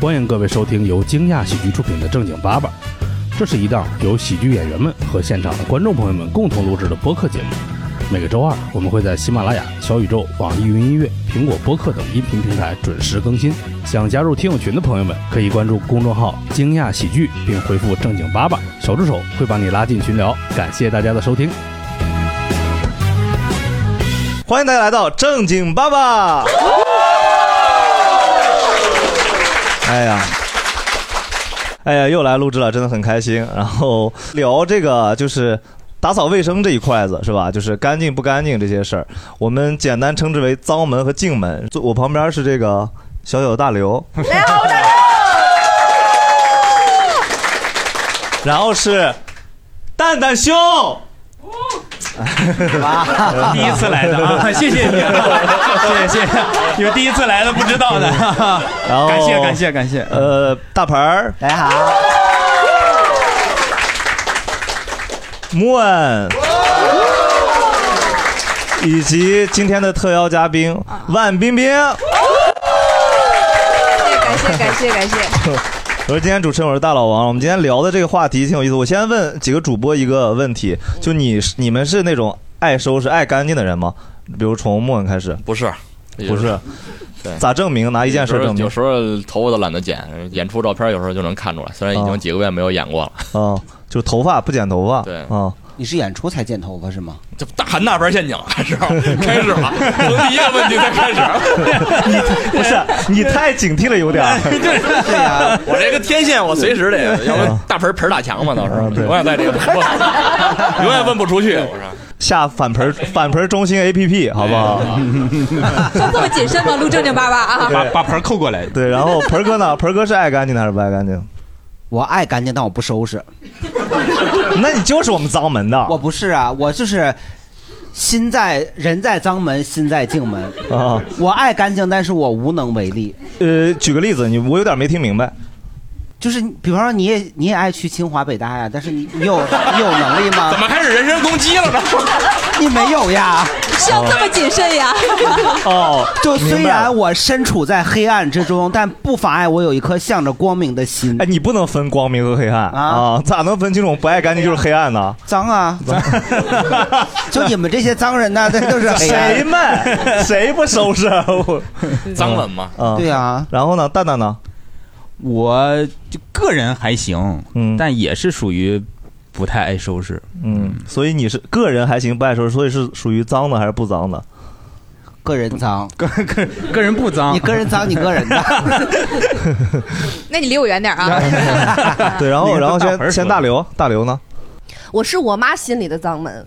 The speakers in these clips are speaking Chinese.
欢迎各位收听由惊讶喜剧出品的《正经八百》，这是一档由喜剧演员们和现场的观众朋友们共同录制的播客节目。每个周二，我们会在喜马拉雅、小宇宙、网易云音乐、苹果播客等音频平台准时更新。想加入听友群的朋友们，可以关注公众号“惊讶喜剧”，并回复“正经八百”，小助手会把你拉进群聊。感谢大家的收听。欢迎大家来到正经爸爸。哎呀，哎呀，又来录制了，真的很开心。然后聊这个就是打扫卫生这一块子是吧？就是干净不干净这些事儿，我们简单称之为脏门和净门。坐我旁边是这个小小的大刘，然后是蛋蛋兄。 第一次来的 啊，谢谢你，啊 谢谢谢谢，有第一次来的不知道的，然后感谢感谢感谢，呃，大盆儿，大家好，莫恩，以及今天的特邀嘉宾万冰冰。感谢感谢感谢感谢。我是今天主持人，我是大老王。我们今天聊的这个话题挺有意思。我先问几个主播一个问题，就你是你们是那种爱收拾、爱干净的人吗？比如从莫恩开始，不是，不是，对咋证明？拿一件事证明有时候有时候头发都懒得剪，演出照片有时候就能看出来。虽然哦已经几个月没有演过了，啊？就头发不剪头发，对啊，你是演出才剪头发是吗？就大喊大牌陷阱还是开始吧，从第一个问题再开啊始。不是你太警惕了有点 儿。我这个天线我随时得，要不然大盆盆打墙嘛，到时候啊啊对永远在这个，永远问不出去。哎我说下反盆反盆中心 A P P 好不哎好？ 说这么谨慎吗？录正经八八啊！把把盆扣过来，对，然后盆儿哥呢？盆儿哥是爱干净的还是不爱干净？我爱干净，但我不收拾。 那你就是我们脏门的我不是啊，我就是心在人在脏门，心在静门。啊。我爱干净，但是我无能为力。呃，举个例子，你我有点没听明白。就是你比方说，你也你也爱去清华北大呀，但是你 你有你有能力吗怎？么开始人身攻击了呢？你没有呀。需要这么谨慎呀？哦，就明虽白了然我身处在黑暗之中，但不妨碍我有一颗向着光明的心哎，。你不能分光明和黑暗啊啊咋能分清楚不爱干净就是黑暗呢？脏啊，就你们这些脏人呐，这都是黑暗谁 们谁不收拾？我脏门嘛，啊，对啊。然后呢，蛋蛋呢？我就个人还行，嗯但也是属于不太爱收拾，嗯，所以你是个人还行，不爱收拾，所以是属于脏的还是不脏的？个人脏， 个个个人不脏你，个人脏，你个人的。那你离我远点啊！ 对，然那后个然后大盆儿先先说大刘，大刘呢？我是我妈心里的脏门，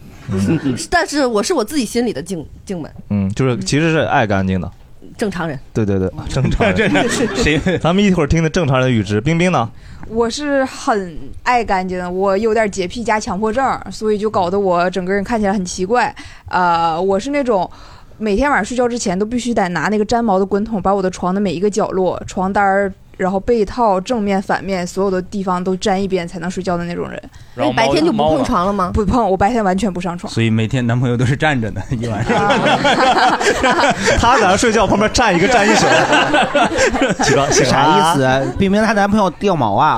但是我是我自己心里的静静门，嗯，就是其实是爱干净的。正常人。对对对，正常人。啊谁 咱们一会儿听听正常人的语值。冰冰呢？我是很爱干净的，我有点洁癖加强迫症，所以就搞得我整个人看起来很奇怪。呃，我是那种。每天晚上睡觉之前都必须得拿那个粘毛的滚筒把我的床的每一个角落、床单儿，然后被套正面、反面所有的地方都粘一遍才能睡觉的那种人。那然后你白天就不猫碰呢，床了 吗？不碰，我白天完全不上 床。所以每天男朋友都是 站着的，一晚上。他在那睡觉，旁边站一个站一宿。起床，醒了啥意啊？思？冰冰她男朋友掉毛啊？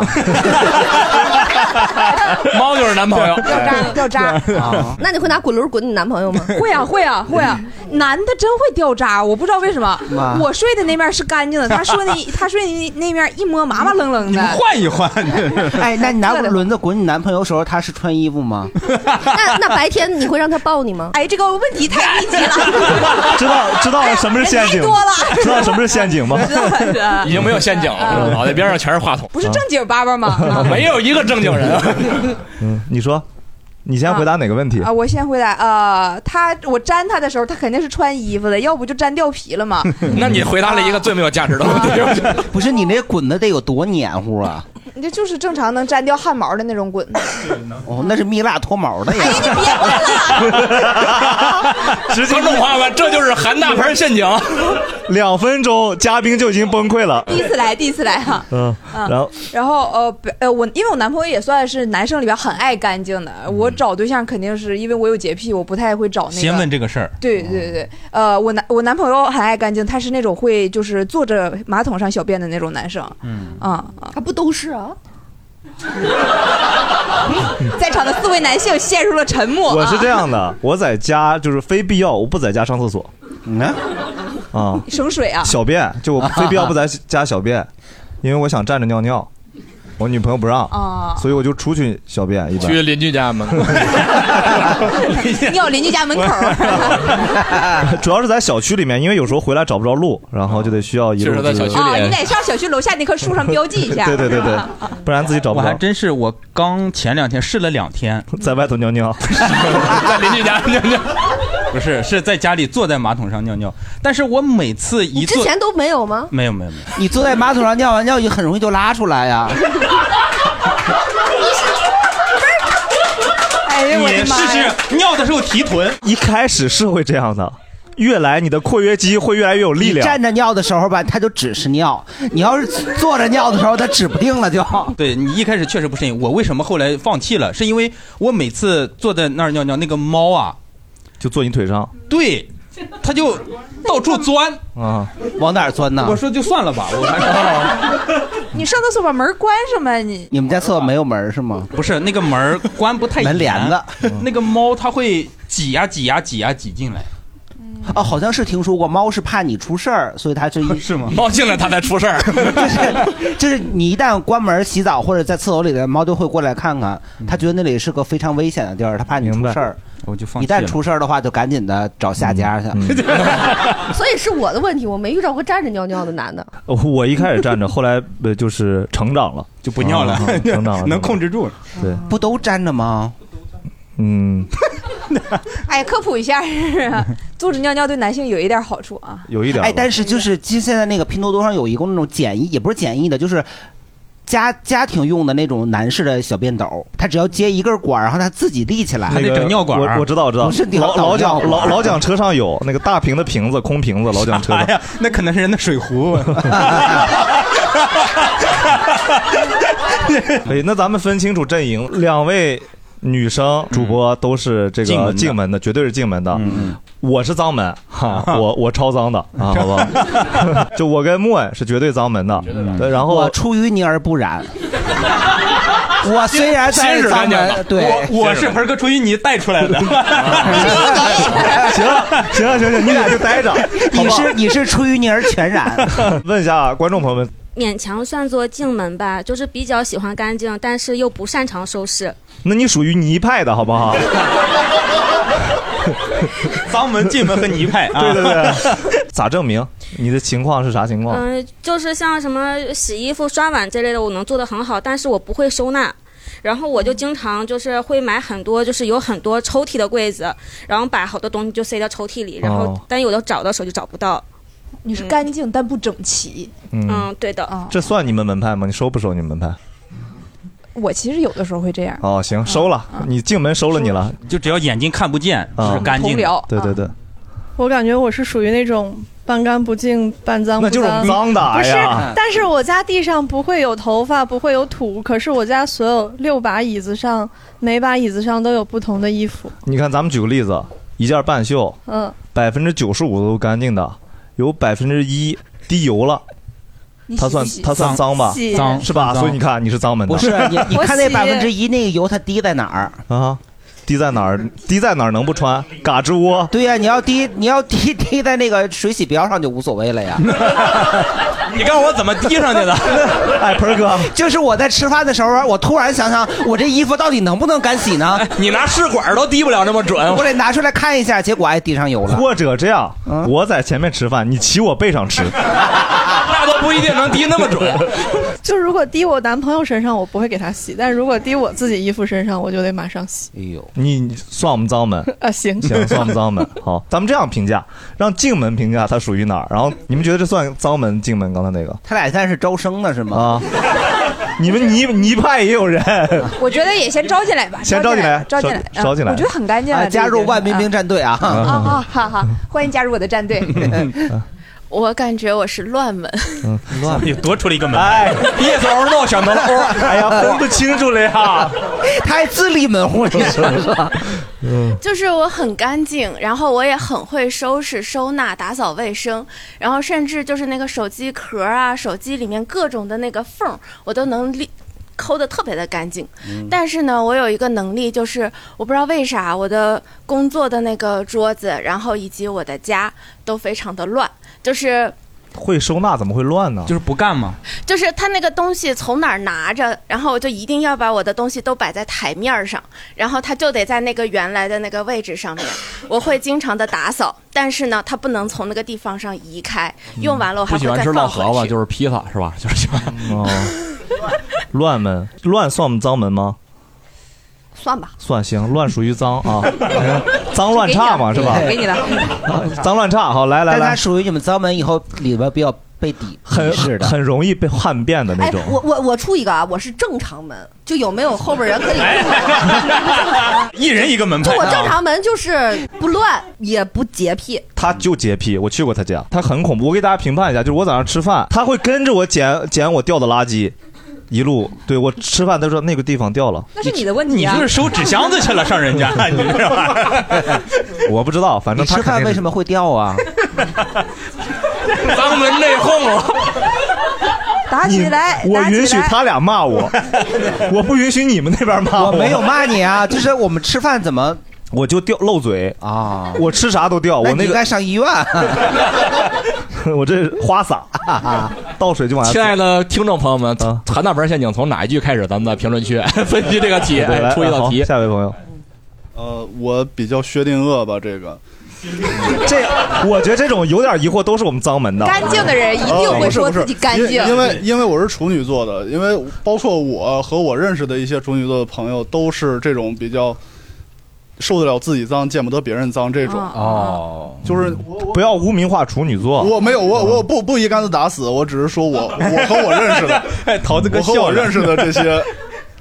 猫就是男朋友。掉渣，掉渣。 啊那你会拿滚 轮滚你男朋友吗？ 会啊会啊 会啊，男的真会掉渣，我不知道为什么妈。我睡的那面是干净的，他说那他睡那那面一摸麻麻愣愣你们的。换 一换，哎，那你拿轮子滚你男朋友时候，他是穿衣服吗？那那白天你会让他抱你吗？哎，这个问题太密集了，知道知道了什么是陷太阱多吗？了。知道什么是陷阱 吗？知道吧已经没有陷阱了，脑袋边上全是话筒，不是啊正经巴巴 啊吗？没有一个正经人。嗯，你说，你先回答哪个问题啊，？我先回答。呃，他我粘他的时候，他肯定是穿衣服的，要不就粘掉皮 了嘛。那你回答了一个最没有价值的问题，不是，你那滚的得有多黏糊啊？这就是正常能粘掉汗毛的那种滚。哦，那是蜜蜡脱毛的呀。直接观众朋友们，这就是韩大盆陷阱。两分钟，嘉宾就已经崩溃了。第一次来，第一次来哈、嗯，嗯然后然后呃不呃，我因为我男朋友也算是男生里边很爱干净的，我找对象肯定是因为我有洁癖，我不太会找那个。先问这个事儿，对对对对，呃，我男我男朋友很爱干净，他是那种会就是坐着马桶上小便的那种男生，嗯，啊、他不都是啊？ 在场的四位男性陷入了沉默。我是这啊，样的，我在家就是非必要，我不在家上厕所。嗯啊，省水啊，小便就我非必要不 在家小便，因为我想站着尿尿，我女朋友不让，啊所以我就出去小便一般。去邻居家 吗？ 尿啊邻居家门口儿。哎主要是在小区里面，因为有时候回来找不着路，然后就得需要一路就是在小区啊，你得上小区楼下那棵树上标记一下。对对对对啊，不然自己找我不还着，真是，我刚前两 天试了两天，在外头尿 尿。在邻居家尿尿。不是是在家里坐在马桶上尿尿，但是我每次一你之坐前都没有吗？没有没有没有，你坐在马桶上尿完尿，也很容易就拉出来呀。哎呀，我你的试妈呀！试尿的时候提臀，一开始是会这样的，越来你的括约肌会越来越有力你量站。着尿的时候吧，它就只是尿；你要是坐着尿的时候，它指不定了就。 对你一开始确实不适应，我为什么后来放弃了？是因为我每次坐在那儿尿尿，那个猫啊，就坐你腿上对，它就到处钻。啊，往哪儿钻呢我？说就算了吧，我还是你上厕所把门关上吧，你你们家厕所没有门儿是吗？不是那个门儿关 不太严门帘子，那个猫它会挤呀挤呀挤呀挤进来。哦，好像是听说过，猫是怕你出事儿，所以它这一 是吗？猫进来他才出事儿，就是就是你一旦关门洗澡或者在厕所里的猫就会过来看看，它觉得那里是个非常危险的地儿，它怕你明出白事儿。我就放一弃了旦出事儿的话，就赶紧的找下家去。 所以是我的问题，我没遇着过站着尿尿的男的。 我一开始站着，后来呃就是成长了，就不尿了，啊 成长了，能控制。制住了。对，嗯不都粘着吗？嗯，哎科普一下，啊 坐着尿尿对男性有一点好处啊。有一点吧。哎，但是就是其实现在那个拼多多上有一个那种简易，也不是简易的，就是家家庭用的那种男士的小便斗，它只要接一根管儿，然后它自己立起来。那还个得整尿管儿我我知道，我知道不是。尿老老尿蒋管儿老老蒋车上有那个大瓶的瓶子，空瓶子，老蒋车哎上。呀，那可能是人的 水壶。对，哎那咱们分清楚阵营，两位女生主播都是这嗯进门个的进门的，绝对是进门的。嗯我是脏门，哈，我我超脏的啊，好不好？ 就我跟莫恩是绝对脏门的，对，然后我出淤泥而不染。我虽然 先在是咱干净们的对，我我是盆儿哥出淤泥带出来的， 行了，行了，行了，你俩就待着，好 你吧？是你是出淤泥而全染。 问一下观众朋友们，勉强算作进门吧，就是比较喜欢干净，但是又不擅长收拾。那你属于泥派的好啊 不好？脏门、进门和泥派啊。对对对，咋证明？你的情况是啥情况？嗯、就是像什么洗衣服、刷碗这类的，我能做得很好，但是我不会收纳。然后嗯我就经常就是会买很多，就是有很多抽屉的柜子，然后把好多东西就塞到抽屉里，然后哦但有的找的时候就找不到。你嗯是干净但不整齐嗯，嗯，对的。啊。这算你们门派吗？你收不收你们门派？我其实有的时候会这样。哦，嗯行，收了，你进门收了你了。就只要眼睛看不见，啊就是干净同的。僚，对对对，我感觉我是属于那种半干不净、半脏不那就是脏。脏的，不哎是呀，，但是我家地上不会有头发，不会有土。可是我家所有六把椅子上，每把椅子上都有不同的衣服。你看，咱们举个例子，一件半袖，嗯，百分之九十五都干净的，有百分之一滴油了，你它洗不算洗它算脏吧？洗脏是吧？所以你看，你是脏门的不是 你，你我看那洗百分之一那个油，它滴在哪儿？啊。滴在哪儿？滴在哪儿能不穿？嘎吱窝，对呀、你要滴，你要滴滴在那个水洗标上就无所谓了呀。 你看我怎么滴上去的？ 哎，盆儿哥， 就是我在吃饭的时候，我突然想想，我这衣服到底能不能干洗呢？哎你拿试管都滴不了那么准。我得拿出来看一下，结果哎，滴上油了。嗯或者这样，我在前面吃饭，你骑我背上吃。那都不一定能滴那么准。就如果滴我男朋友身上，我不会给他洗；但如果滴我自己衣服身上，我就得马上 洗。哎呦，你你算我们脏门，啊，行，行，算不 脏门？好，咱们这样评价，让静门评价它属于哪儿，然后你们觉得这算脏门、静门？刚才那个他俩现在是招生呢是吗？啊，你们泥泥派也有 人， 我觉得也先招进来吧，先招招进来招进来，嗯招招进来我觉得很干净了。啊加入万民兵战队啊！啊啊，好好，欢迎加入我的战 队。啊我感觉我是乱门，又多出了一个门。哎，叶子儿闹想门户，哎呀，分不清楚了呀。 他还自立门户，你说说？就是我很干净，然后我也很会收拾、收纳、打扫卫生，然后甚至就是那个手机壳啊、手机里面各种的那个缝儿，我都能立。抠的特别的干净，嗯嗯但是呢，我有一个能力，就是我不知道为啥我的工作的那个桌子，然后以及我的家都非常的乱，就是会收纳怎么会乱呢？就是不干嘛。就是他那个东西从哪儿拿着，然后我就一定要把我的东西都摆在台面儿上，然后他就得在那个原来的那个位置上面。我会经常的打扫，但是呢，他不能从那个地方上移开，用完了我还不会喜欢再吃啊放烙回荷去。蟆就是披萨是吧？ 就是喜欢。哦，乱门，乱算我们脏门吗？算吧。算行，乱属于脏啊， 脏乱差嘛是吧？给你了啊 脏乱差，好来来但他来，属于你们脏门以后里边比较被抵很很容易被叛变的那哎种。，我我我出一个啊，我是正常门，就有没有后边人可以？一人一个门就派。我啊正常门就是不乱，也不洁癖。他就洁癖，我去过他家，他很恐怖。我给大家评判一下，就是我早上吃饭，他会跟着我捡捡我掉的垃圾，一路对我吃饭，他说那个地方掉了， 那是你的问题你啊就是！收纸箱子去了，上人家，你知道吧？我不知道，反你正他吃肯饭定为是什么会掉啊？脏门内讧，打起来，我打起允许来他俩骂 我，我不允许你们那边骂我我没有，骂你啊，就是我们吃饭怎么我就掉漏嘴，啊？我吃啥都掉，我那你那应该个上医院。 我这是花洒，倒水就往下。亲爱的听众朋友们啊，韩大牌陷阱从哪一句开始？咱们在评论区 分析这个题，对，来哎出一道好题。下一位朋友，呃，我比较薛定谔吧，这个这我觉得这种有点疑惑都是我们脏门的，干净的人一呃定不会是说不是自己干因净，因为因为我是处女座的，因为包括我和我认识的一些处女座的朋友，都是这种比较受得了自己脏，见不得别人脏这种。哦，就是我我嗯不要污名化处女座。我没有哦我我不不一竿子打死，我只是说我我和我认识的 哎，桃子我和我认识，识的这 些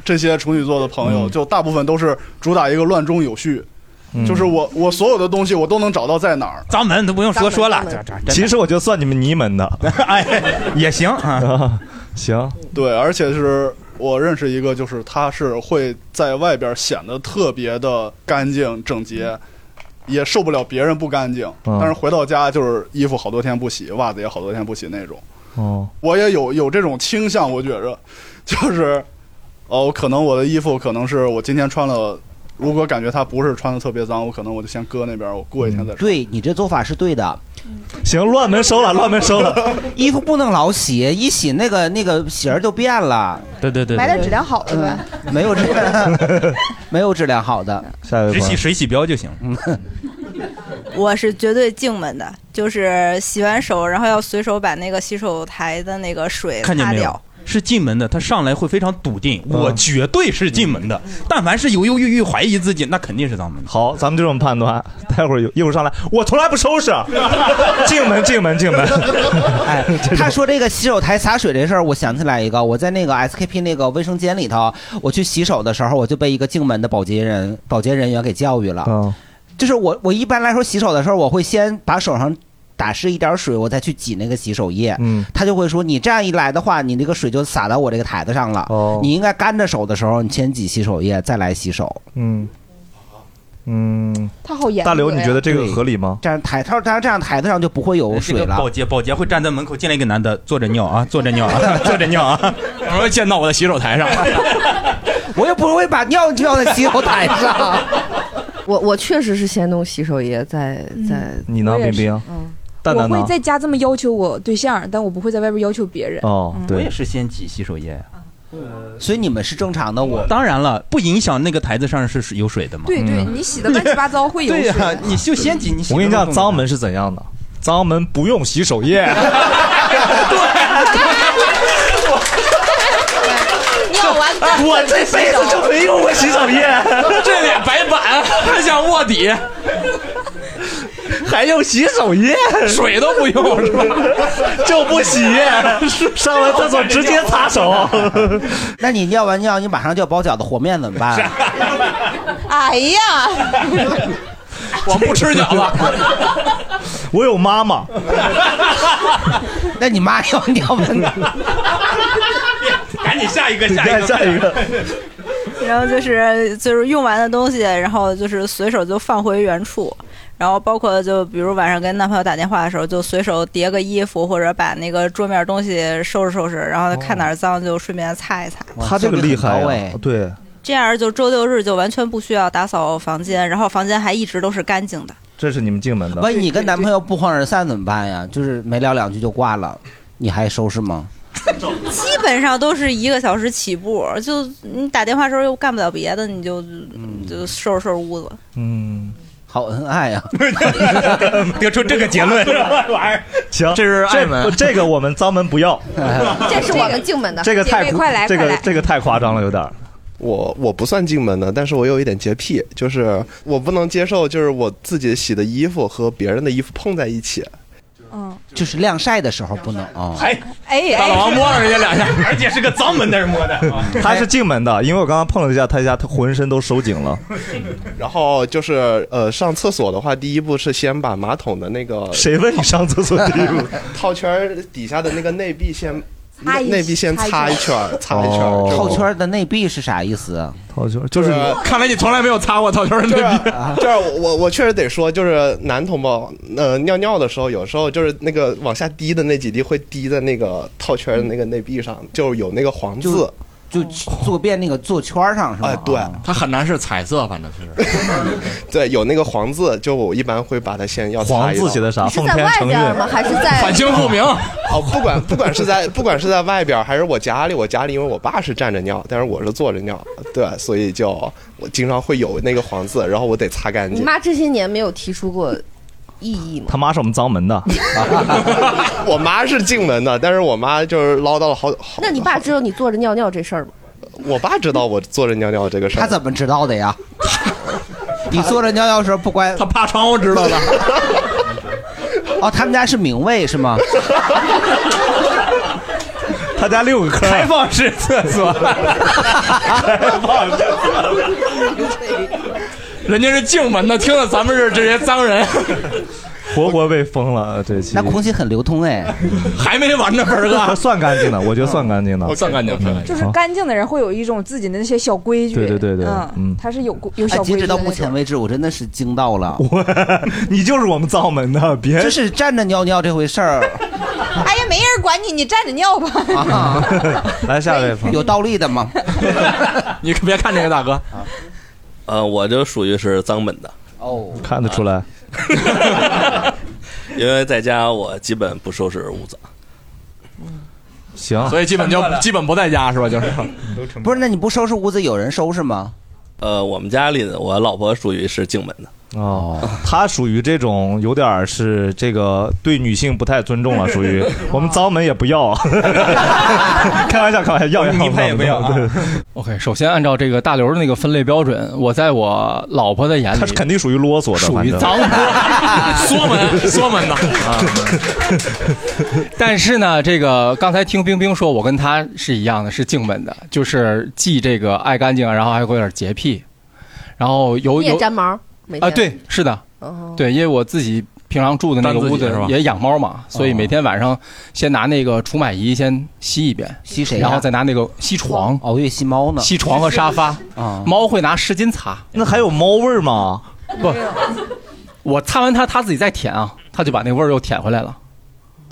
这些处女座的朋嗯友，就大部分都是主打一个乱中有序，就是我我所有的东西我都能找到在哪儿。脏门都不用说说了，这这其实我就算你们泥门的。这， 哎，也行啊。啊 行，对，而且是我认识一个，就是他是会在外边显得特别的干净整洁，也受不了别人不干净，嗯但是回到家就是衣服好多天不洗，袜子也好多天不洗那种。哦，我也有有这种倾向，我觉着，就是，哦，可能我的衣服可能是我今天穿了，如果感觉它不是穿的特别脏，我可能我就先搁那边，我过一天再穿。嗯对你这做法是对的，行，乱门 收了，乱门收了。衣服不能老洗，一洗那个那个型儿就变了，对对对买点质量好的呗。 嗯嗯没有质量，没有质量好的。下一位只朋洗友，水洗标就 行。 我是绝对净门的，就是洗完手，然后要随手把那个洗手台的那个水 看见擦没掉有。？是进门的，他上来会非常笃定，嗯我绝对是进门的。但凡是犹犹豫豫、怀疑自己，那肯定是脏门的。好，咱们就这么判断。待会儿有一会儿上来，我从来不收拾，进门进门进门。 哎，他说这个洗手台洒水这事儿，我想起来一个，我在那个 SKP 那个卫生间里头，我去洗手的时候，我就被一个进门的保洁人保洁人员给教育了。嗯，就是我我一般来说洗手的时候，我会先把手上打湿一点水，我再去挤那个洗手液。嗯，他就会说，你这样一来的话，你那个水就洒到我这个台子上了。哦你应该干着手的时候，你先挤洗手液，再来洗手。嗯嗯，他好严格呀。大刘，你觉得这个对合理吗？这样台，他说这样台子上就不会有水这个了保。洁保洁会站在门口进来一个男的，坐着尿啊， 坐着尿啊，坐着尿 啊。我说见到我的洗手台 上，我又不会把尿尿在洗手台上。 我我确实是先弄洗手液，再再你呢，我冰也是冰？嗯，蛋蛋我呢会？在家这么要求我对象，但我不会在外边要求别人。嗯哦，我对也，是先挤洗手液。啊所以你们是正常的，我当然了，不影响那个台子上是水有水的嘛。对对，嗯你洗的乱七八糟会 有对水呀、的。你就先挤，你洗我跟你个讲，洞脏门是怎样的？脏门不用洗手液， 尿 完干我这辈子就没用过洗手液。 这脸白板，还想卧底。还用洗手液？水都不用是吧？ 就不洗， 上完厕所直接擦手。 那你尿完尿，你马上就要包饺子和面怎么办？啊啊哎 呀，我不吃饺子。我有妈妈。 那你妈要 尿完 赶紧下一个，下一个，下一个。然后就是就是用完的东西，然后就是随手就放回原处，然后包括就比如晚上跟男朋友打电话的时候，就随手叠个衣服，或者把那个桌面东西收拾收拾，然后看哪儿脏就顺便擦一擦。他这个哎厉害啊呀，对，这样就周六日就完全不需要打扫房间，然后房间还一直都是干净的。这是你们进门的。万一你跟男朋友不欢而散怎么办呀？就是没聊两句就挂了，你还收拾吗？基本上都是一个小时起步，就你打电话时候又干不了别的，你就就收拾收拾屋子。嗯，好恩爱啊 呀、得出这个结论， 行，这是这爱门这个我们脏门不要。这是我们进门的。这个太姐妹快来，这快个来！这个太夸张了，有点儿。我我不算进门的，但是我有一点洁癖，就是我不能接受，就是我自己洗的衣服和别人的衣服碰在一起。嗯，就是晾晒的时候不能啊。哎哎，大老王摸了人家两下，而且是个脏门那儿摸的。啊 他是进门的，因为我刚刚碰了一下他一下，他浑身都收紧了。哎然后就是呃，上厕所的话，第一步是先把马桶的那个谁问你上厕所第 一步？套圈儿底下的那个内壁先擦一内壁先擦一圈儿，擦一圈儿，这套种圈儿的内壁是啥意思啊？哦套圈就是 看来你从来没有擦过套圈儿的内壁。 就是我我我确实得说，就是男同胞，呃，尿尿的时候，有时候就是那个往下滴的那几滴会滴在那个套圈的那个内壁上，就是有那个黄渍。就坐便那个坐圈上是啊吧？哎，对，它很难是彩色，反正 就是。对，有那个黄渍，就我一般会把它先要黄字写的啥是在外边吗？还是 在明。哦，不管不管是在 不管是在外边儿还是我家里，我家里因为我爸是站着尿，但是我是坐着尿，对，所以就我经常会有那个黄渍，然后我得擦干你净。妈这些年没有提出过异议吗？他妈是我们脏门 的，我妈是进门的，但是我妈就是唠叨了好好。那你爸知道你坐着尿尿这事儿吗？我爸知道我坐着尿尿这个事儿，他怎么知道的呀？你坐着尿尿的时候不乖，他趴窗户知道的。哦，他们家是明卫是吗？他家六个科，开放式厕所，人家是静门的，听的咱们是这些脏人，活活被封了这期。那。空气很流通哎，还没完呢，盆哥算干净的，我觉得算干净的， 嗯算干净，算干就是干净的人会有一种自己的那些小规矩。哎对对对对嗯嗯，他是有规有哎小规矩截止的那种。啊到目前为止，我真的是惊到 了。你就是我们造门的， 别就是站着尿尿这回 事儿，哎呀，没人管你，你站着尿吧。啊 来下一位，啊 有倒立的吗？ 你可别看这个大哥，啊呃，我就属于是脏本的，啊哦，看得出来。因为在家我基本不收拾屋子。行所以基本就基本不在家是吧？就是，不是，那你不收拾屋 子，有人收拾吗？呃，我们家里的我老婆属于是静门的，哦，他属于这种有点儿是这个对女性不太尊重了，属 于我们脏门也不 要，开玩笑，开玩笑，要要你要配也不要啊对 OK，首先按照这个大刘的那个分类标准，我在我老婆的眼里，他肯定属于啰嗦的，属于反正脏 啊 缩门缩门的，但是呢，这个刚才听冰冰说，我跟她是一样的，是静本的，就是既这个爱干净，然后还会有点洁癖，然后有你也有粘毛，每天啊，对，，是的，哦对，因为我自己平常住的那个屋粘子自己是吧也养猫哦嘛，所以每天晚上先拿那个除螨仪先吸一遍，吸谁呀然后再拿那个吸床，哦，我以为吸猫呢，吸床和沙发啊，猫会拿湿巾擦，那还有猫味儿吗？不，我擦完它，它自己再舔啊，它就把那味儿又舔回来了。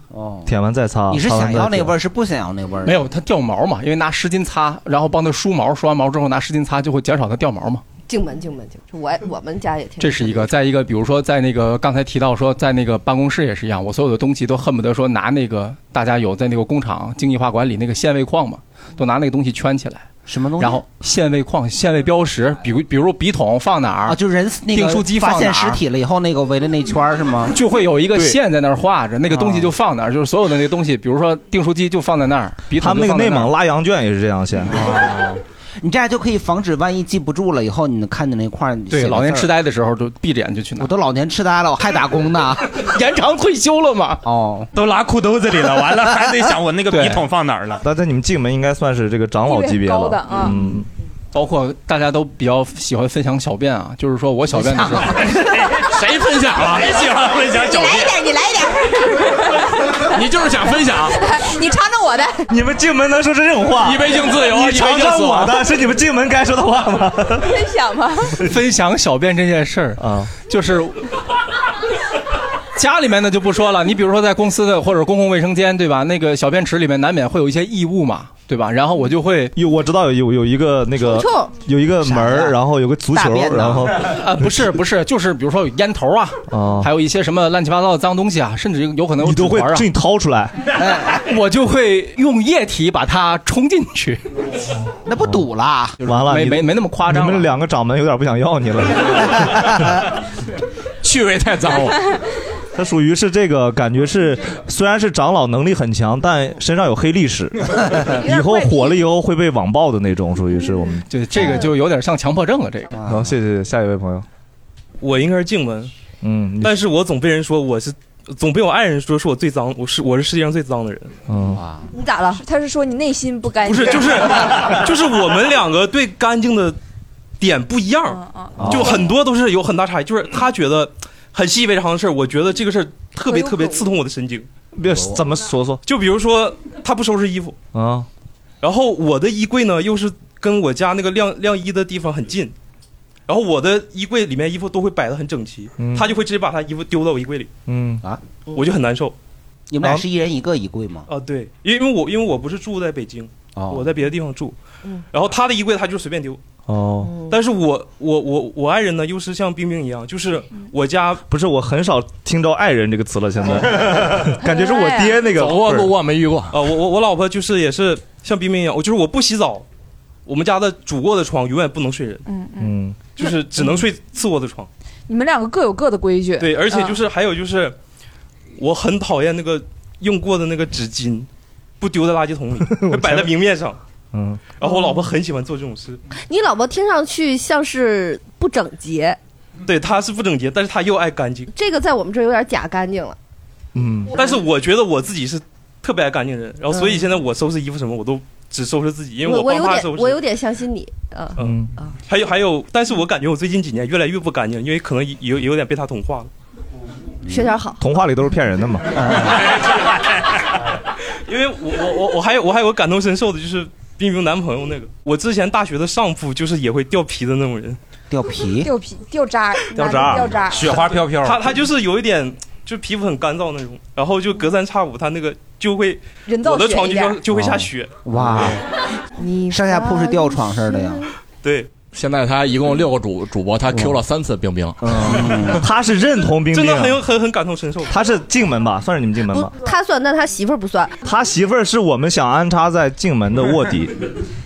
哦，舔完再擦。你是啊擦完想要再那舔味儿，是不想要那味儿？没有，它掉毛嘛，因为拿湿巾擦，然后帮它梳毛，梳完毛之后拿湿巾擦，就会减少它掉毛嘛。进门进门进门，我我们家也挺这是一个，再一个，比如说在那个刚才提到说，在那个办公室也是一样，我所有的东西都恨不得说拿那个大家有在那个工厂精细化管理那个限位框嘛，都拿那个东西圈起来。什么东西？然后限位框、限位标识，比如比如笔筒放哪儿啊，就是人那个订书机放发哪儿现尸体了以后，那个围着那圈儿是吗？就会有一个对线在那儿画着，那个东西就放那儿，就是所有的那个东西，比如说订书机就放在那儿，笔筒啊他们那就个放在内那儿蒙拉羊圈也是这样，现在你这样就可以防止万一记不住了，以后你看见那块儿对，老年痴呆，呆的时候就闭着眼就去拿。我都老年痴呆了，我还打 工呢，延长退休了嘛？哦，都拉裤兜子里了，完了还得想我那个笔对筒放哪儿 了。但在你们进门应该算是这个长老级别 地位很高的了啊，嗯，包括大家都比较喜欢分享小便啊，就是说我 小便的时候，谁分享了？谁喜欢分享小便？你来一点，你就是想分享， 你尝尝我的。你们进门能说出这种话？一杯敬自由啊你尝一杯敬尝死我亡的，是你们进门该说的话吗？分享吗？ 分享小便这件事儿啊，就是家里面的就不说了，你比如说在公司的或者公共卫生间，对吧？那个小便池里面难免会有一些异物嘛，对吧？然后我就会有我知道有有有一个那个臭臭有一个门儿，然后有个足球，然后 啊不是不是，就是比如说有烟头啊，啊还有一些什么乱七八糟的脏东西啊，甚至有可能有你都纸会团啊自己掏出来，哎，我就会用液体把它冲进去，那不堵啦？啊完了没你没没那么夸张你了们两个掌门有点不想要 你了，趣味太 脏了。他属于是这个感觉是，虽然是长老能力很强，但身上有黑历史，呃以后火了以后会被网暴的那种，属于是我们就这个就有点像强迫症了。啊这个，好，谢谢下一位朋友，啊我应该是静文，嗯但是我总被人说我是，总被我爱人说是我最脏，我是我是世界上最脏的人。嗯，你咋了？他是说你内心不干不净，是，就是就是我们两个对干净的点不一样，就很多都是有很大差异。就是他觉得很习以为常的事儿，我觉得这个事儿特别特别刺痛我的神经。别怎么说说？就比如说他不收拾衣服，啊，然后我的衣柜呢又是跟我家那个晾晾衣的地方很近，然后我的衣柜里面衣服都会摆的很整齐，嗯他就会直接把他衣服丢到我衣柜里。嗯啊，我就很难受。你们俩是一人一个衣柜吗？哦啊，对，因为我因为我不是住在北京，哦我在别的地方住，然后他的衣柜他就随便丢，哦，嗯但是我我我我爱人呢又是像冰冰一样，就是我家不是我很少听到爱人这个词了，现 在感觉是我爹那个，我不是我没遇过啊，我我我老婆就是也是像冰冰一样，我就是我不洗澡，我们家的主卧的床永远不能睡人，嗯嗯，嗯，就是只能睡次卧的床，你们两个各有各的规矩。对，而啊且嗯就是还有就是，我很讨厌那个用过的那个纸巾，不丢在垃圾桶 里，会摆在明面上。啊嗯，然后我老婆很喜欢做这种事，你老婆听上去像是不整洁，对，她是不整洁，但是她又爱干净。这个在我们这儿有点假干净了。嗯，但是我觉得我自己是特别爱干净的人，然后所以现在我收拾衣服什么我都只收拾自己，因为嗯我帮有她点收拾。我有点相信你，嗯，嗯，还有还有，但是我感觉我最近几年越来越不干净，因为可能有有点被她同化了。学点 好。童话里都是骗人的嘛，因为我我我我还有我还有个感同身受的就是冰冰男朋友那个，我之前大学的上铺就是也会掉皮的那种人，掉皮掉皮掉渣儿，掉男渣，的掉渣儿，飘飘他他就是有一点，就皮肤很干燥那种，然后就隔三差五他那个就会，人造我的雪床一就点要就会下雪。哇，你上下铺是吊床似的呀？对，现在他一共六个主主播，他 Q 了三次冰冰，哦 他是认同冰冰，真啊的很有。很很感同身受，他是进门吧，算是你们进门吧，他算，但他媳妇儿不算。他媳妇儿是我们想安插在进门的卧 底，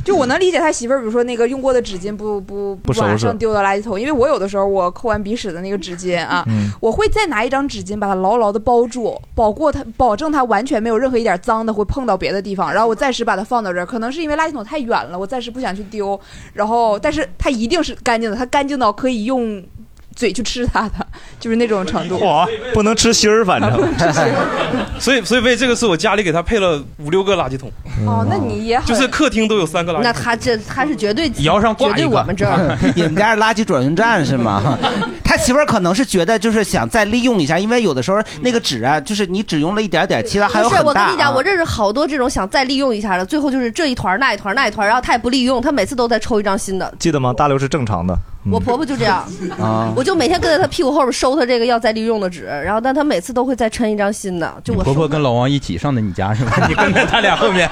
就我能理解他媳妇儿，比如说那个用过的纸巾不不不收拾马上丢到垃圾桶，因为我有的时候我抠完鼻屎的那个纸巾啊，嗯我会再拿一张纸巾把它牢牢的包住，保过它，保证它完全没有任何一点脏的会碰到别的地方，然后我暂时把它放到这儿，可能是因为垃圾桶太远了，我暂时不想去丢，然后但是它一定是干净的，它干净到可以用嘴去吃它的，就是那种程度。哇，不能吃芯儿，反正 所以所以为这个事我家里给他配了五六个垃圾桶，哦，那你也就是客厅都有三个垃圾那桶。他这他是绝对绝对我们这 儿。儿，你们家是垃圾转运站是吗？ 他媳妇儿可能是觉得就是想再利用一下，因为有的时候那个纸啊，就是你只用了一点点，其他还有不很是，大啊。我跟你讲，我认识好多这种想再利用一下的，最后就是这一团儿那一团儿那一团儿，然后他也不利用，他每次都在抽一张新的。记得吗？大刘是正常的，嗯我婆婆就这 样，啊我就每天跟在她屁股后边收她这个要再利用的纸，然后但她每次都会再抻一张新的，就我婆收婆跟老王一起上的你家是 吧？你跟在他俩后面，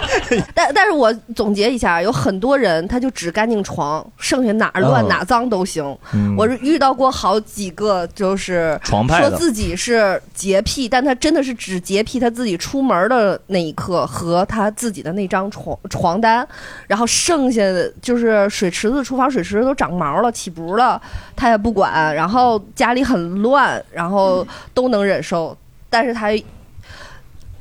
但但是我总结一下，有很多人他就只干净床，剩下哪儿乱、哦哪儿脏都行。嗯我是遇到过好几个，就是床派的说自己是洁癖，但他真的是只洁癖他自己出门的那一刻和他自己的那张床床单，然后剩下的就是水池子、厨房水池子都长毛了、起补了，他也不管。然嗯后家里很乱，然后都能忍受，但是他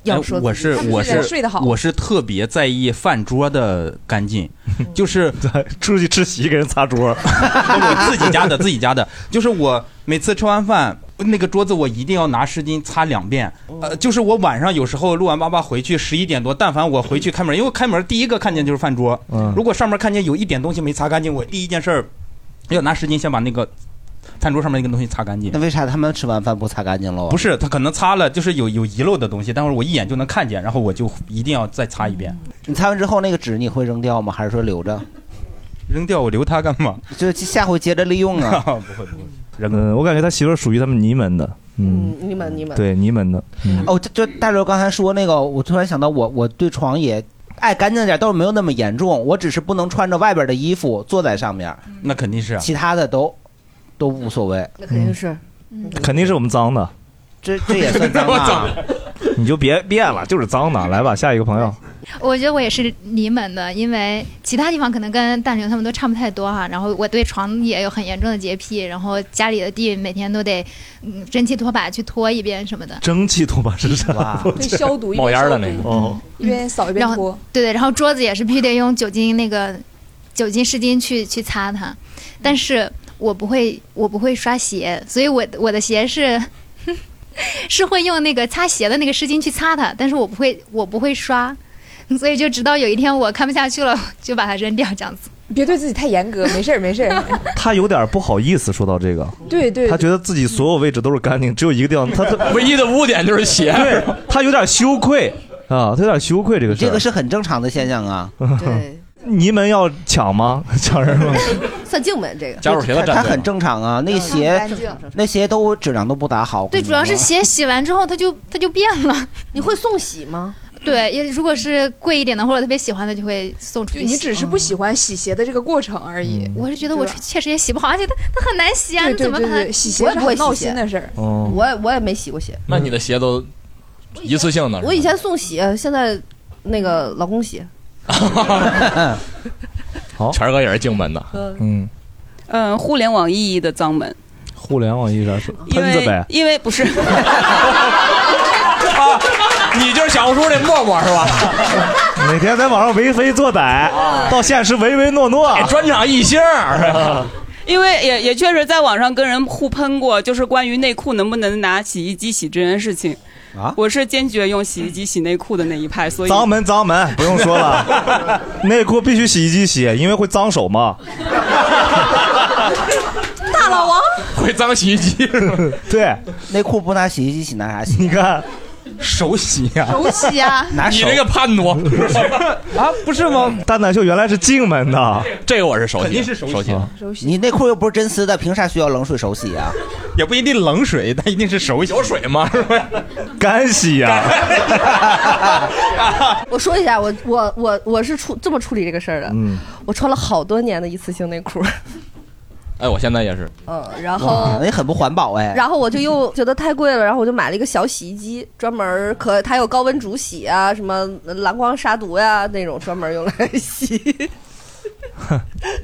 要哎说自己我是他们我是睡得是好我是特别在意饭桌的干净，嗯 就是出去吃席给人擦 桌，自己家的自己家的，就是我每次吃完饭那个桌子我一定要拿湿巾擦两遍，哦呃，就是我晚上有时候录完八八回去十一点多，但凡我回去开门，因为开门第一个看见就是饭桌，嗯如果上面看见有一点东西没擦干净，我第一件事儿要拿湿巾先把那个饭桌上面那个东西擦干净。那为啥他们吃完饭不擦干净啊喽？不是，他可能擦了，就是有有遗漏的东西，但是我一眼就能看见，然后我就一定要再擦一遍。你擦完之后那个纸你会扔掉吗？还是说留着？扔掉我留它干嘛？。就下回接着利用啊 不会不会。嗯，我感觉他媳妇儿属于他们泥门的，嗯，你们你们对泥门的，嗯，哦，这就大刘刚才说那个，我突然想到我，我对床也爱干净点，倒是没有那么严重，我只是不能穿着外边的衣服坐在上面，嗯那肯定是啊其他的都都无所谓。那肯定是。肯定是我们脏 的，这这也算 脏啊？你就别变了，就是脏的。来吧，下一个朋友， 我觉得我也是离门的，因为其他地方可能跟蛋玲他们都差不太多哈。然后我对床也有很严重的洁癖，然后家里的地每天都得嗯蒸汽拖把去拖一遍什么的。蒸汽拖把是 啥？对消毒一边冒烟儿的消那毒个。哦，一边扫一边拖。对嗯对，然后桌子也是必须得用酒精那个酒精湿巾去去擦它，但是我不会我不会刷鞋，所以我我的鞋是。 是会用那个擦鞋的那个湿巾去擦它，但是我不会，我不会刷，所以就直到有一天我看不下去了，就把它扔掉这样子。别对自己太严格，没事儿没事儿。他有点不好意思说到这个，对对他觉得自己所有位置都是干净，只有一个地方，他他唯一的污点就是鞋对他有点羞愧啊，他有点羞愧这个事儿，这个是很正常的现象啊。对， 泥门要抢吗？ 抢人 吗？算静门这个它很正常啊，那鞋干净那鞋都质量都不咋好。 对，主要是鞋洗完之后它就它就变了。你会送洗吗？对，也如果是贵一点的或者特别喜欢的，就会送出去就洗。你只是不喜欢洗鞋的这个过程而已。我是觉得我确实也洗不好，而且它它很难洗啊，对你对怎么对把它对洗鞋我也是不会很洗闹鞋心的事儿嗯哦我也我也没洗过鞋，那你的鞋都一次性的？我以前送洗，现在那个老公 洗。好，全哥也是静门的，嗯，嗯，互联网意义的脏门，互联网意义上是因喷子为呗，因为 不是，哦你就是小红书那默默是吧？ 每天在网上为非作歹，到现实唯唯诺诺，专场一星。因为也也确实在网上跟人互喷过，就是关于内裤能不能拿洗衣机洗这件事情。啊我是坚决用洗衣机洗内裤的那一派，所 以脏门脏门，不用说了，内裤必须洗衣机洗，因为会脏手嘛，大老王，会脏洗衣机。 对， 内裤不拿洗衣机洗，拿啥洗？啊你看， 手洗呀、手洗啊拿你手这个叛徒啊，不是吗？蛋蛋秀原来是静门啊的，这个我是手洗，肯定是手洗手洗。你内裤又不是真丝的，凭啥需要冷水手洗 啊？也不一定冷水，但一定是 手洗。有水吗？干洗呀、我说一下，我我我我是处这么处理这个事儿的。嗯， 我穿了好多年的一次性内裤，哎，我现在也是， 嗯，然后。也很不环保哎。然后我就又觉得太贵了，然后我就买了一个小洗衣机，专门儿可它有高温煮洗啊，什么蓝光杀毒呀、那种，专门用来洗。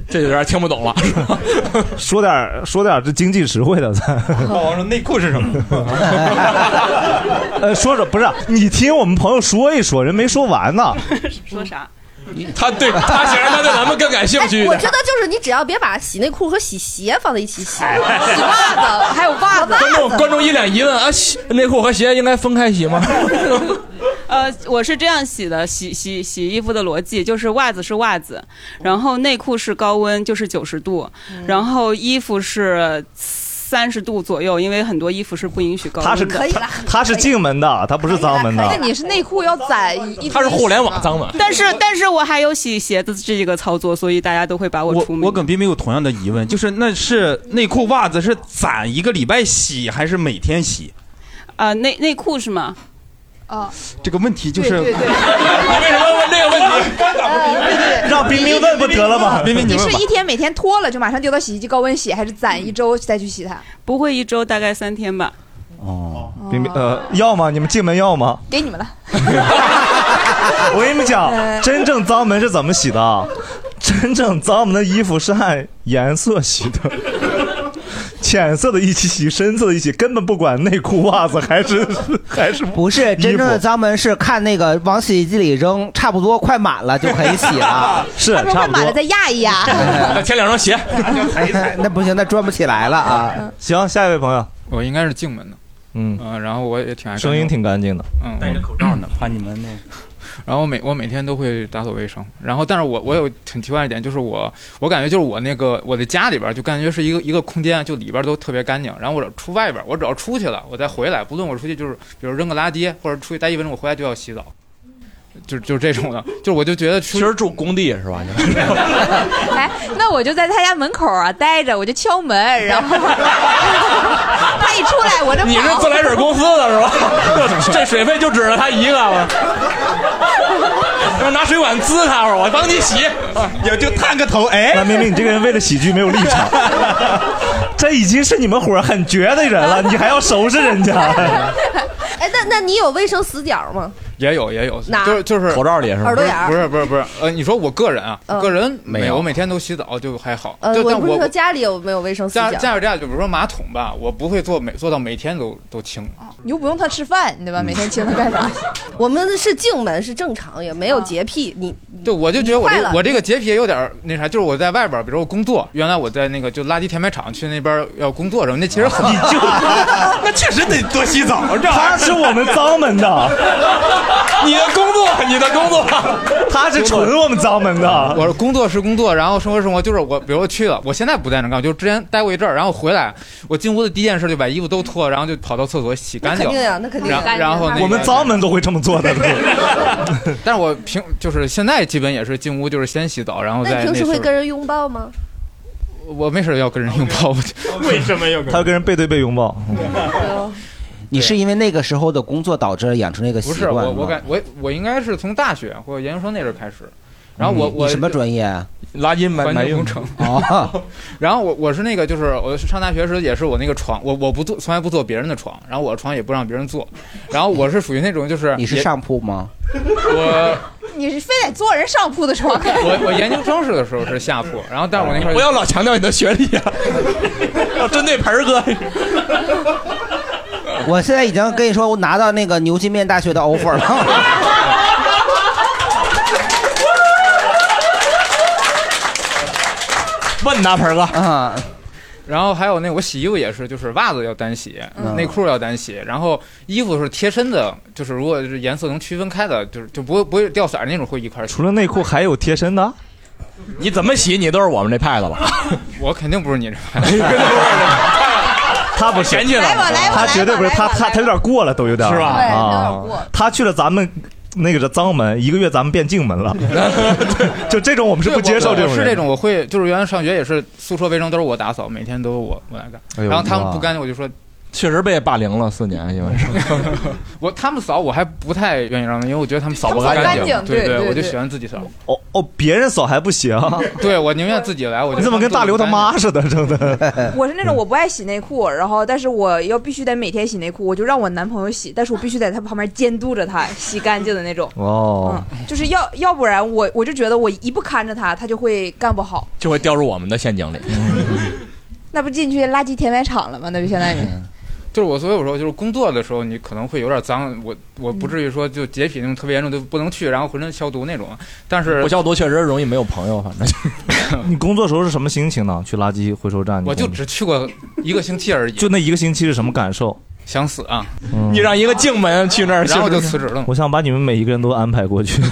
这有点听不懂了。说点儿说点儿这经济实惠的，咱。老哦王说内裤是什 么？ 呃，说说不是你听我们朋友说一说，人没说完呢。说啥？他对他显然他对咱们更感兴趣一我点觉。得就是你只要别把洗内裤和洗鞋放在一起洗，洗袜子哎 还有袜子。观众观众一脸疑问啊，洗内裤和鞋应该分开洗吗？呃，我是这样洗的，洗洗洗衣服的逻辑就是袜子是袜子，然后内裤是高温，就是九十度，嗯然后衣服是三十度左右，因为很多衣服是不允许高温的。他是他他是进门的，他不是脏门的。你是内裤要攒一他是互联网脏的但是但是我还有洗鞋子这个操作，所以大家都会把我我出名。我跟冰冰有同样的疑问，就是那是内裤袜子是攒一个礼拜洗还是每天洗？啊、内内裤是吗？哦，这个问题就是对对你为什么问这个问题让冰冰问不得了吗？冰冰你是一天每天脱了就马上丢到洗衣机高温洗，还是攒一周再去洗它？不会一周大概三天吧。哦，冰冰呃，要吗？你们进门要吗？给你们了， 我跟你们讲，真正脏门是怎么洗的啊？真正脏门的衣服是按颜色洗的。浅色的一起洗，深色的一起，根本不管内裤、袜子还是还是不是真正的脏门是看那个往洗衣机里扔，差不多快满了就可以洗 了是差不快满了再压 一压。啊添两双鞋， 那不行，那转不哎起来了啊。 行，下一位朋友，我应该是静门的，呃嗯、然后我也挺爱干净声音挺干净的，嗯，戴着口罩呢，怕你们那。 然后每我每天都会打扫卫生，然后但是我我有挺奇怪的一点，就是我我感觉就是我那个我的家里边儿就感觉是一个一个空间，就里边儿都特别干净。然后我出外边儿，我只要出去了，我再回来，不论我出去就是比如扔个垃圾或者出去待一分钟，我回来就要洗澡，就就这种的，就是我就觉得其实住工地是吧？哎，那我就在他家门口啊待着，我就敲门，然后他一出来，我这你是自来水公司的是 吧？这水费就指着他一个了，要拿水管滋他会儿，我帮你洗，啊也就探个头，哎那明明你这个人为了喜剧没有立场， 这已经是你们伙儿很绝的人了，你还要收拾人家？ 哎，那那你有卫生死角吗？也有也有，哪就是就是口罩里是吗耳朵眼儿不是不是不是，呃，你说我个人啊，嗯个人没有有，我每天都洗澡就还好，呃，就但不是我说家里有没有卫生死家角？家有这样，就比如说马桶吧，我不会做每做到每天都都清，哦你又不用他吃饭，对吧？每天请他干啥？我们是静门，是正常，也没有洁癖。你对，我就觉得我你这坏了我这个洁癖也有点儿那啥，就是我在外边儿，比如我工作，原来我在那个就垃圾填埋场去那边儿要工作什么，那其实很就 那确实得多洗澡，啊这他是我们脏门的，你的工作，你的工作， 他是纯我们脏门的。 我说工作是工作，然后生活是生活，就是我，比如我去了，我现在不在那干，我就之前待过一阵儿，然后回来，我进屋的第一件事就把衣服都脱了，然后就跑到厕所洗干净。那肯定呀那肯定然干净然后那个我们脏门都会这么做的。 但是我平就是现在基本也是进屋就是先洗澡，然后那再你平时哦那会时候跟人拥抱吗？我没事儿要跟人拥抱， 为什 么要跟他跟人 背对背拥抱？哦你是因为那个时候的工作导致养成这个习不是惯吗？我我感我我应该是从大学或者研究生那阵儿开始，然后我嗯我你什么专 业啊？拉筋埋埋工用程哦， 然后我我是那个就是我上大学时也是我那个床，我我不坐从来不坐别人的床，然后我的床也不让别人坐，然后我是属于那种就是你是也上 铺吗？我你是非得坐人上铺的床？我我研究生时的时候是下铺，然后但是我那块不要老强调你的学历啊，要针对盆儿哥。我现在已经跟你说，我拿到那个牛津面大学的 offer 了。 问拿盆哥啊。然后还有那我洗衣服也是，就是袜子要单洗，嗯内裤要单洗，然后衣服是贴身的，就是如果是颜色能区分开的，就是就不会不会掉色儿那种会一块儿洗。除了内裤还有贴身的，你怎么洗你都是我们这派的吧？我肯定不是你这派的。 他不 是，嫌弃了来吧来吧他绝对不是，他他他有点过了，都有点是吧对啊有点过。他去了咱们那个叫脏门，一个月咱们变净门 了，就这种我们是不接受这我种是人这种，我会就是原来上学也是宿舍卫生都是我打扫，每天都是我我来干。哎呦然后他们哇不干净，我就说确实被霸凌了四年，因为是。我他们扫我还不太愿意让他们，因为我觉得他们扫不干干净对对对我就对喜欢自 己扫。哦哦，别人扫还不行，对我宁愿自己来，我就你怎么跟大刘他妈似的，真的？ 我是那种我不爱洗内裤，然后但是我要必须得每天洗内裤，我就让我男朋友洗，但是我必须在他旁边监督着他洗干净的那种，哦，嗯就是要要不然我我就觉得我一不看着他，他就会干不好，就会掉入我们的陷阱里。那不进去垃圾填埋场了吗？那不相当于。就是我，所以我说，就是工作的时候，你可能会有点脏，我我不至于说就洁癖那种特别严重，就不能去，然后浑身消毒那种。但 是不消毒确实容易没有朋友，反正就是你工作时候是什么心情呢？去垃圾回收站，你我就工作只去过一个星期 而已，就那一个星期是什么感受？嗯想死啊！你让一个静门去那儿然后就辞职了。我想把你们每一个人都安排过 去。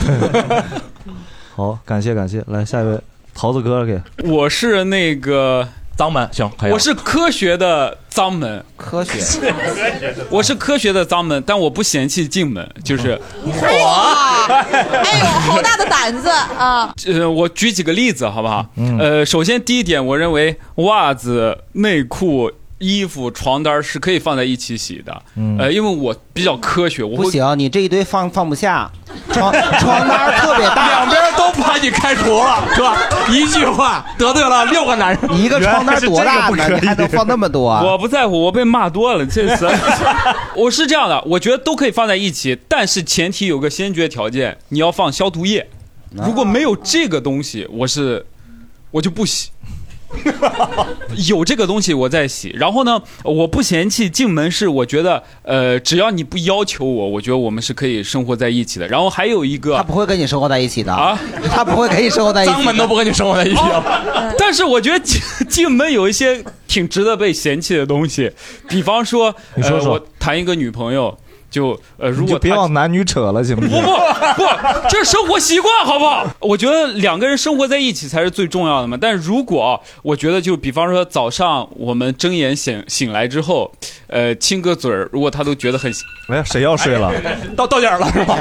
好，感谢感谢，来下一位桃子哥给。我是那个脏门，行，可以了我是科学的脏门，科学， 我是科学的脏门，但我不嫌弃进门，就是，哎呦，好大的胆子 啊！呃，我举几个例子好不好？嗯呃，首先第一点，我认为袜子、内裤、衣服、床单是可以放在一起洗的，嗯呃，因为我比较科学，我不会行，你这一堆放放不下，床床单特别大，两边都把你开除了，是 吧？一句话得罪了六个男人，你一个床单多大呢？你还能放那么多啊？我不在乎，我被骂多了，这 次 我是这样的，我觉得都可以放在一起，但是前提有个先决条件，你要放消毒液。如果没有这个东西，我是我就不洗。 有这个东西我在洗。然后呢，我不嫌弃进门是我觉得呃，只要你不要求我，我觉得我们是可以生活在一起的。然后还有一个，他不会跟你生活在一起的 啊，他不会跟你生活在一起的脏门都不跟你生活在一起、啊哦 但是我觉得进进门有一些挺值得被嫌弃的东西，比方说，你说说呃、我谈一个女朋友。就呃，如你果就别她往男女扯了，行不不行？不不，这是生活习惯，好不好？我觉得两个人生活在一起才是最重要的嘛。但如果我觉得，就比方说早上我们睁眼醒醒来之后，呃，亲个嘴儿，如果他都觉得很，哎呀，谁要睡了？到到点儿了是吧？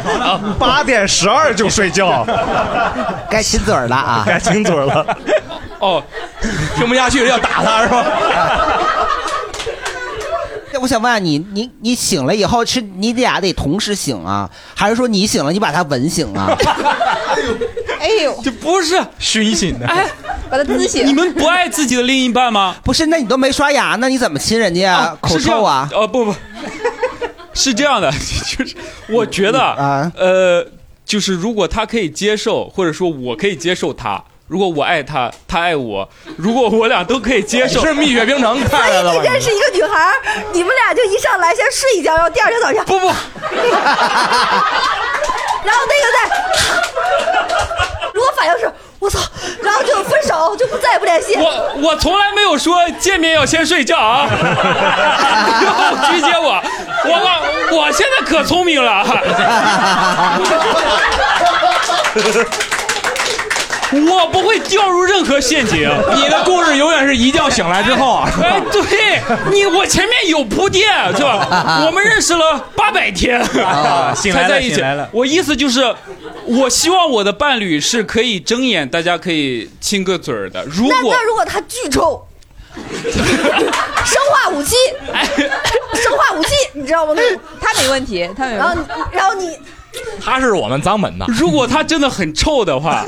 八点十二就睡觉，该亲嘴儿了啊！该亲嘴儿 了。哦，听不下去要打他是吧？那我想问、下啊你，你你醒了以后是你俩得同时醒啊，还是说你醒了你把他吻醒啊？哎呦，这不是熏醒的，哎，把他滋醒。你们不爱自己的另一半吗？不是，那你都没刷牙呢，你怎么亲人家啊？口是这样臭啊？哦不不，是这样的， 就是我觉得嗯啊，呃，就是如果他可以接受，或者说我可以接受他。如果我爱他，他爱我；如果我俩都可以接受，你是蜜雪冰城看来的吧你哎认识一个女孩儿，你们俩就一上来先睡一觉， 然后第二天早上不不，然后那个再，如果反应是我操，然后就分手，就不再也不联系。我我从来没有说见面要先睡觉 啊！不要曲解我，我我我现在可聪明了。啊我不会掉入任何陷阱。你的故事永远是一觉醒来之后啊哎，对你，我前面有铺垫，是 吧？我们认识了八百天， 啊醒来才了在一起醒来了。我意思就是，我希望我的伴侣是可以睁眼，大家可以亲个嘴儿的。如那果那如果他巨臭，生化武器，哎生化武器，你知道吗？那他没问题，他没然后你然后你他是我们脏门的，如果他真的很臭的话，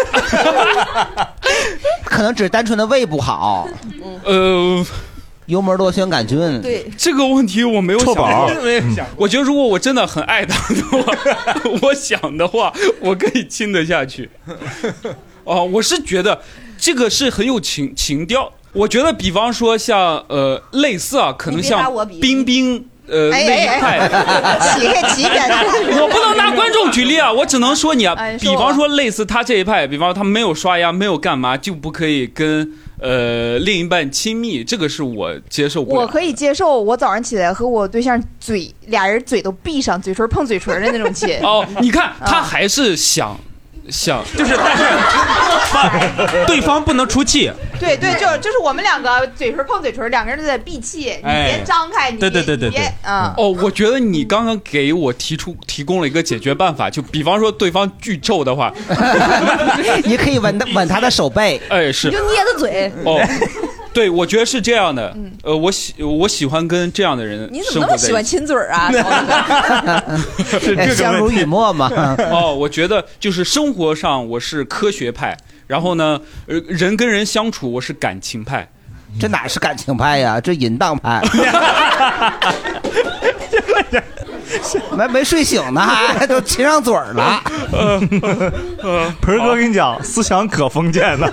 可能只是单纯的胃不好，呃，幽门螺旋杆菌。对这个问题我没有想过臭宝，没有嗯想过。我觉得如果我真的很爱他的话， 我想的话，我可以亲得下去。 哦，我是觉得这个是很有情情调。我觉得，比方说像呃类似啊，可能你别拿像我比冰冰。呃，哎那一哎派 哎，起开起开 我不能拿观众举例啊，我只能说你啊哎，说比我方说类似他这一派，比方他没有刷牙，没有干嘛，就不可以跟呃另一半亲密，这个是我接受不了我。可以接受，我早上起来和我对象嘴俩人嘴都闭上，嘴唇碰嘴唇的那种亲。 哦，你看他还是想想，就是但 是对方不能出气。对对，就就是我们两个嘴唇碰嘴唇，两个人都在闭气，你哎别张开，你别对对对对你别对啊，哦，我觉得你刚刚给我提出提供了一个解决办法，就比方说对方巨臭的话，你可以吻他吻他的手背，哎是你就捏着嘴。 哦，对，我觉得是这样的。呃，我喜我喜欢跟这样的人嗯你怎生么那活么在喜欢一起。亲嘴 儿啊？ 是这个相濡问题以沫嘛。哦，我觉得就是生活上我是科学派，然后呢，呃，人跟人相处我是感情派。这哪是感情派呀？这淫 荡派。没没睡醒呢，还都亲上嘴儿了。 嗯盆儿哥跟你讲，思想 可封建了。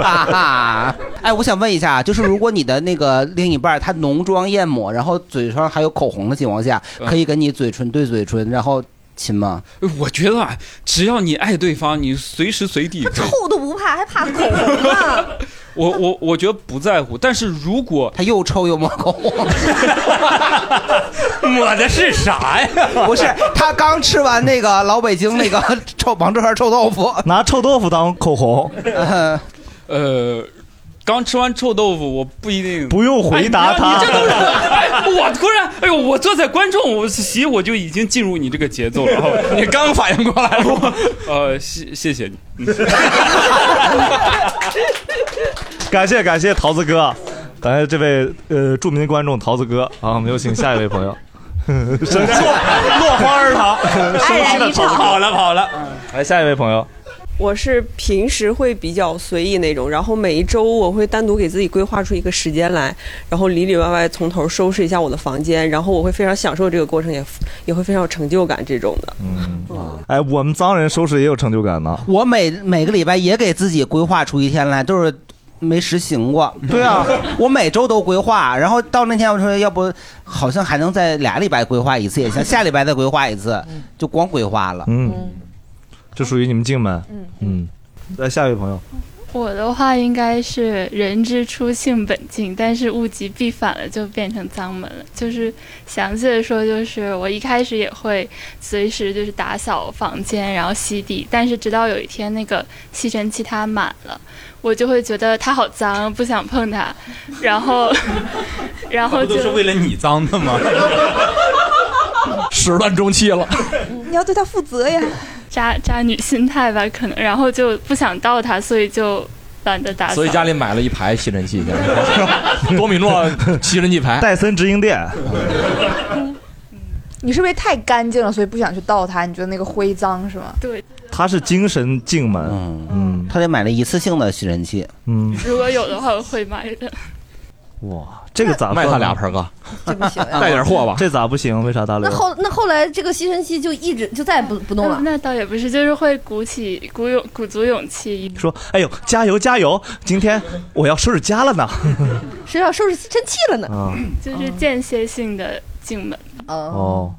啊！哎，我想问一下，就是如果你的那个另一半他浓妆艳抹，然后嘴上还有口红的情况下，嗯可以跟你嘴唇对嘴唇，然后亲吗？我觉得啊，只要你爱对方，你随时随地可以。臭都不怕，还怕口红啊？我我我觉得不在乎，但是如果他又臭又抹 口红，抹的是啥呀？不是，他刚吃完那个老北京那个 臭王志和臭豆腐，拿臭豆腐当口红， 呃，刚吃完臭豆腐，我不一定不用回答他你这都是，哎，我突然，哎呦，我坐在观众我席，我就已经进入你这个节奏了。你刚反应过来了， 呃，谢谢谢你。嗯 感谢感谢桃子哥，感谢这位呃著名的观众桃子哥。好，我们有请下一位 朋友。生气了落荒而逃，哎生气了，跑了跑了。嗯来下一位朋友，我是平时会比较随意那种，然后每一周我会单独给自己规划出一个时间来，然后里里外外从头收拾一下我的房间，然后我会非常享受这个过程，也也会非常有成就感这种的。哎，我们脏人收拾也有成就感呢。我每每个礼拜也给自己规划出一天来，就是没实行过。对啊， 我每周都规划，然后到那天我说，要不好像还能再俩礼拜规划一次也行，下礼拜再规划一次，就光规划了。嗯，这属于你们静门。嗯嗯，来下一位朋友，我的话应该是“人之初，性本静”，但是物极必反了，就变成脏门了。就是详细的说，就是我一开始也会随时就是打扫房间，然后吸地，但是直到有一天那个吸尘器它满了，我就会觉得它好脏，不想碰它，然后， 然后不都就是为了你脏的吗？始乱终弃了。你要对他负责呀，渣渣女心态吧，可能，然后就不想到他，所以就懒得打扫。所以家里买了一排吸尘器，现 在多米诺吸尘器牌，戴森直营店。你是不是太干净了，所以不想去倒它？你觉得那个灰脏是吗？对，他是精神静门，嗯，他得买了一次性的吸尘器，嗯，如果有的话，我会买的。哇，这个咋卖他俩盆哥？不 行呀啊带点货吧，这咋不行？为啥大那刘？后那后来这个吸尘器就一直就再也不不弄了。那倒也不是，就是会鼓起鼓勇鼓足勇气。说，哎呦，加油加油！今天我要收拾家了呢。谁要收拾吸尘器了呢啊嗯就是间歇性的进门。哦，哦，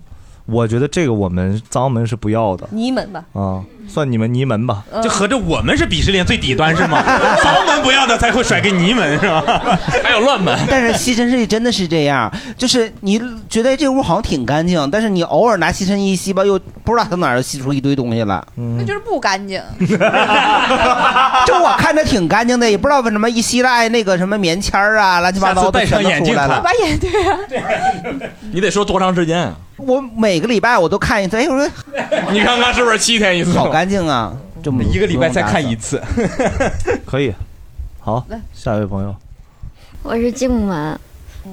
我觉得这个我们脏门是不要的泥门吧。啊，算你们泥门吧。嗯嗯就合着我们是鄙视链最底 端 是吗？脏门不要的才会甩给泥门是吧？还有乱 门。 但是吸尘器真的是这样，就是你觉得这屋好像挺干净，但是你偶尔拿吸尘器一吸吧，又不知道从哪儿又吸出一堆东西来。嗯那就是不干 净。 就我看着挺干净的，也不知道为什么一吸了哎那个什么棉签儿啊，乱七八糟的下次戴上全眼都镜 出来了看。把眼对啊，你得说多长时间啊？我每个礼拜我都看一次，哎，我说你看看是不是七天一次？好干净啊，这么一个礼拜才看一次，可以。好，下一位朋友，我是静门，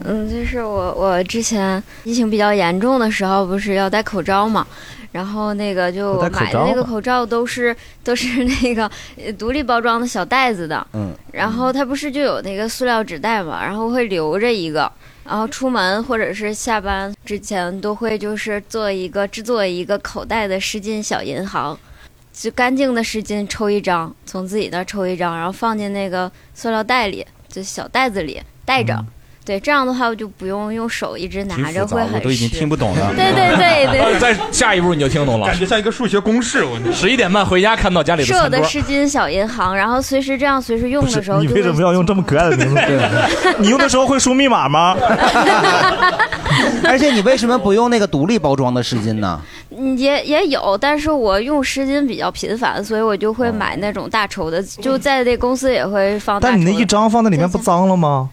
嗯，就是我我之前疫情比较严重的时候，不是要戴口罩嘛，然后那个就要戴我口买的那罩个吗口罩都是都是那个呃独立包装的小袋子的，嗯然后它不是就有那个塑料纸袋嘛，然后会留着一个，然后出门或者是下班之前都会就是做一个制作一个口袋的湿巾小银行，就干净的湿巾抽一张，从自己那儿抽一张，然后放进那个塑料袋里，就小袋子里带嗯着。对，这样的话我就不用用手一直拿着，会很都已经听不懂了。对对对对再呃下一步你就听懂了，感觉像一个数学公式。我十一点半回家看到家里的是我餐的桌，湿巾小银行，然后随时这样随时用的时候你就为会什么要用这么可爱的名字？你用的时候会输密码吗？ 而且你为什么不用那个独立包装的湿巾呢？嗯也也有，但是我用湿巾比较频繁，所以我就会买那种大抽的，就在这公司也会放大哦但抽你的。那一张放在里面不脏了吗？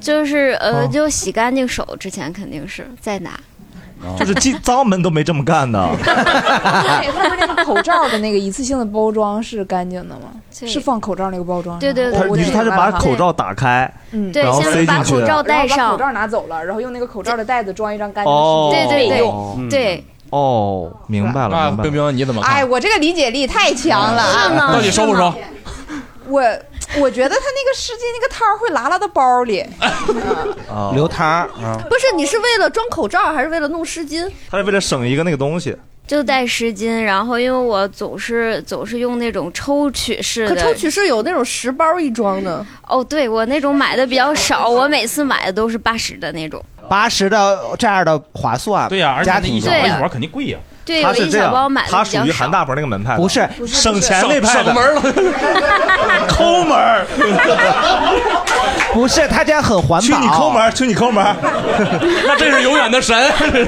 就是呃，哦就洗干净手之前肯定是再 拿。哦就是进 脏门都没这么干 的。对，他们那个口罩的那个一次性的包装是干净的吗？是放口罩那个包装上吗？哦对对对我他我你是他是把明白了口罩打开，嗯然后塞进去，然后把口罩拿走了，然后用那个口罩的袋子装一张干净哦，的湿巾备用。哦，对哦，明白了，明白了。冰啊冰，你怎么哎，嗯我这个理解力太强了。啊哎到底收不收？我我觉得他那个湿巾那个汤儿会拉拉到包里，哦流汤儿啊，不是，你是为了装口罩还是为了弄湿巾？他是为了省一个那个东西。就带湿巾，然后因为我总是总是用那种抽取式可的，抽取式有那种十包一装的。哦，对我那种买的比较少，我每次买的都是八十的那种。八十的这样的划算。对呀，而且家那一庭小包一小包肯定贵呀。对，他我是一这小样包买，的他比属较于少。韩大鹏那个门派的，不是省钱那派的，省门 抠门儿， 不是，他这样很环保。去你抠门儿，去你抠门儿， 那这是永远的神，这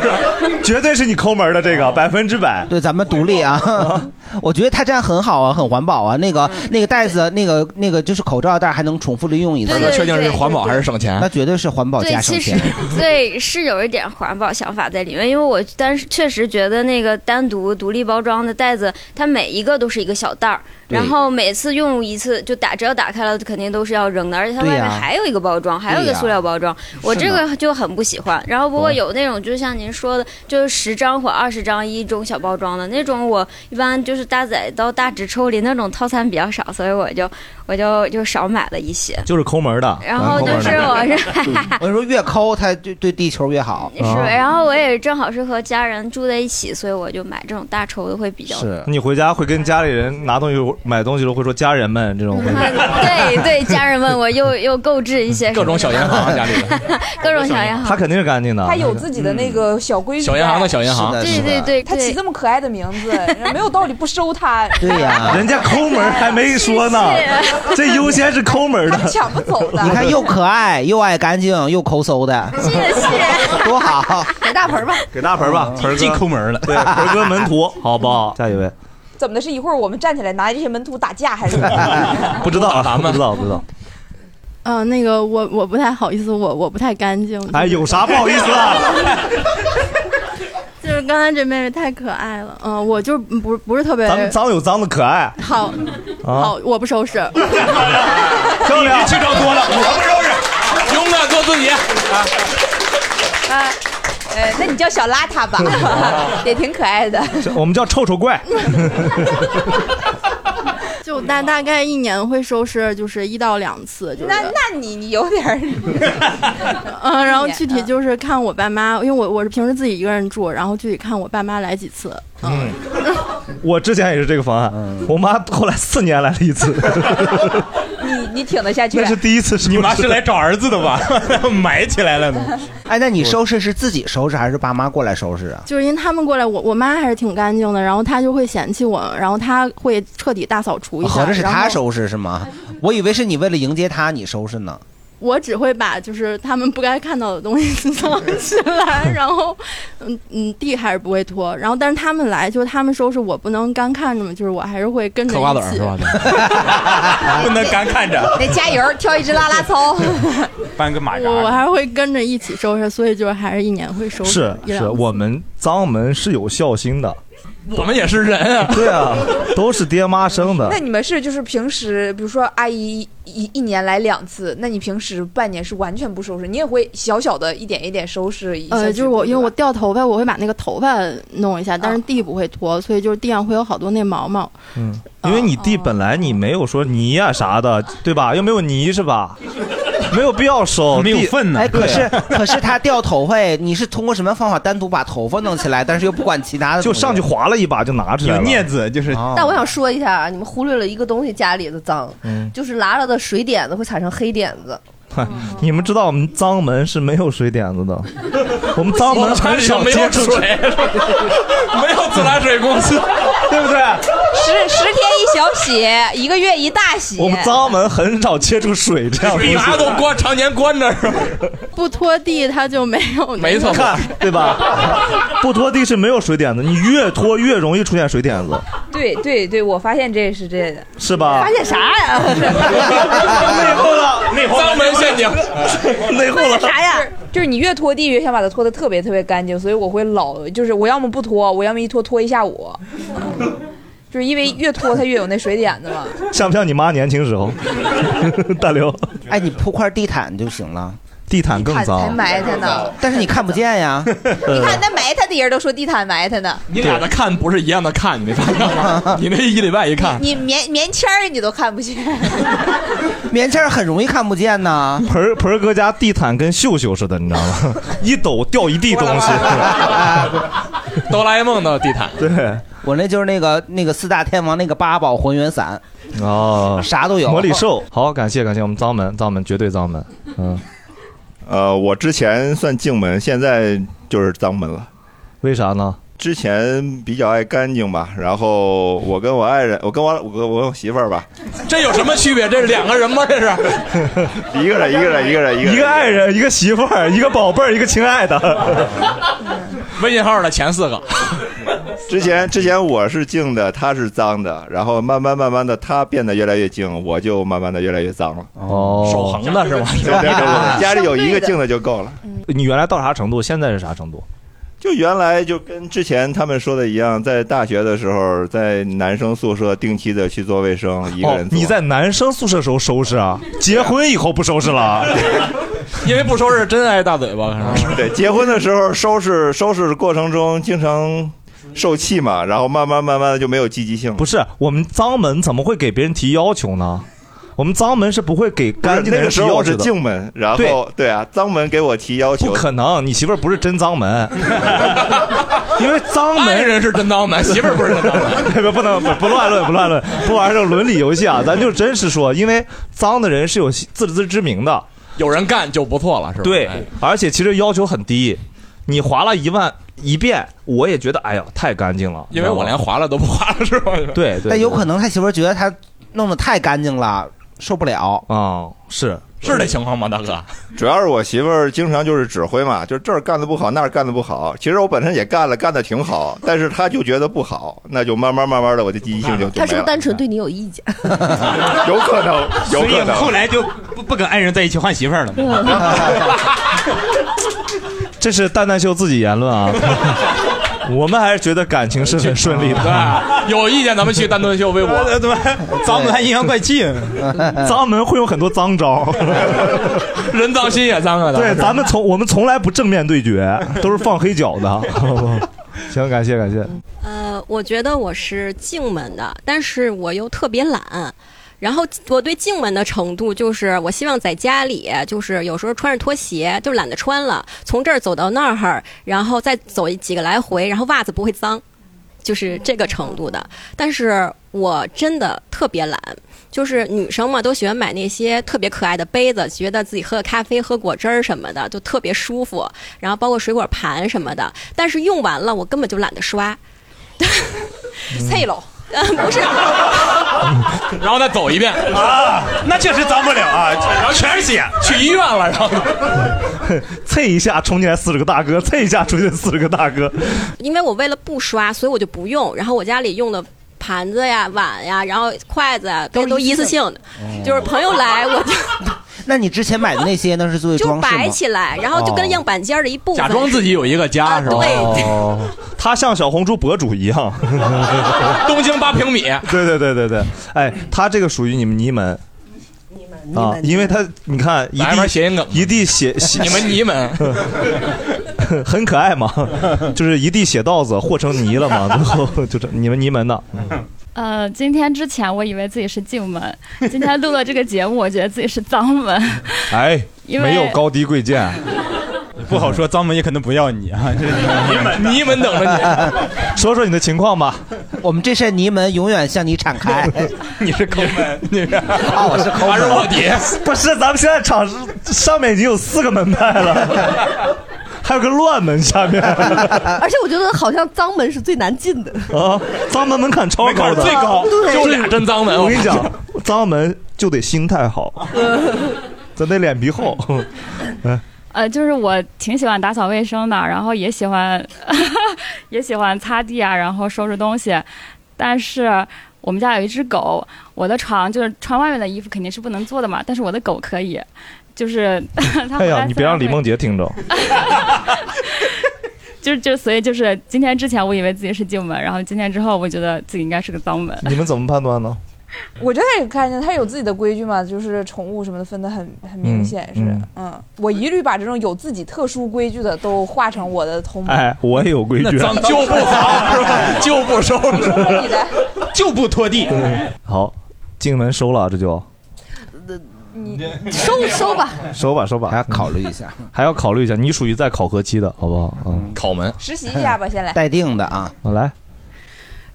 是绝对是你抠门儿的这啊个百分之哎百。对，咱们独立 啊，我觉得他这样很好啊，很环保啊。那个嗯那个袋子，那个那个就是口罩袋，还能重复利用一次。对对对确定是环保还是省钱？那绝对是环保对，加省其实钱。对是有一点环保想法在里面，因为我但是确实觉得那个单独独立包装的袋子，它每一个都是一个小袋儿，对然后每次用一次就打，只要打开了肯定都是要扔的，而且它对外呀面还有一个包装，还有一个对呀塑料包装，我是哦这的个就很不喜欢。然后不过有那种就像您说的，就是十张或二十张一种小包装的那种，我一般就是就是大仔到大直抽离那种套餐比较少，所以我就我就就少买了一些。就是抠门的。然后就是我是， 我就说越抠，它对对地球越好。是，哦啊然后我也正好是和家人住在一起，所以我就买这种大抽的会比较多。你回家会跟家里人拿东西、买东西的时候会说家人们这种会。对哎对，家人 们，我又又购置一些各种小银 行啊家里人，各种小银行。他肯定是干净的。他有自己的那个小规矩在。啊小银行的小银行是的是的对对对他起这么可爱的名字， 没有道理不收他。对呀人家抠门还没说呢，这优先是抠门的， 抢 不走的。你看又可爱又爱干净又抠搜的，谢谢，多好。给大盆儿吧，给大盆吧，盆进抠门了。对，盆哥门 徒，好不好？下一位， 怎么的是一会儿我们站起来拿这些门徒打架还是？不知道啊，不知道，不知道。嗯、那个我我不太好意思，我我不太干净。哎，有啥不好意思的？就是刚才这妹妹太可爱了，嗯、我就不不是特别咱们脏有啊脏的可爱，好，好，我不收拾。漂亮，去找多了，我不收拾，勇敢做自己啊！啊，呃，那你叫小邋遢吧， 也挺可爱的。这我们叫臭臭怪。就大大概一年会收拾，就是一到两次，就是那那你你有点 儿，嗯，然后具体就是看我爸妈，因为我我是平时自己一个人住，然后具体看我爸妈来几次。嗯，我之前也是这个方案，我妈后来四年来了一 次，你你挺得下去。啊那是第一次收拾。你妈是来找儿子的吧？埋起来了呢。哎，那你收拾是自己收拾还是爸妈过来收拾啊？ 就是因为他们过来，我我妈还是挺干净的，然后她就会嫌弃我，然后她会彻底大扫除一哦下。合着是然后他收拾是吗？我以为是你为了迎接他你收拾呢。我只会把就是他们不该看到的东西藏起来，然后，嗯嗯，地还是不会拖。然后，但是他们来，就是他们收拾，我不能干看着嘛，就是我还是会跟着嗑瓜子一儿 起。是吧？不能干看着，哎得加油，挑一只拉拉操。搬个马扎。我我还是会跟着一起收拾，所以就是还是一年会收拾是一是，两次。我们脏门是有孝心的，我们也是人啊。对啊，都是爹妈生的那。你们是就是平时，比如说阿姨一一年来两次，那你平时半年是完全不收拾，你也会小小的一点一点收拾一下。呃，就是我，因为我掉头发，我会把那个头发弄一下，但是地不会拖，所以就是地上会有好多那毛毛。嗯，哦因为你地本来你没有说泥呀、啥的，对吧？又没有泥是吧？没有必要收， 没有地粪哎，可是对啊可是他掉头发，哎你是通过什么方法单独把头发弄起来，但是又不管其他的？就上去划了一把就拿出来了，有镊子就是。哦嗯但我想说一下啊，你们忽略了一个东西，家里的脏，嗯就是拉了的水点子会产生黑点子。嗨 你们知道我们脏门是没有水点子的，我们脏门很少没接 有触水，没有自来水公司， 对不对？十十天一小洗，一个月一大洗。我们脏门很少接触水这样的东西。水闸都关常年关着是吧？不拖地，它就没有、那个。看对吧？ 不拖地是没有水点子，你越拖越容易出现水点子，对对对，我发现这是这 的。是吧？发 现啥呀？内讧了，内讧了，内讧了。啥呀？就是你越拖地越想把它拖得特别特别干净，所以我会老就是我要么不拖，我要么一拖拖一下午， 就是因为越拖它越有那水点子嘛。像不像你妈年轻时候？ 大刘，哎，你铺块地毯就行了，地毯地毯才埋汰 呢，但是你看不见呀。呃你看那埋汰的人都说地毯埋汰呢，你俩的看不是一样的看，你没发现 吗？你那一礼拜一看，你棉棉签儿你都看不见， 棉签儿很容易看不见呢。盆儿盆儿哥家地毯跟秀秀似的，你知道吗？ 一抖掉一地东 西。 哆啦 A 梦的地毯，对我那就是那个那个四大天王那个八宝混元伞，哦，啥都有魔力兽，好，感谢感谢我们脏门，脏门绝对脏门，嗯，呃，我之前算净门，现在就是脏门了。为啥呢？之前比较爱干净吧，然后我跟我爱人，我跟我我跟我媳妇儿吧，这有什么区别？这是两个人吗？这是一个人一个人一个人一个一人个爱人，一个媳妇儿，一个宝贝儿，一个亲爱的。微信号的前四个。 之前之前我是净的，她是脏的，然后慢慢慢慢的，她变得越来越净，我就慢慢的越来越脏了。哦守恒的是吧对对对，家里有一个净的就够了。你原来到啥程度？现在是啥程度？就原来就跟之前他们说的一样，在大学的时候，在男生宿舍定期的去做卫生，一个哦人，做。你在男生宿舍时候收拾啊？结婚以后不收拾了？因为不收 拾真挨大嘴巴，对，结婚的时候收拾收拾过程中经常受气嘛，然后慢慢慢慢的就没有积极性了。不是，我们脏门怎么会给别人提要求呢？我们脏门是不会给干净那的人个提时要候求我的。是净门，然对后对啊，脏门给我提要求，不可能，你媳妇儿不是真 脏门，因为脏门人是真脏 门，媳妇儿不是真脏门，不能不不乱论不乱论，不玩这种伦理游戏啊，咱就真实说，因为脏的人是有自知之明的，有人干就不错了，是吧？对哎，而且其实要求很低，你划了一万一遍，我也觉得哎呀太干净了，因为我连划了都不划啊了，是吧？对对，但有可能他媳妇儿觉得他弄得太干净了，受不了。哦，是是这情况吗，大哥？ 主要是我媳妇儿经常就是指挥嘛，就是这儿干的不好，那儿干的不好。其实我本身也干了，干的挺 好，但是她就觉得不好，那就慢慢慢慢的我的积极性就就他没是不是了。单纯对你有意见？有 可能， 有所以可能。后来就不不跟爱人在一起换媳妇儿嗯了嘛。这是蛋蛋秀自己言论 啊，我们还是觉得感情是很顺利的。有意见咱们去丹顿秀微博，对对脏门还阴阳怪气，脏门会有很多脏招，人脏心也脏啊。 对，咱们们从我们从来不正面对 决，都是放黑脚的。行，感谢感谢。呃，我觉得我是静门的，但是我又特别懒。然后我对静门的程度就是，我希望在家里，就是有时候穿着拖鞋就懒得穿了，从这儿走到那儿，然后再走几个来回，然后袜子不会脏，就是这个程度的。但是我真的特别懒，就是女生嘛都喜欢买那些特别可爱的杯子，觉得自己喝个咖啡、喝果汁儿什么的就特别舒服，然后包括水果盘什么的，但是用完了我根本就懒得刷。嗯 脆喽，呃不是， 然后再走一遍啊，那确实脏不了啊，然后全是血，去医院了，然后 蹭一下冲进来四十个大哥，蹭一下冲进来四十个大哥。因为我为了不刷，所以我就不用。然后我家里用的盘子呀、碗呀，然后筷子呀，都都一次性的，嗯就是朋友来我就哦那你之前买的那些呢，是作为就装饰吗摆起来，然后就跟样板间儿的一部分。哦假装自己有一个啊家是吧？哦，他像小红书博主一样， 东京八平米。 对对对对对，哎，他这个属于你们泥门。啊，因为他你看一地谐音梗，一 地血，血你们泥门， 很可爱嘛，就是一地血道子和成泥了嘛，最后就这你们泥门的，呃，今天之前我以为自己是静门， 今天录了这个节目，我觉得自己是脏门。哎，因为没有高低贵贱， 不好说，脏门也可能不要你啊，这泥门等着你， 说说你的情况吧。我们这扇泥门永远向你敞 开。你是抠门，你是啊，我是抠门。 不是，咱们现在场上面已经有四个门派了，还有个乱门下面而且我觉得好像脏门是最难进的。啊，脏门门槛超高的，门槛最高对就俩真脏门我我跟你讲，脏门就得心态好，咱得脸皮厚。嗯， 呃，就是我挺喜欢打扫卫生的，然后也喜欢 也喜欢擦地啊，然后收拾东西。但是我们家有一只狗，我的床就是穿外面的衣服肯定是不能坐的嘛，但是我的狗可以，就是 它哎回呀，来你别让李梦洁听着。就就所以就是今天之前我以为自己是静门，然后今天之后我觉得自己应该是个脏门。你们怎么判断呢？我这也看见他有自己的规矩嘛，就是宠物什么的分得很很明显是，嗯嗯我一律把这种有自己特殊规矩的都划成我的同盟。哎，我也有规矩，那脏 就不好是吧就不收拾，就不拖地。好，进门收了，这就收收吧，收吧，收吧，还要考虑一下，还要考虑一下，你属于在考核期的，好不好？嗯，考门实习一下吧，先来。待定的啊，我来，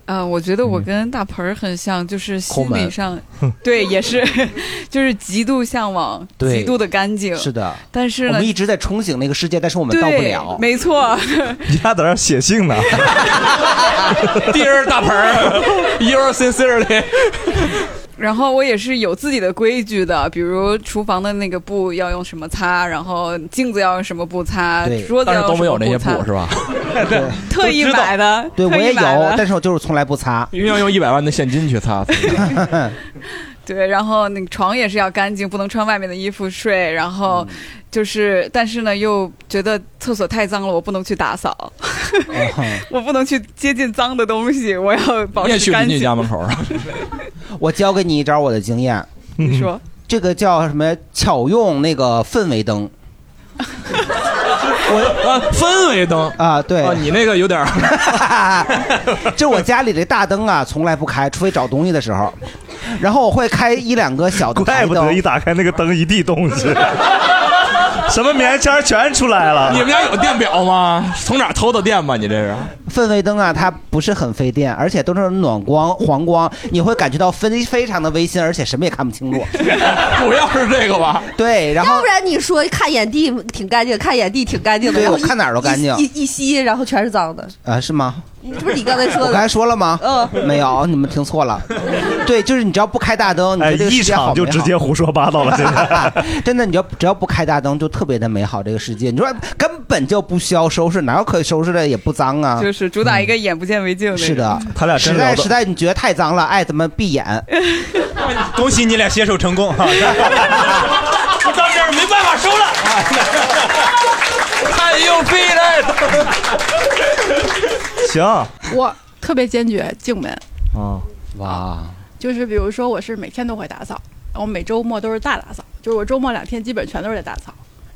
呃，我觉得我跟大盆儿很像，嗯就是心 理上，对，也是， 就是极度向往，对极度的干净。 是的。但是呢我们一直在憧憬那个世界，但是我们对，到不了。没错， 你俩在那写信呢。 ，Dear 大盆儿，Your sincerely，然后我也是有自己的规矩的，比如厨房的那个布要用什么擦，然后镜子要用什么布擦， 桌子但要是用都什没有么那些布擦布，是吧？对，特意买的，对我特也意有买的，但是我就是从来 不擦。因为要用一百万的现金去擦。 对，然后那个床也是要干净，不能穿外面的衣服睡。然后嗯就是，但是呢，又觉得厕所太脏了，我不能去打扫，哦 我不能去接近脏的东西，我要保持干净。门口啊？我教给你一招我的经验。你说， 这个叫什么？巧用那个氛围灯。我呃啊，氛围灯啊，对哦啊，你那个有点儿， 就我家里这大灯啊，从来不开，除非找东西的时候，然后我会开一两个小的台 怪灯。不得一打开那个灯一地东西， 什么棉签儿全出来了。你们家有电表吗？从哪儿偷的电吧？你这是？氛围灯啊，它不是很费电，而且都是暖光、黄光，你会感觉到非非常的微心，而且什么也看不清 楚。主要是这个吧？对，然后要不然你说看眼地挺干净，看眼地挺干净的。对然后一我看哪儿都干净一一一吸，然后全是脏的。啊，是吗？这不是你刚才说的？我刚才说了吗？嗯没有，你们听错了。对，就是你只要不开大灯，你觉哎，得这个一世界好场就直接胡说八道了，现在。在 真的，你要只要不开大灯，就特别的美好。这个世界，你说哎根本就不需要收拾，哪有可收拾的也不脏啊。 就是主打一个眼不见为净那种。是的，真实聊在得实在，你觉得太脏了，爱怎么 闭眼。恭喜你俩携手成功哈！我到这儿没办法收了，太有病了。 行嗯啊， 我特别坚决进门，哇，就是比如说我是每天都会打扫，我每周末都是大打扫，就是我周末两天基本全都是在打 扫，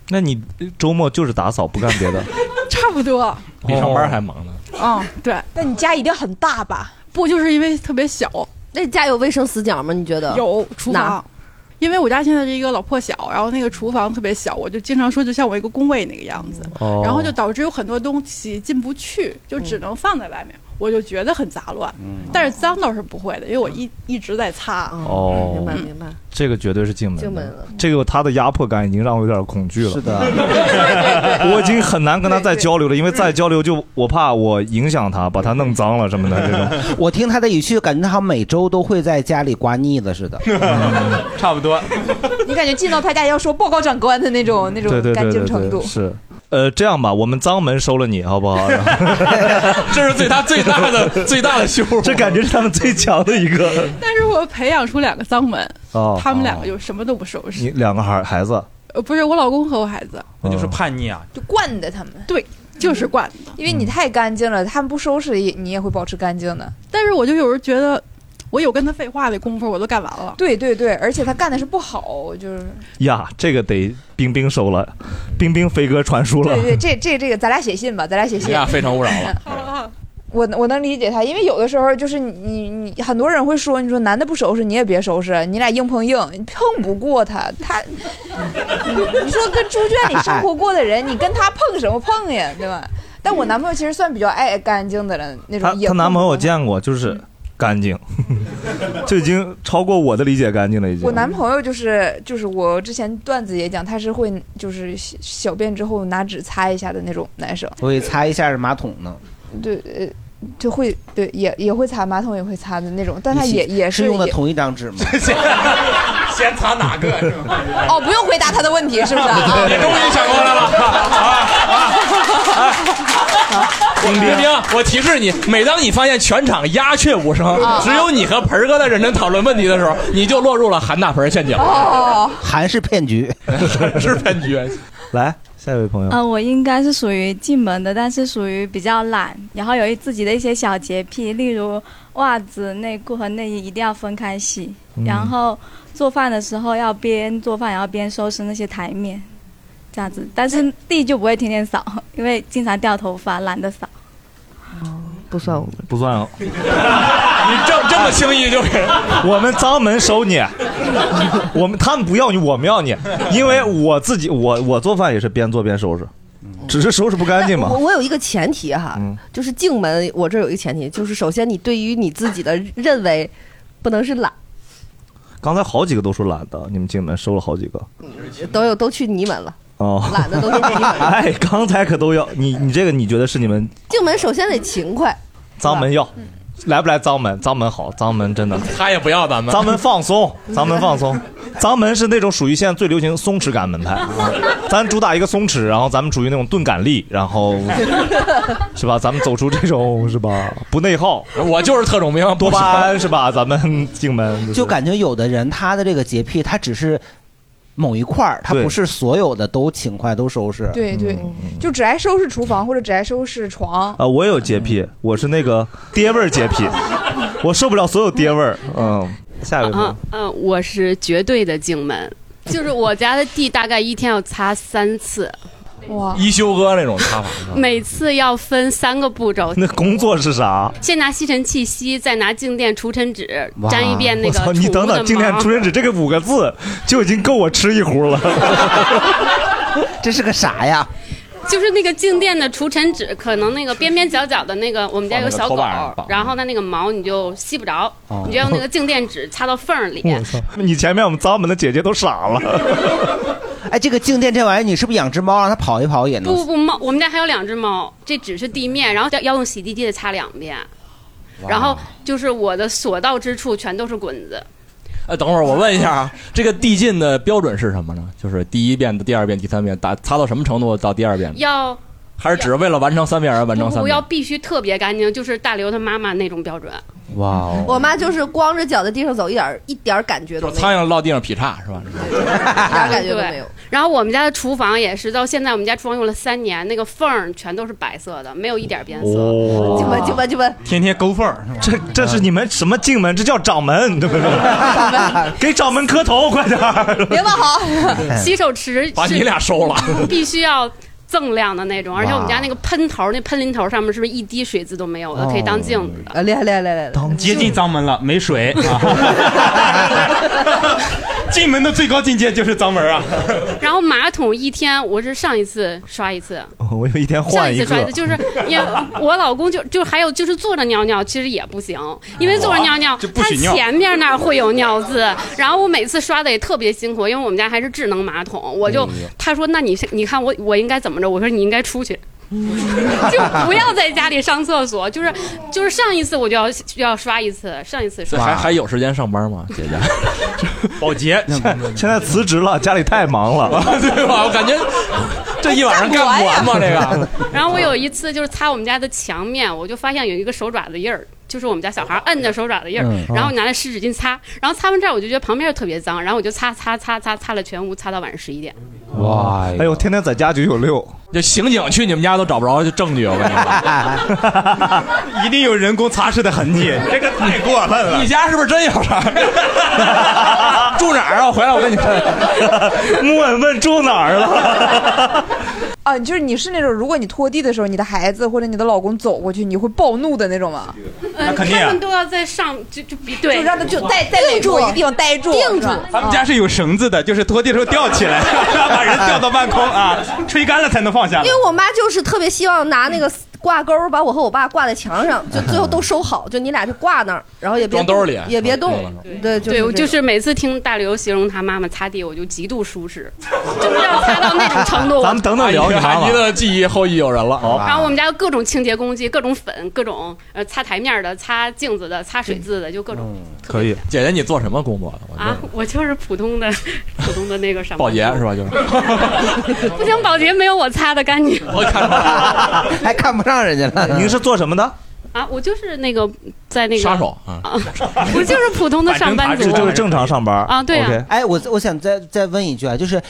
那你周末就是打扫，不干别的，差不多。比上班还忙呢。嗯，对。但你家一定很大吧？不，就是因为特别小。那家有卫生死角吗？你觉得？有厨哪房？，因为我家现在是一个老破小，然后那个厨房特别小，我就经常说就像我一个工位那个样子，哦然后就导致有很多东西进不去，就只能放在外面，我就觉得很杂乱。嗯但是脏倒是不会的，因为我一一直在擦。哦明白明白。这个绝对是进门的。进门了这个他的压迫感已经让我有点恐惧了。是的， 我已经很难跟他再交流了，因为再交流就我怕我影响他，把他弄脏了什么的这种。我听他的语气，感觉他好像每周都会在家里刮腻子似的。差不多。 你感觉进到他家要说报告长官的那种那种嗯对对干对净对程对，度。是。呃，这样吧，我们脏门收了你好不好？ 这是对他最大的最大的羞辱，这感觉是他们最强的一个。但是我培养出两个脏门，哦他们两个就什么都不收拾。你两个孩孩子，哦呃，不是我老公和我孩子，那就是叛逆啊！就惯的他们。对，就是惯的，因为你太干净了，他们不收拾也你也会保持干净的。但是我就有时候觉得，我有跟他废话的功夫，我都干完了。对对对，而且他干的是不好，就是呀，这个得冰冰收了，冰冰飞哥传书了。对对，这这这个咱俩写信吧，咱俩写信。你俩哎非诚勿扰 了了。我我能理解他，因为有的时候就是你你你很多人会说，你说男的不收拾你也别收拾，你俩硬碰硬，你碰不过他，他，你你说跟猪圈里生活过的人，你跟他碰什么碰呀，对吧？但我男朋友其实算比较爱干净的了，那她种她也嗯碰男朋友我见过，就是干净， 就已经超过我的理解干净了，已经。我男朋友就是就是我之前段子也讲，他是会就是小小便之后拿纸擦一下的那种男生，我给擦一下马桶呢。对呃，就会对也也会擦马桶也会擦的那种，但他也你也是也用的同一 张纸吗？先擦哪个？啊哦，不用回答他的问题是不 是啊？你终于想过来了啊！冰冰，我提示你，每当你发现全场鸦雀无声啊，只有你和盆儿哥在认真讨论问题的时候，你就落入了韩大盆儿陷阱。哦，韩 式 骗局，韩式骗局。啊来，下一位朋友，呃，我应该是属于进门的，但是属于比较懒，然后有一自己的一些小洁癖，例如袜子、内裤和内衣一定要分开洗，嗯然后做饭的时候要边做饭然后边收拾那些台面，这样子。但是地就不会天天扫，因为经常掉头发，懒得扫。不算我们，不算哦。啊你这这么轻易就给？ 我们脏门收你， 我们他们不要你，我们要你，因为我自己我我做饭也是边做边收拾，只是收拾不干净嘛我。我有一个前提哈，嗯就是进门，我这儿有一个前提，就是首先你对于你自己的认为，不能是懒，刚才好几个都说懒的，你们进门收了好几个 都有都去你们了。哦。 懒的都给你们哎，刚才可都要你，你这个你觉得是你们进门首先得勤 快，脏门要，来不来脏门？脏门好，脏门真的。他也不要咱们，咱们放松，咱们放松。咱们是那种属于现在最流行松弛感门派，咱主打一个松弛，然后咱们属于那种钝感力，然后是吧？咱们走出这种是吧？不内耗，我就是特种兵，多巴胺是吧？咱们 进门就感觉有的人他的这个洁癖，他只是某一块儿，他对不是所有的都勤快都收拾。 对对，就只爱收拾厨房或者只爱收拾床。啊，我有洁癖，我是那个爹味儿洁 癖，我受不了所有爹味儿。嗯，下一位朋友啊，嗯，我是绝对的进门，就是我家的地大概一天要擦三次，哇，一休哥那种擦法。每次要分三个步骤， 那工作是啥？先拿吸尘器吸，再拿静电除尘纸哇粘一遍那我操个。你等等，静电除尘纸这个五个字就已经够我吃一壶了。这是个啥呀？就是那个静电的除尘纸，可能那个边边角角的那个，我们家有个小狗放那个拖把上绑，然后它那个毛你就吸不着哦，你就用那个静电纸擦到缝儿里。我操！你前面我们脏门的姐姐都傻了。 哎，这个静电这玩意儿，你是不是养只猫让它跑一跑也不能？不不，猫，我们家还有两只猫，这只是地面，然后要要用洗地机的擦两遍，然后就是我的所到之处全都是滚子。哎，等会儿我问一下啊，这个递进的标准是什么呢？就是第一遍、第二遍、第三遍，打擦到什么程度到第二遍？要还是只是为了完成三遍而完成三不遍要？必须特别干净，就是大刘他妈妈那种标准。哇哦！我妈就是光着脚在地上走，一点儿一点儿感觉都就没苍蝇落地上劈叉是吧？啥感觉都没有哎对。然后我们家的厨房也是，到现在我们家厨房用了三年，那个缝儿全都是白色的，没有一点变色。哦进门进门进门，天天勾缝儿，这这是你们什么进门？这叫掌门，对不对？给掌门磕头，快点儿！别忘好， 洗手池把你俩收了 必须要锃亮的那种，而且我们家那个喷头，那喷淋头上面是不是一滴水渍都没有的，可以当镜子的。啊，厉害厉害厉害厉害！接近脏门了，没水啊！ 进门的最高境界就是脏门啊！然后马桶一天，我是上一次刷一次， 我有一天上换一一次刷一次个，就是 也我老公就就还有就是坐着尿尿其实也不行，因为坐着尿尿哦哇就不他许尿前面那儿会有尿渍，然后我每次刷的也特别辛苦，因为我们家还是智能马桶，我就哎呦他说那你你看我我应该怎么着？我说你应该出 去。就不要在家里上厕所，就是就是上一次我就要就要刷一次，上一次这刷还还有时间上班吗，姐姐？ 保洁现现在辞职了，家里太忙了， 对吧？我感觉这一晚上干不完吗？哎这个然后我有一次就是擦我们家的墙面，我就发现有一个手爪子印儿，就是我们家小孩摁着手爪子印儿，嗯然后拿来湿纸巾擦，然后擦完这儿我就觉得旁边特别脏，然后我就擦擦擦擦擦了全屋，擦到晚上十一点。哇！哎呦，天天在家九九六，就刑警去你们家都找不着就证据，我跟你说， 一定有人工擦拭的痕迹，这个太过分了你家是不是真有啥？ 住哪儿啊？回来我跟你 说。木问问住哪儿了？啊，就是你是那种，如果你拖地的时候，你的孩子或者你的老公走过去，你会暴怒的那种吗？嗯，肯定啊他们都要在上就就比对，就让他就在在哪个一个地方待住，定住。他们家是有绳子的，就是拖地的时候吊起来， 把人吊到半空啊，吹干了才能放下来。因为我妈就是特别希望拿那个挂钩把我和我爸挂在墙上，就最后都收好，就你俩就挂那儿，然后也别装兜里啊也别动，对对，我就就是每次听大刘形容他妈妈擦地，我就极度舒适，就是要擦到那种程度。咱们等等聊你阿姨的哎记忆后继有人了。然后我们们家有各种清洁工具，各种粉，各种呃擦台面的、擦镜子的、擦水渍的，就各种可以，姐姐你做什么工作的？我啊，我就是普通的、普通的那个什么保洁是吧？就是 不行，保洁没有我擦的干净 还看不上人家了。您是做什么的？啊！我就是那个在那个杀手啊，我就是普通的上班 族，就是正常上班啊对啊 OK 哎，我我想再再问一句啊，就是，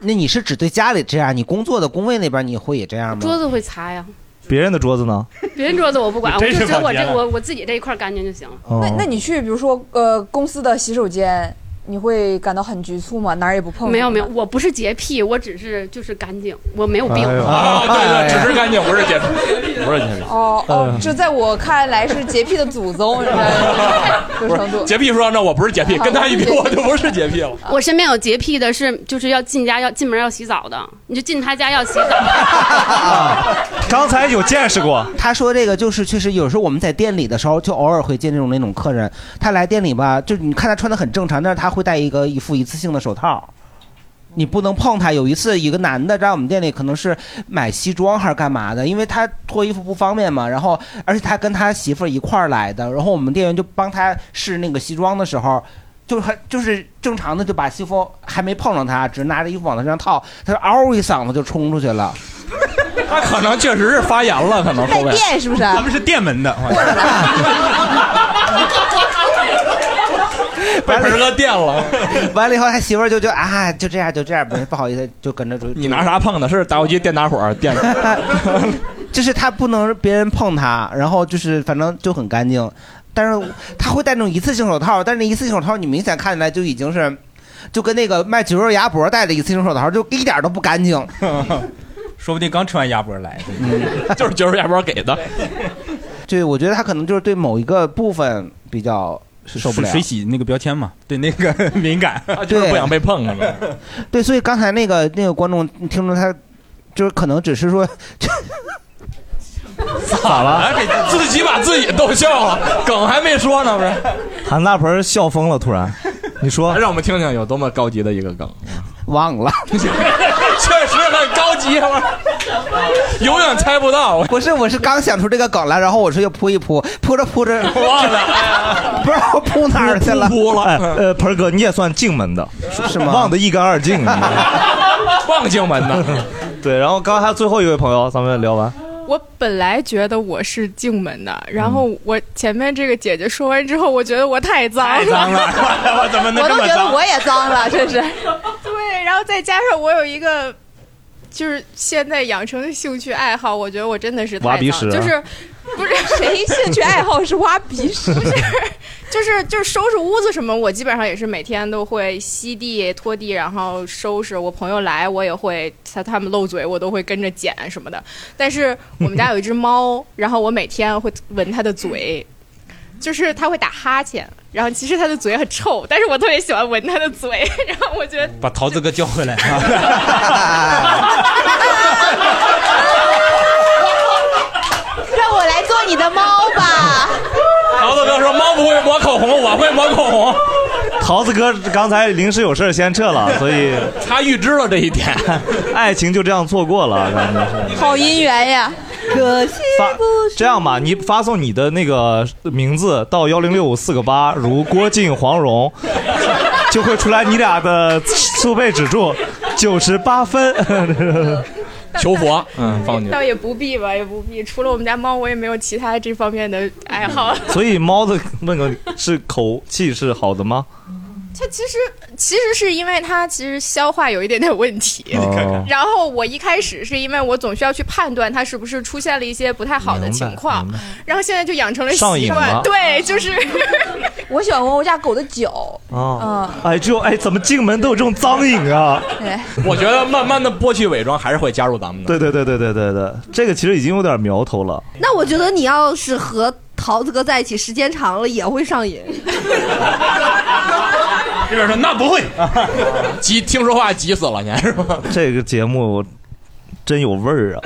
那你是只对家里这样，你工作的工位那边你会也这样吗？桌子会擦呀，别人的桌子呢？别人桌子我不管，我真是就只有我保洁这了我我自己这一块干净就行了。哦那那你去，比如说呃公司的洗手间，你会感到很局促吗？哪儿也不碰？没有没有，，我不是洁癖，我只是就是干净，我没有病。哎呦啊，对对，只是干 净，不是姐，不是前面哦哦嗯，这在我看来是 洁癖的祖宗，是吧 这程度。洁癖说那我不是洁癖，跟他一比我就不是洁癖了。我身边有洁癖的是，就是要进家要进门要洗澡的，你就进他家要洗澡。 刚才有见识过。他说这个就是确实有时候我们在店里的时候，就偶尔会见这种那种客人，他来店里吧，就是你看他穿的很正常，但是他会戴一个一副一次性的手套。你不能碰他。有一次，一个男的在我们店里可能是买西装还是干嘛的，因为他脱衣服不方便嘛。然后，而且他跟他媳妇儿一块儿来的，然后我们店员就帮他试那个西装的时候，就还就是正常的就把西服还没碰上他，只是拿着衣服往他身上套，他就嗷一嗓子就冲出去了。他可能确实是发炎 了，可能后带背电是不是啊咱们是电门的，哎被盆哥电了。 完了以后，他媳妇儿就就啊，就这样就这样，不 不好意思，就跟着就你拿啥碰的？是打火机电打火 电的？就是他不能别人碰他，然后就是反正就很干净，但是他会戴那种一次性手套，但是那一次性手套你明显看起来就已 经是，就跟那个卖酒肉鸭脖戴的一次性手套就一点都不干净。说不定刚吃完鸭脖来，嗯 就是就是鸭脖给的。对，我觉得他可能就是对某一个部分比较受不了。是水洗那个标签嘛，对那个 敏感，就是不想被碰，是吧？对，所以刚才那个那个观众听众他，就是可能只是说，咋了？给自己把自己逗笑了，梗还没说呢，不是？ 韩大盆笑疯了，突然，你说，哎让我们听听有多么高级的一个梗。忘了，确实很高级，啊我 永远猜不到。 不是，我是刚想出这个梗来，然后我说就扑一扑，扑着扑着，忘了， 不知道扑哪儿 去了，扑了。哎，呃，盆儿哥，你也算进门的，是吗忘得一干二净，你忘进门的。对，然后刚才最后一位朋友，咱们聊完。 我本来觉得我是静门的，然后嗯我前面这个姐姐说完之后，我觉得我太脏了，太脏了， 我怎么能我这都么觉得脏？。我也脏了真是 对，然后再加上我有一个，就是现在养成的兴趣爱好，我觉得我真的是太挖鼻脏屎了，啊就是不是谁兴趣爱好是挖鼻屎？不是，就是就是收拾屋子什么，我基本上也是每天都会吸地、拖地，然后收拾。我朋友来，我也会他他们漏嘴，我都会跟着捡什么的。但是我们家有一只猫，然后我每天会闻它的嘴，就是它会打哈欠，然后其实它的嘴很臭，但是我特别喜欢闻它的嘴，然后我觉得 把桃子哥叫回来啊！ 让我来做你的猫吧。桃子哥说猫不会抹口红，我会抹口红。桃子哥刚才临时有事儿先撤了，所以他预知了这一点， 爱情就这样错过了，感觉是。好姻缘呀，可惜发这样吧，你发送你的那个名字到幺零六五四个八，如郭靖、黄蓉， 就会出来你俩的速配指数九十八分。 求佛，嗯，放倒也不必吧，也不必。除了我们家猫，我也没有其他这方面的爱好。所以猫的问个是口气是好的吗？它其实其实是因为它其实消化有一点点问题。哦然后我一开始是因为我总需要去判断它是不是出现了一些不太好的情况，嗯然后现在就养成了上习瘾惯了。对，就是我喜欢闻我家狗的嗯脚，哦，哎，只有哎，怎么进门都有这种脏瘾啊？对，我觉得慢慢的剥去伪装还是会加入咱们的。对对对对对对对，这个其实已经有点苗头了。那我觉得你要是和桃子哥在一起时间长了，也会上瘾。这边说那 不会，急听说话急死了，你是吧？这个节目真有味儿啊，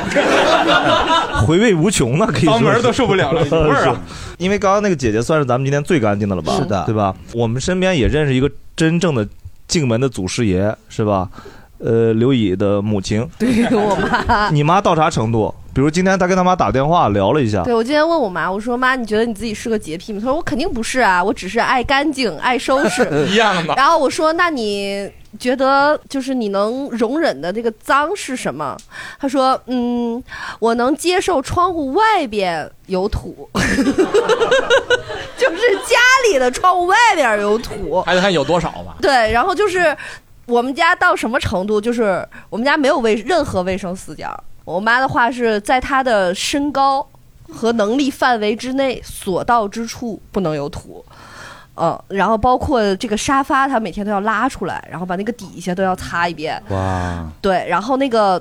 回味无穷呢，可以说嗓门儿都受 不了了有味儿 啊！是因为刚刚那个姐姐算是咱们今天最干净的了吧？是的对吧？我们身边也认识一个真正的进门的祖师爷，是吧？呃，刘乙的母亲，对我妈，你妈到啥程度？比如今天他跟他妈打电话聊了一下，对，我今天问我妈，我说妈，你觉得你自己是个洁癖吗？她说我肯定不是啊，我只是爱干净、爱收拾 一样的然后我说那你觉得就是你能容忍的这个脏是什么？她说嗯，我能接受窗户外边有土， 就是家里的窗户外边有土。还得看有多少吧。对，然后就是我们家到什么程度，就是我们家没有卫任何卫生死角。我妈的话是在她的身高和能力范围之内，所到之处不能有土。嗯，然后包括这个沙发，她每天都要拉出来，然后把那个底下都要擦一遍。哇，对，然后那个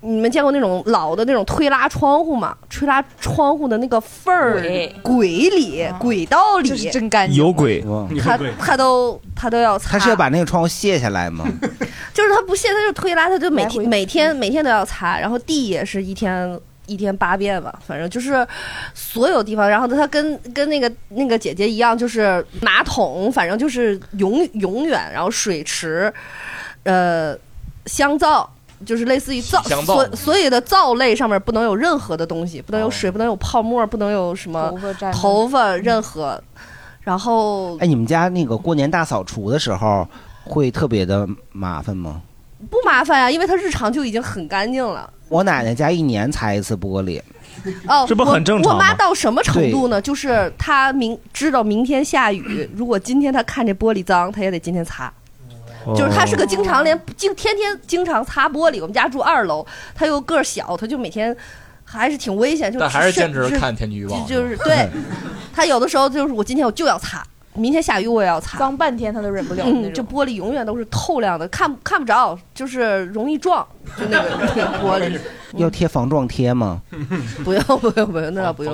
你们见过那种老的那种推拉窗户吗？推拉窗户的那个缝儿轨轨里、轨道里，真干有鬼，他他都他都要他擦。是要把那个窗户卸下来吗？就是他不卸，他就推拉，他就每天每天每天都要擦，然后地也是一天一天八遍吧，反正就是所有地方。然后他跟跟那个那个姐姐一样，就是马桶，反正就是永永远，然后水池，呃，香皂。就是类似于皂，香皂所所有的皂类上面不能有任何的东西，不能有水，不能有泡沫，不能有什么头发沾头发任何。然后哎，你们家那个过年大扫除的时候会特别的麻烦吗？不麻烦呀，因为他日常就已经很干净了。我奶奶家一年擦一次玻璃， 哦，这不很正常我。我吗妈到什么程度呢？就是她明知道明天下雨，如果今天她看这玻璃脏，她也得今天擦。哦就是她是个经常连经天天经常擦玻璃。我们家住二楼，她又个儿小，她就每天还是挺危险。就但还是坚持甚看天气预报 就就是对，她有的时候就是我今天我就要擦。明天下雨我也要擦，脏半天他都忍不了那嗯，种这玻璃永远都是透亮的，看不看不着，就是容易撞，就 那个那个玻璃。要贴防撞贴吗？不用不用不用，那倒不用。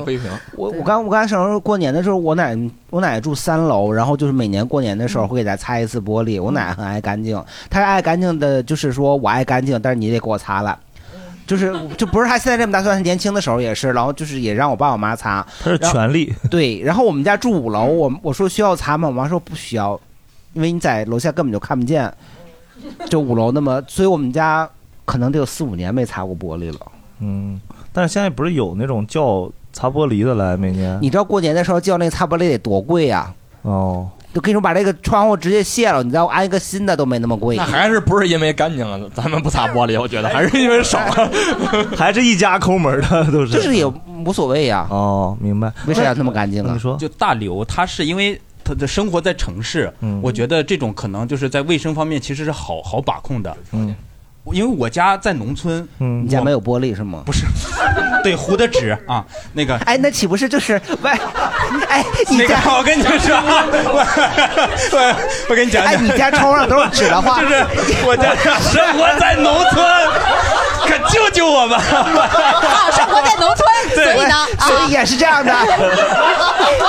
我我刚我刚想说过年的时候，我奶我奶住三楼，然后就是每年过年的时候会给她擦一次玻璃。我奶很爱干净，她是爱干净的，就是说我爱干净，但是你得给我擦了。就是就不是她现在这么大，算她年轻的时候也是，然后就是也让我爸我妈擦。她是权利。对，然后我们家住五楼，我我说需要擦吗？我妈说不需要，因为你在楼下根本就看不见，就五楼那么，所以我们家可能得有四五年没擦过玻璃了。嗯，但是现在不是有那种叫擦玻璃的来每年？你知道过年的时候叫那个擦玻璃得多贵呀、哦，就跟你说把这个窗户直接卸了，你再安一个新的都没那么贵。那还是不是因为干净啊？咱们不擦玻璃，我觉得还是因为啊少， 还是一家抠门的都是。就是也无所谓呀、哦，明白。为啥要那么干净啊？你说就大刘，他是因为他的生活在城市，我觉得这种可能就是在卫生方面其实是好好把控的。嗯，因为我家在农村，嗯，你家没有玻璃是吗？不是， 对，糊的纸啊，那个，哎，那岂不是就是喂？哎， 你那个家，我跟你 说，我我跟你讲讲，哎你家窗户上都是纸的话就是我家生活在农村，可救救我吧！啊生活在农 村对所以呢所啊以也是 这样的。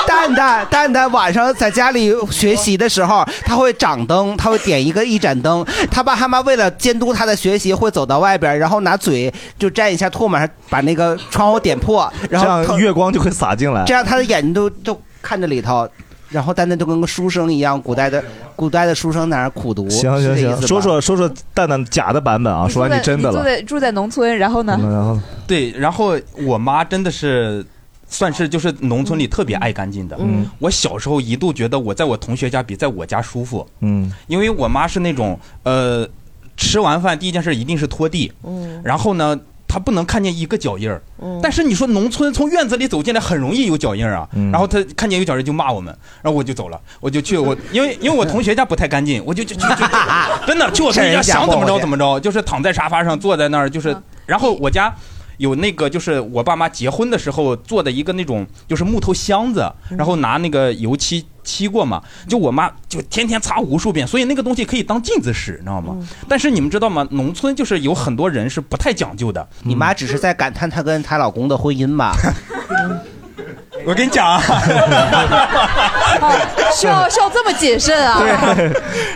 蛋蛋蛋蛋晚上在家里学习的时候，他会掌灯，他会点一个一盏灯。他爸他妈为了监督他的学习，会走到外边，然后拿嘴就沾一下唾沫，把那个窗户点破，然后这样月光就会洒进来。这样他的眼睛都都看着里头，然后丹丹就跟个书生一样，古代的古代的书生在那儿苦读。行行是这意行，思吧说说说说蛋蛋假的版本啊，说完你真的住了。嗯在住在农村，然后呢？对，然后我妈真的是。算是就是农村里特别爱干净的。嗯我小时候一度觉得我在我同学家比在我家舒服，嗯因为我妈是那种呃，吃完饭第一件事一定是拖地，嗯然后呢，她不能看见一个脚印儿。嗯但是你说农村从院子里走进来很容易有脚印儿啊，然后她看见有脚印就骂我们，然后我就走了，我就去我因为因为我同学家不太干净，我就就就就就真的去我同学 家想怎么着怎么着，就是躺在沙发上坐在那儿就是，然后我家。有那个就是我爸妈结婚的时候做的一个那种就是木头箱子，然后拿那个油漆漆过嘛，就我妈就天天擦无数遍，所以那个东西可以当镜子使，你知道吗？但是你们知道吗？农村就是有很多人是不太讲究的。嗯你妈只是在感叹她跟她老公的婚姻吧。我跟你讲啊，需要需要这么谨慎啊？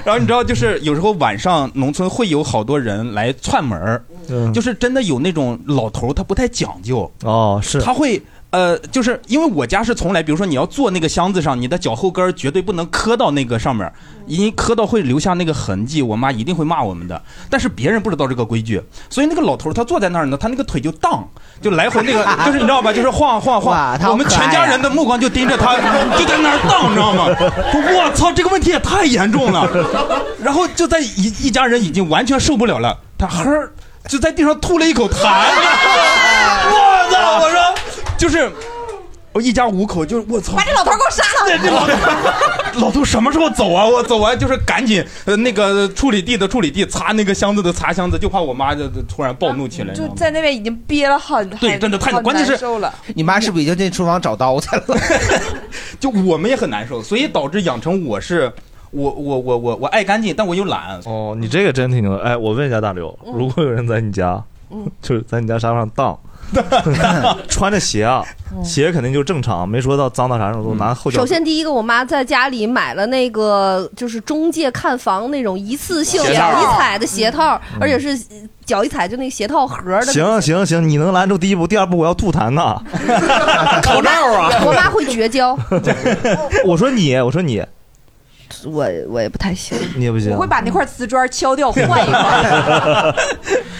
然后你知道，就是有时候晚上农村会有好多人来串门儿，嗯就是真的有那种老头儿他不太讲究哦，是他会。呃，就是因为我家是从来，比如说你要坐那个箱子上，你的脚后跟儿绝对不能磕到那个上面儿，因为磕到会留下那个痕迹，我妈一定会骂我们的。但是别人不知道这个规矩，所以那个老头儿他坐在那儿呢，他那个腿就荡，就来回那个，就是你知道吧，就是晃晃哇晃他，好我们可爱全家呀人的目光就盯着他，就在那儿荡，你知道吗？我操，这个问题也太严重了。然后就在一一家人已经完全受不了了，他呵儿就在地上吐了一口痰。我操！我说就是。我一家五口就是我操，把这老头给我杀了这这老头，老头什么时候走啊？我走完就是赶紧，呃，那个处理地的处理地，擦那个箱子的擦箱子，就怕我妈就就突然暴怒起来。就在那边已经憋了很对真的太关键是受了。你妈是不是已经进厨房找 刀去了？就我们也很难受，所以导致养成我是我我我我我爱干净，但我又懒。哦，你这个真挺牛的。哎，我问一下大刘，如果有人在你家，嗯 就是在你家沙发上 荡，穿着鞋啊，鞋肯定就正常，没说到脏到啥程度，拿后脚首先第一个，我妈在家里买了那个就是中介看房那种一次性鞋脚套一踩的鞋套嗯，而且是脚一踩就那个鞋套盒的。行行行，你能拦住第一步，第二步我要吐痰呐。口罩啊 我妈会绝交， 我说你，我说你，我我也不太行，你也不行我会。把那块瓷砖敲掉，换 一块。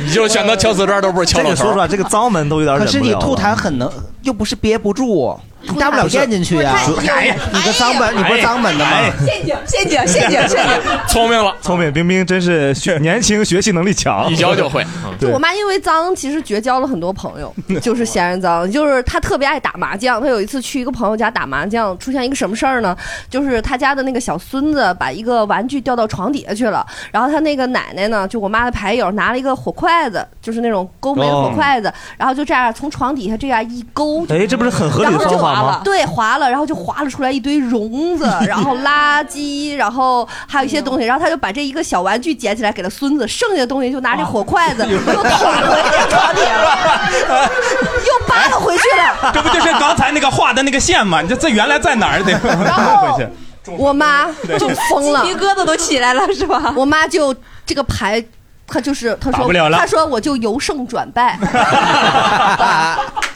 你就是选择敲瓷砖都不是敲这老个头。说实话，这个脏门都有点忍可不是了你了吐痰很能，又不是憋不住，你大不了不是咽进去呀不是。哎呀你个脏本，你不是脏本的吗？陷阱，陷阱，陷阱，陷阱。哎 聪明了，聪明。冰冰真是 学年轻，学习能力强，一，教就会。就我妈因为脏，其实绝交了很多朋友就是嫌人脏。就是她特别爱打麻将，她有一次去一个朋友家打麻将，出现一个什么事儿呢？就是她家的那个小孙子把一个玩具掉到床底下去了，然后她那个奶奶呢，就我妈的牌友拿了一个火筷子，就是那种勾煤的火筷子，然后就这样从床底下这样一勾。哎这不是很合理的然后就方法滑吗了，对，划了，然后就划了出来一堆绒子，然后垃圾，然后还有一些东西，然后他就把这一个小玩具捡起来给他孙子，剩下的东西就拿这火 筷子又捅回这床底了，又扒拉回去了。这不就是刚才那个画的那个线吗？你这这原来在哪 儿得 回去？我妈对就疯了，鸡皮疙瘩都起来了是吧？我妈就这个牌，她就是她打说不了了她说我就由盛转败，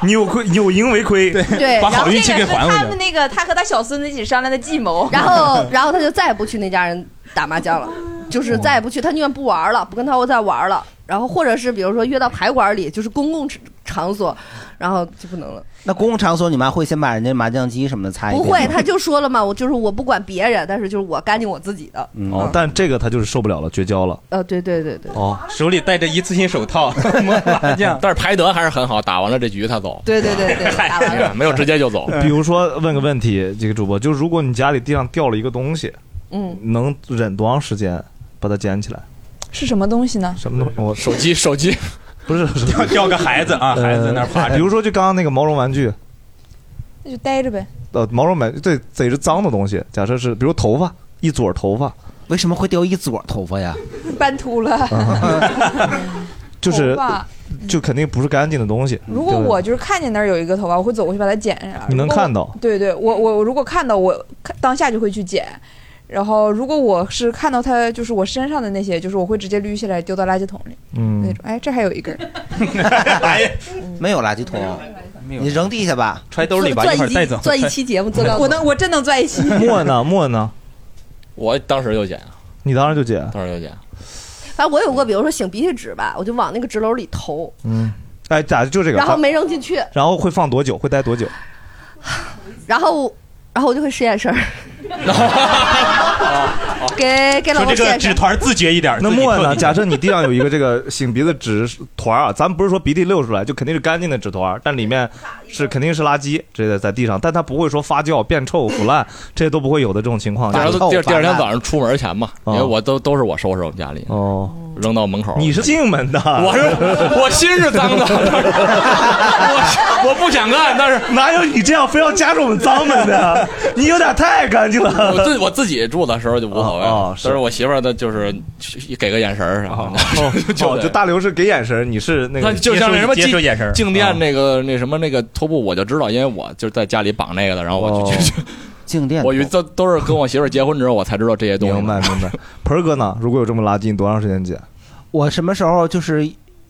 扭亏扭赢为亏， 对把好运气给还回去他们那个他和他小孙子一起商量的计谋，然后然后她就再也不去那家人打麻将了，就是再也不去，她宁愿不玩了，不跟她再玩了。然后或者是比如说约到牌馆里，就是公共场所，然后就不能了。 那公共场所你妈会先把人家麻将机什么的哎擦一不遍吗？会，她就说了嘛，我就是我不管别人，但是就是我干净我自己的。嗯哦，但这个他就是受不了了，绝交了。呃，对对对对。哦，手里戴着一次性 手套，摸麻将。但是排德还是很好，打完了这局他走。对对对 对，打完了。没有直接就走。比如说问个问题，这个主播，就如果你家里地上掉了一个东西，嗯，能忍多长时间把它捡起来？是什么东西呢？什么东西？我手机，手 机，不是掉掉个孩子呃啊，孩子那儿趴着呃比。如说就刚刚那个毛绒玩具，那就待着呗。呃，毛绒玩具对贼是脏的东西，假设是比如头发一撮头发，为什么会掉一撮头发呀？斑秃了。就是 头发就肯定不啊是干净的东西。如果对不对 我就是看见那儿有一个头发，我会走过去把它捡上。你能如果看到对对，我我我如果看到，我看当下就会去捡。然后如果我是看到它，就是我身上的那些，就是我会直接捋起来丢到垃圾桶里。嗯，哎，这还有一根儿，没有垃圾桶，你扔地下吧，揣兜里吧钻一会儿带走钻一期节目做到我能，我真能钻一期。墨呢？墨呢？我当时就捡啊，你当时就捡，当时就啊捡。反正我有过，比如说擤鼻涕纸吧，我就往那个纸篓里投，嗯，哎，咋就这个？然后放没扔进去，然后会放多久？会待多久？然后然后我就会使 眼神儿，给给老公使眼神儿。团自觉一点那自己墨扣呢？进去假设你地上有一个这个擤鼻子纸团儿啊，咱不是说鼻涕溜出来，就肯定是干净的纸团儿，但里面是肯定是垃圾，这个在地上，但它不会说发酵、变臭、腐烂，这些都不会有的这种情况第下。二第二第二天早上出门前嘛，因为我都都是我收拾我们家里，哦，扔到门口。你是进门的，我是我心是脏 的，我我不想干，但是哪 有你这样非要夹着我们脏门的？ 你有点太干净了。 我自我自己住的时候就无所哦谓，但是我媳妇儿她就是给个眼神儿啥 的，哦，就大刘是给眼神，你是那他个就像那什么静 静电啊那个那什么那个拖布，我就知道，因为我就是在家里绑那个的，然后我就就静电，我以为都都是跟我媳妇儿结婚之后我才知道这些东西。明 白明白。嗯盆儿哥呢？如果有这 么垃圾，你多长时间捡？我什么时候就是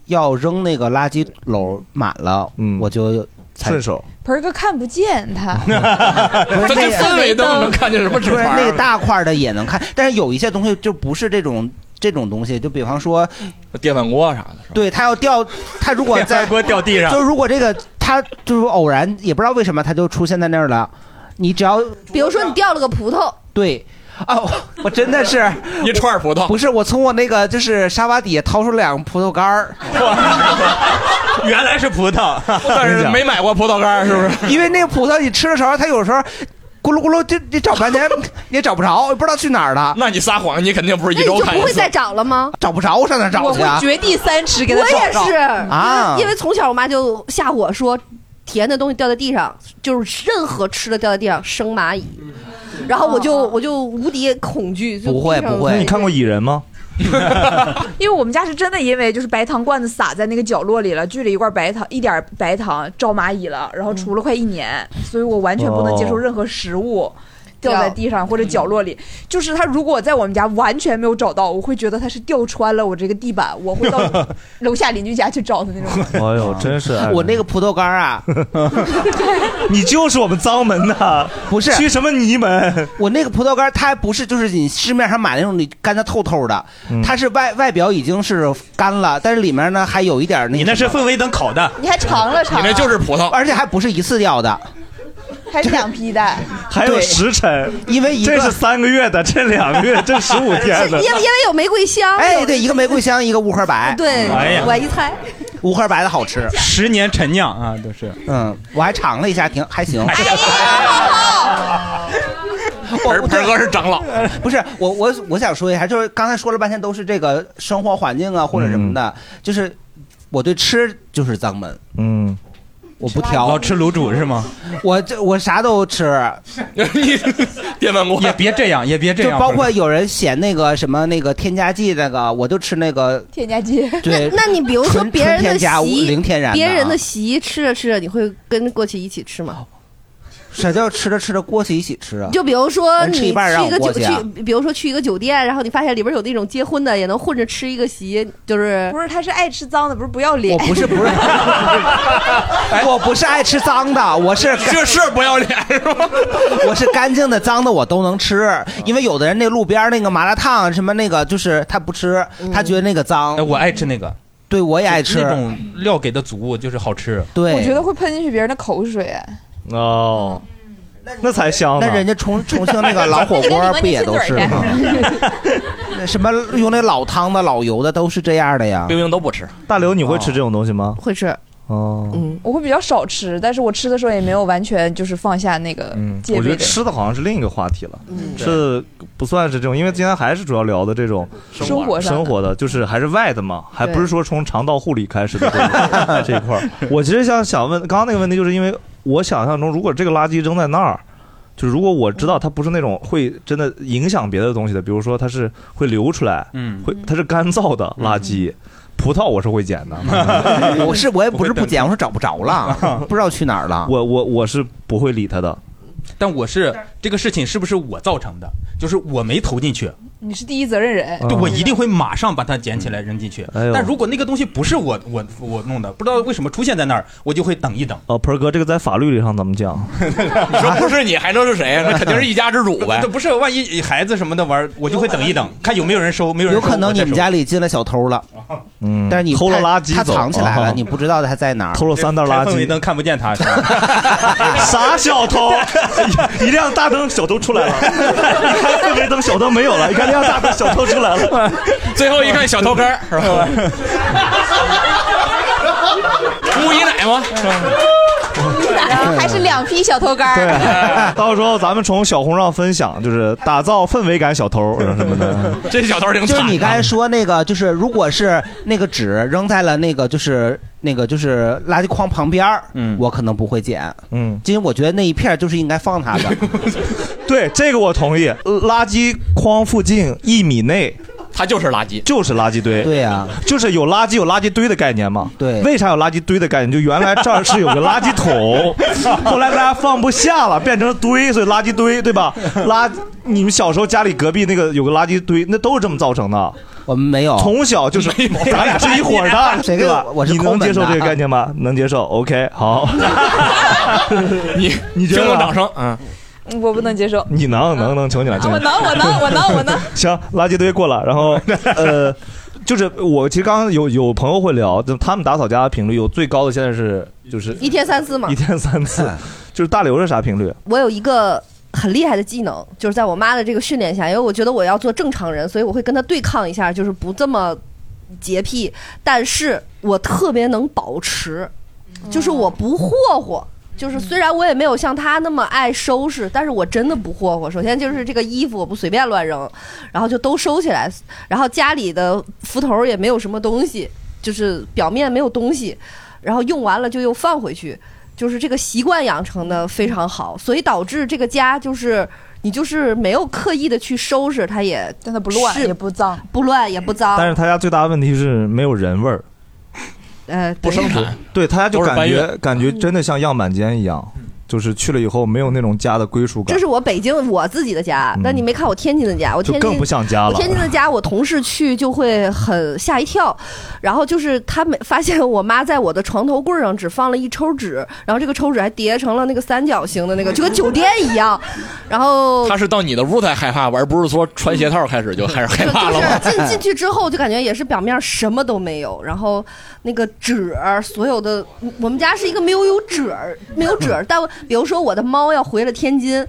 要扔那个垃圾篓满了，我就嗯顺手。盆儿哥看不见他，这跟氛围都能看见什么纸不是团那儿个大块儿的也能看，但是有一些东西就不是这种这种东西，就比方说电饭锅啥的。对，它要掉，它如果电在饭锅掉地上就如果这个它就是偶然，也不知道为什么它就出现在那儿了，你只要比如说你掉了个葡萄，对。啊、我我真 的是一串葡萄，不是我从我那个就是沙发底下掏出两个葡萄干儿，原来是葡萄，但是没买过葡萄干，是不是？因为那个葡萄你吃的时候，它有时候咕噜咕噜就你找半天也找不着，不知道去哪儿了。啊那你撒谎，你肯定不是那一你周就看不一会次再。找了吗？找不着，我上哪儿找去啊？地三尺给他我找也着是啊因为因为从小我妈就吓我说，甜的东西掉在地上，就是任何吃的掉在地上生蚂蚁，嗯然后我就哦我就无敌恐惧，就不会非常不会，你看过蚁人吗？因为我们家是真的，因为就是白糖罐子撒在那个角落里了，聚了一罐白糖，一点儿白糖招蚂蚁了，然后除了快一年，所以我完全不能接受任何食物。掉在地上或者角落里，就是它。如果在我们家完全没有找到，我会觉得它是掉穿了我这个地板，我会到楼下邻居家去 找的那种。 哎呦，真是我那个葡萄干儿啊， 你就是我们脏门的， 不是去什么泥门？我那个葡萄干儿它还不是就是你市面上买那种你干的透透的，嗯它是外外表已经是干了，但是里面呢还有一点儿那你那是氛围灯烤的，你还尝了啊尝，葡萄，啊而且还不是一次掉的， 还是两批的，还有时辰，因为一个这是三个月的，这两个 月，这十五天的因为。因为有玫瑰香，哎，对，一个玫瑰香，一个乌克白，对，哎呀我一猜，乌克白的好吃，十年陈酿啊，都是。嗯，我还尝了一下，挺还啊行。哎 盆盆哥是长 老，呃不是我我我想说一下，就是刚才说了半天都是这个生嗯活环境啊或者什么的，就是我对吃就是脏门，嗯，我不挑，老吃卤煮是吗？我这我啥都吃，电饭锅也别这样，也别这就样，包括有人写那个什么那个添加剂那个，我就吃那个 添加剂。对那你比如说纯别人的纯添加席，零天然的别人的啊席吃着吃着，你会跟过去一起吃吗？啥叫吃着吃着锅去一起吃啊？就比如说人你吃去一半让一个我酒去啊去，比如说去一个酒店，然后你发现里边有那种结婚的也能混着吃一个席，就是不是他是爱吃脏的，不是不要脸。我不是不是，我不是爱吃脏的，我是这是不要脸是吗？我是干净的、脏的我都能吃，因为有的人那路边那个麻辣烫什么那个，就是他不吃，他觉得那个脏。我爱吃那个，对我也爱吃那种料给的足，就是好吃。对我觉得会喷进去别人的口水。哦，那才香呢。那人家重重庆那个老火锅不也都是吗？那 什么用那老汤的、老油的都是这样的呀。啊冰冰都不吃，大刘，你会吃这种东西吗？会吃。哦，嗯，我会比较少吃，但是我吃的时候也没有完全就是放下那个戒嗯备。我觉得吃的好像是另一个话题了，嗯吃的不算是这种，因为今天还是主要聊的这种生活生活上的生活的，就是还是外的嘛，还对不是说从肠道护理开始的这 一这一块儿。我其实想想问，刚刚那个问题，就是因为我想象中，如果这个垃圾扔在那儿。就是如果我知道它不是那种会真的影响别的东西的，比如说它是会流出来，嗯，会它是干燥的垃圾，嗯葡萄我是会捡的， 我是我也不是 不捡，我是找不着了，不知道去哪儿了。我我我是不会理它的，但我是这个事情是不是我造成的？就是我没投进去，你是第一责任人。嗯对我一定会马上把它捡起来扔进去。啊哎呦但如果那个东西不是我我我弄的，不知道为什么出现在那儿，我就会等一等。哦，盆儿哥，这个在法律里上怎么讲？ 你说不是你还能是谁啊 呀？那肯定是一家之主呗这。不是，万一孩子什么的玩儿，我就会等一等，看 有没有人收，没有人有收可能我你再们收家里进了小偷了，啊嗯，但是你偷了他垃圾他走藏起来了，哦你不知道他在哪儿，偷了三袋垃圾开氛围灯看不见他，啥小偷？一辆大灯，小偷出来了。一看氛围灯，小灯没有了；一看亮大灯，小偷出来了。 最后一看小偷干儿是吧？无一奶吗？嗯还是两批小偷干儿。 对， 到时候咱们从小红上分享，就是打造氛围感小偷什么的。这小偷挺就是惨啊你刚才说那个，就是如果是那个纸扔在了那个就是那个就是垃圾筐旁边儿，嗯，我可能不会捡，嗯，因为我觉得那一片儿就是应该放它的。对，这个我同意。垃圾筐附近一米内。它就是垃圾，就是垃圾堆。对呀、就是有垃圾有垃圾堆的概念嘛。对，为啥有垃圾堆的概念？就原来这儿是有个垃圾 桶，后来大家放不下了，变成堆，所以垃圾堆，对吧？垃，你们小时候家里隔壁那个有个垃圾堆，那都是这么造成的。我们没有，从小就是咱俩是一伙儿的， 谁对跟吧我？我是你抠能门的啊接受这个概念吗？能接受，OK，好。 你你觉得？听听掌声，嗯。 我不能接受。你能能能，求你了，求你了我能，我能，我能，我能。行，垃圾堆过了，然后呃，就是我其实刚刚有有朋友会聊，就他们打扫家的频率有最高的现在是就是 一天三次嘛一。天三次，就是大刘是啥频率？我有一个很厉害的技能，就是在我妈的这个训练下，因为我觉得我要做正常人，所以我会跟她对抗一下，就是不这么洁癖，但是我特别能保持，就是我不霍霍。就是虽然我也没有像她那么爱收拾，但是我真的不霍霍。首先就是这个衣服我不随便乱扔，然后就都收起来，然后家里的扶头也没有什么东西，就是表面没有东西，然后用完了就又放回去，就是这个习惯养成的非常好，所以导致这个家就是你就是没有刻意的去收拾，它也但它不乱也不脏，不乱也不脏，但是他家最大的问题是没有人味儿，呃对对他家就都是感搬觉运感觉真的像样板间一样，就是去了以后没有那种家的归属感这。是我北京我自己的家，但你没看我天津的家，我嗯就天津更不像家了我天津的家，我同事去就会很吓一跳，然后就是他们发现我妈在我的床头柜上只放了一抽纸，然后这个抽纸还叠成了那个三角形的那个，就跟酒店一样。然后他是到你的屋才害怕，而不是说穿鞋套开始就开始害怕了吗？进进去之后就感觉也是表面什么都没有，然后那个纸儿所有的，我们家是一个没有有纸儿没有纸儿，但我比如说我的猫要回了天津，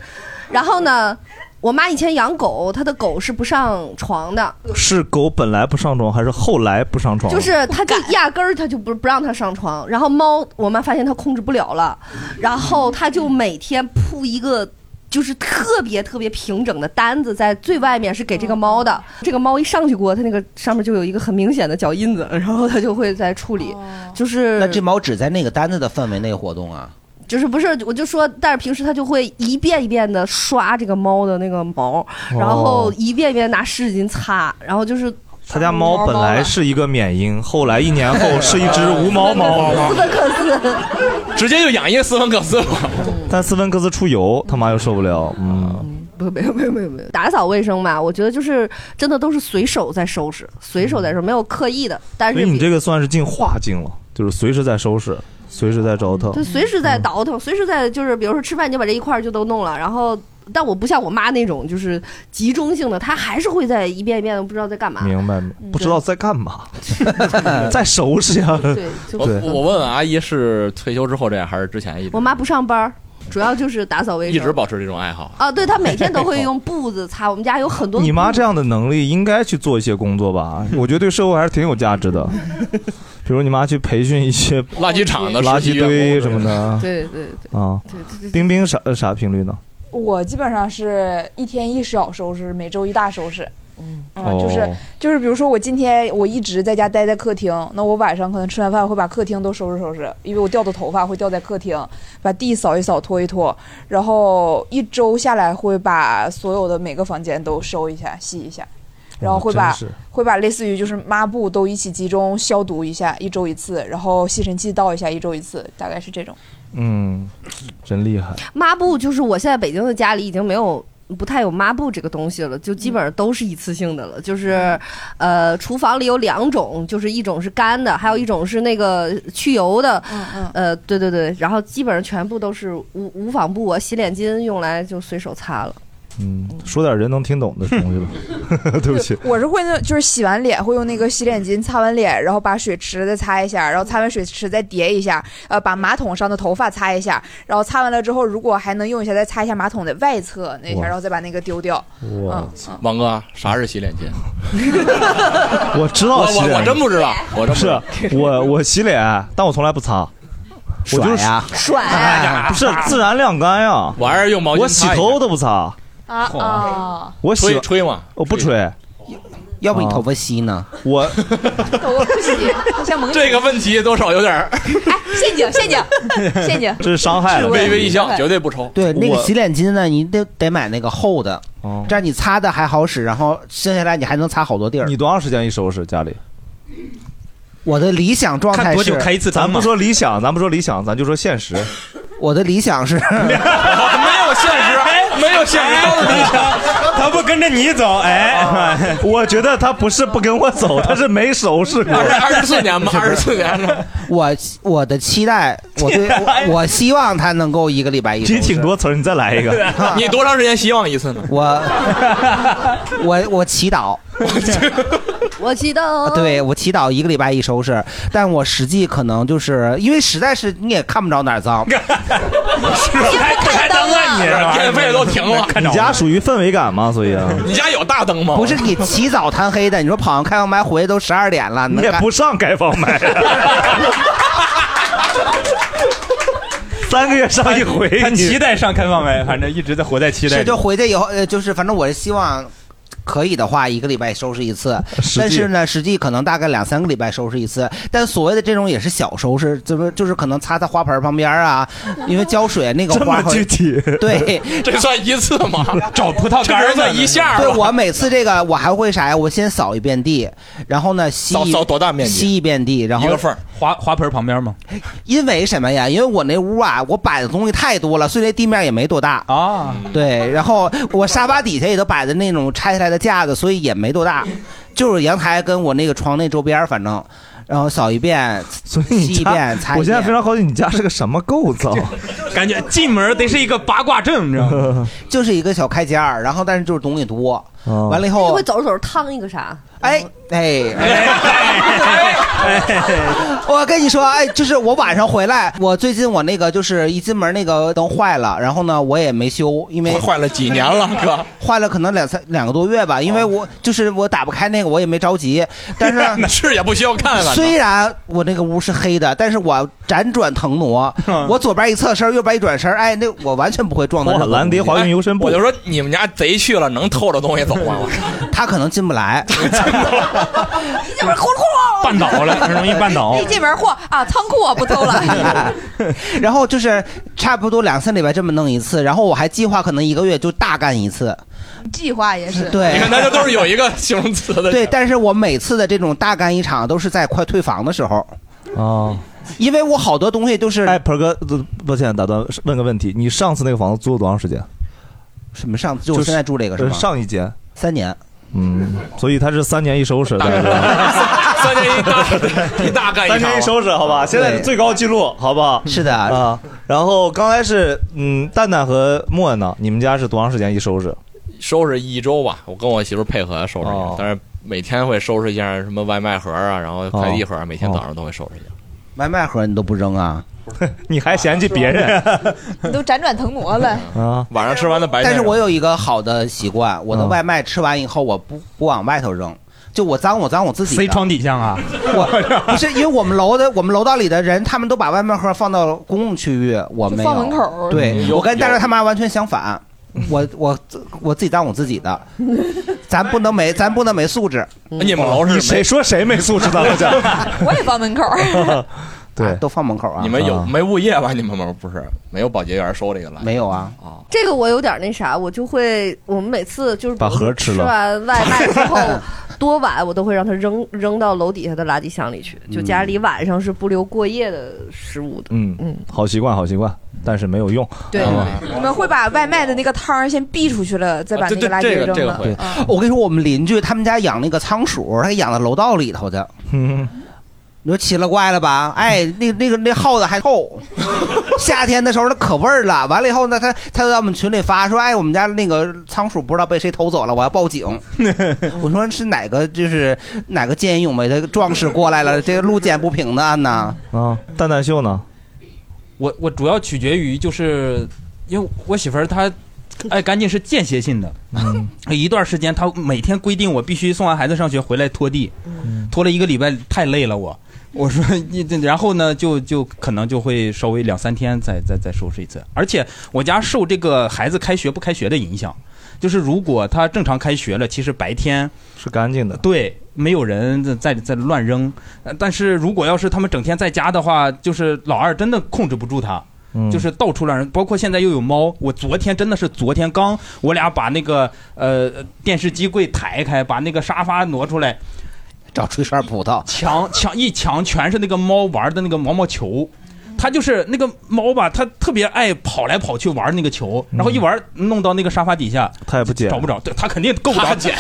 然后呢，我妈以前养狗，她的狗是不上床的，是狗本来不上床，还是后来不上床？就是他就压根儿他就不不让他上床，然后猫我妈发现它控制不了了，然后它就每天铺一个。就是特别特别平整的单子在最外面是给这个猫的，这个猫一上去过，它那个上面就有一个很明显的脚印子，然后它就会在处理， 哦就是那这猫只在那个单子的范围内活动啊？就是不是，我就说，但是平时他就会一遍一遍的刷这个猫的那个毛，然后一遍一遍拿湿纸巾擦，然后就是他家猫本来是一个缅因，后来一年后是一只无毛猫，斯芬克斯。 直接就养一个斯芬克斯吧。但斯芬克斯出油，他妈又受不了。嗯，不，没有，没有，没有，没有。打扫卫生吧，我觉得就是真的都是随手在收拾，随手在收拾，没有刻意的。嗯但所是以你这个算是进化境了，就是随时在收拾，随时在折腾。就随时嗯在倒腾，随时在就是，比如说吃饭，你就把这一块儿就都弄了，然后。但我不像我妈那种，就是集中性的，她还是会在一遍一遍的不知道在干 嘛。明白，嗯嗯不知道嗯在干 嘛， 在收拾呀。对就我是我问啊问阿姨是退休之后这样，还是之前一直我妈不上班儿，主要就是打扫卫生。一直保持这种爱好？啊，对，她每天 都会用布子擦。我们家有很多。你妈这样的能力应该去做一些工作吧？我觉得对社会还是挺有价值 的。比如你妈去培训一些垃圾场的垃实习圾员堆工什么的。对对啊对对，冰冰啥呃啥频率呢？我基本上是一天一小收拾，每周一大收拾。嗯，哦就是就是，比如说我今天我一直在家待在客厅，那我晚上可能吃完饭会把客厅都收拾收拾，因为我掉的头发会掉在客厅，把地扫一扫拖一拖，然后一周下来会把所有的每个房间都收一下洗一下，然后会哇把、哦真是会把类似于就是抹布都一起集中消毒一下，一周一次，然后吸尘器倒一下，一周一次，大概是这种。嗯，真厉害。抹布，就是我现在北京的家里已经没有。不太有抹布这个东西了，嗯就基本上都是一次性的了。就是，呃，厨房里有两种，就是一种是干的，还有一种是那个去油的。嗯嗯。呃，对对对，然后基本上全部都是无无纺布啊，洗脸巾用来就随手擦了。嗯，说点人能听懂的东西 吧。对不起，我是会那，就是洗完脸会用那个洗脸巾擦完脸，然后把水池再擦一下，然后擦完水池再叠一下，呃，把马桶上的头发擦一下，然后擦完了之后，如果还能用一下，再擦一下马桶的外侧那一下，哇然后再把那个丢掉。嗯我王哥，啥是洗脸巾？我知道我洗脸，我我真不 知道我真不知道是我我洗脸，但我从来不擦。我就是甩呀甩哎呀哎不是自然晾干呀。我还是用毛巾我洗擦一下头都不擦，啊啊！我洗吹吹嘛，我不吹。要啊不你头发稀呢？我我不洗，好像萌 这个问题多少有点儿陷阱，陷阱，陷 阱。这是伤害 了微微一伤害笑，绝对不抽。对，那个我哦洗脸巾呢，你得得买那个厚的，这样你擦的还好使，然后剩下来你还能擦好多地儿。你多长时间一收拾家里？我的理想状态是，咱不说理想，咱不说理想，咱就说现 实。我的理 想是，没有现实，没有现实，都是理想。他不跟着你走，哎， 我觉得他不是不跟我走，他是没收拾过。二十四年 吧，二十四年了。我我的期待，我对我我希望他能够一个礼拜一。这挺多词儿，你再来一 你多长时间希望一次呢？我我我祈祷，我记得，啊对我祈祷一个礼拜一收拾，但我实际可能就是因为实在是你也看不着哪儿脏，开灯啊你！电费都停了，你家属于氛围感吗？所以啊，你家有大灯吗？不是你起早贪黑的，你说跑上开放麦回去都十二点了，你你也不上开放 麦， 三个月上一回，他期待上开放麦，反正一直在活在期待是里。就回去以后，呃，就是反正我是希望。可以的话，一个礼拜收拾一次，际但是呢，实际可能大概两三个礼拜收拾一次。但所谓的这种也是小收拾，怎么就是可能擦擦花盆旁边啊，因为浇水那个花会体， 对，这算一次吗？找葡萄干儿呢这算一下对吗？我每次这个我还会啥呀？我先扫一遍地，然后呢吸扫扫多大面积吸一遍地，然后一个缝儿，花花盆旁边吗？因为什么呀？因为我那屋啊，我摆的东西太多了，所以那地面也没多大啊。对，然后我沙发底下也都摆的那种拆下来的架子，所以也没多大，就是阳台跟我那个床那周边儿，反正。然后扫一遍，所吸一遍，擦一遍。我现在非常好奇你家是个什么构造，感觉进门得是一个八卦阵，你知道 吗？就是一个小开间儿，然后但是就是东西 哦多。完了以那你后哎 会，走着走着烫一个啥？哎哎，我跟你说，哎，就是我晚上回来，我最近我那个就是一进门那个灯坏了，然后呢我也没修，因 为坏了几年了哥，坏了可能两三两个多月吧，因为我就是我打不开那个，我也没着急，但 是 那是也不需要看看。虽然我那个屋是黑的，但是我辗转腾 挪，我左边一侧身，右边一转身，哎，那我完全不会撞到任何东西。哎我就说你们家贼去了，能偷着东西走吗？我说 他可能进不来，一进门哐哐，绊倒了很容易绊倒一进门嚯啊，仓库我不偷了。 然后就是差不多两三礼拜这么弄一次，然后我还计划可能一个月就大干一次。计划也是对你看，他这都是有一个形容词的。对，但是我每次的这种大干一场都是在快退房的时候。哦，因为我好多东西都是。哎，鹏哥，呃抱歉打断，问个问题，你上次那个房子租了多长时间？呃什么上次？就我现在住这个是吗上一间三年。嗯，所以他是三年一收拾，大概是三年一 大一大干一场三啊年一收拾，好吧？现在最高记录，好不好？是的啊。然后刚才是嗯，蛋蛋和莫恩呢，你们家是多长时间一收拾？收拾一周吧，我跟我媳妇配合收拾一下，但是每天会收拾一下什么外卖盒啊，然后快递盒啊，每天早上都会收拾一下。外卖盒你都不扔啊？ 你还嫌弃别 人你都辗转腾挪了。啊？晚上吃完的白天，但是我有一个好的习惯，我的嗯外卖吃完以后，我不不往外头扔，就我脏我脏我自己的。塞床底下啊？我不是因为我们楼的我们楼道里的人，他们都把外卖盒放到公共区域，我没有就放门口嗯对，有我跟大帅他妈完全相反，我我我自己当我自己的，咱不能没咱不能没素质。你们楼是没你谁说谁没素质的？我讲我也放门口。 对，都放门口啊。你们有没物业吧？你们门不是没有保洁员收这个来？没有啊。哦，这个我有点那啥，我就会，我们每次就是把盒吃吃了完外卖之后多晚，我都会让它扔扔到楼底下的垃圾箱里去。就家里晚上是不留过夜的食物的。嗯嗯，好习惯，好习惯，但是没有用。啊对好吧，你们会把外卖的那个汤儿先避出去了，啊再把那垃圾扔了。嗯对，我跟你说，我们邻居他们家养那个仓鼠，还养到楼道里头的。嗯，你说奇了怪了吧？哎，那那个那耗子还臭， 夏天的时候它可味儿了。完了以后呢，他他就在我们群里发说，哎，我们家那个仓鼠不知道被谁偷走了，我要 报警。我说是哪个就是哪个见义勇为的壮士过来了，这个路见不平的案呐？啊，蛋蛋秀呢？我我主要取决于就是，因为我媳妇儿她爱干净是间歇性的，嗯，一段时间她每天规定我必须送完孩子上学回来拖地，嗯拖了一个礼拜太累了我，我说你这然后呢就就可能就会稍微两三天再再再收拾一次，而且我家受这个孩子开学不开学的影响，就是如果他正常开学了，其实白天是干净的，对，没有人在在在乱扔，呃但是如果要是他们整天在家的话，就是老二真的控制不住他。嗯就是到处乱扔，包括现在又有猫。我昨天真的是昨天刚我俩把那个呃电视机柜抬开，把那个沙发挪出来，找吹哨葡萄，墙墙一墙全是那个猫玩的那个毛毛球。它就是那个猫吧，它特别爱跑来跑去玩那个球，然后一玩弄到那个沙发底下，它也不捡，找不着，对，它肯定够不着它捡。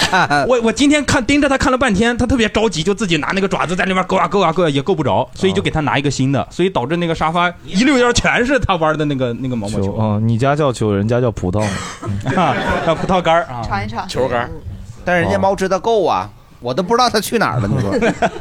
我我今天看盯着它看了半天，它特别着急，就自己拿那个爪子在那边勾啊勾啊勾啊，也够不着，所以就给它拿一个新的，所以导致那个沙发一溜烟全是它玩的那个那个毛毛球。球啊，你家叫球，人家叫葡萄呢。啊，啊葡萄干儿啊，尝一尝球干儿。但哦是人家猫吃的够啊，我都不知道它去哪儿了。你 说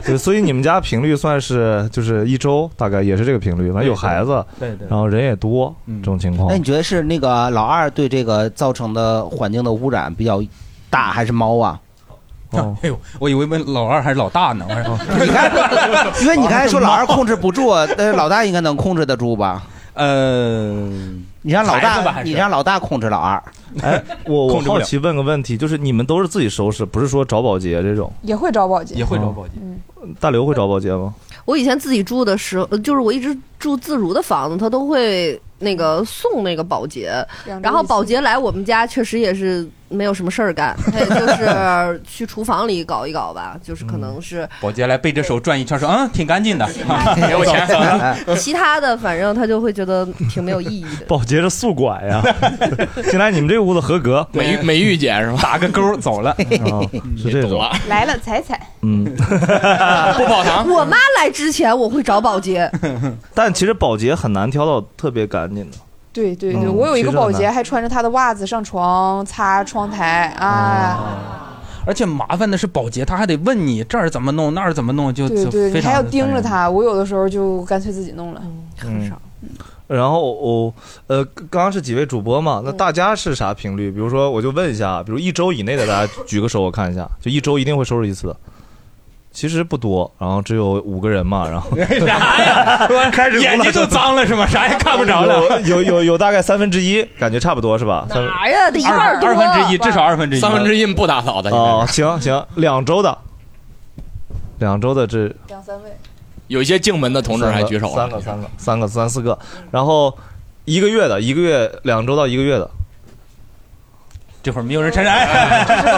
对，所以你们家频率算是就是一周大概也是这个频率，反正有孩子，对对对然后人也多，这种情况哎那。你觉得是那个老二对这个造成的环境的污染比较大，还是猫啊？哦、哎呦，我以为问老二还是老大呢，我说。 你看，因为你刚才说老二控制不住， 呃，老大应该能控制得住吧？呃，你让老孩子吧还是大，你让老大控制老二。哎，我我控制不好了奇问个问题，就是你们都是自己收拾，不是说找保洁这种？也会找保洁，也会找保洁。大刘会找保洁吗？我以前自己住的时候，呃就是我一直住自如的房子，他都会那个送那个保洁，两周一次然后保洁来我们家，确实也是没有什么事儿 干，他也就是去厨房里搞一搞吧，就是可能是保洁来背着手转一圈，说：“嗯，挺干净的，给我钱其他的，反正他就会觉得挺没有意义的。保洁是宿管 呀，进来你 们这屋子合格，美美玉姐是吧？打个勾走了，啊是这种。 来了，踩踩。嗯， 不跑堂我妈来之前，我会找保洁。 但其实保洁很难挑到特别干净的。对对对，嗯我有一个其实保很洁难哦还穿着他的袜子上床擦窗台啊。 而且麻烦的是保洁，他还得问你这儿怎么弄，那儿怎么弄，就对就对，你非常还要的盯烦着人他。我有的时候就干脆自己弄了。很少。然后我、呃，刚刚是几位主播嘛？嗯那大家是啥频率？比如说，我就问一下，比如一周以内的，大家举个手，我看一下，就一周一定会收拾一次。其实不多，然后只有五个人 嘛，然后开始眼睛都脏了是吗？ 啥也看不着了。有有有有大概三分之一，感觉差不多是吧？三分哪呀？得一半儿多，二分之一，至少二分三分之一不打扫的，哦，行行，两周的，两周的这两三位，有一些进门的同志还举手了，三个三个三个三四个，然后一个月的，一个月两周到一个月的，这会儿没有人承认，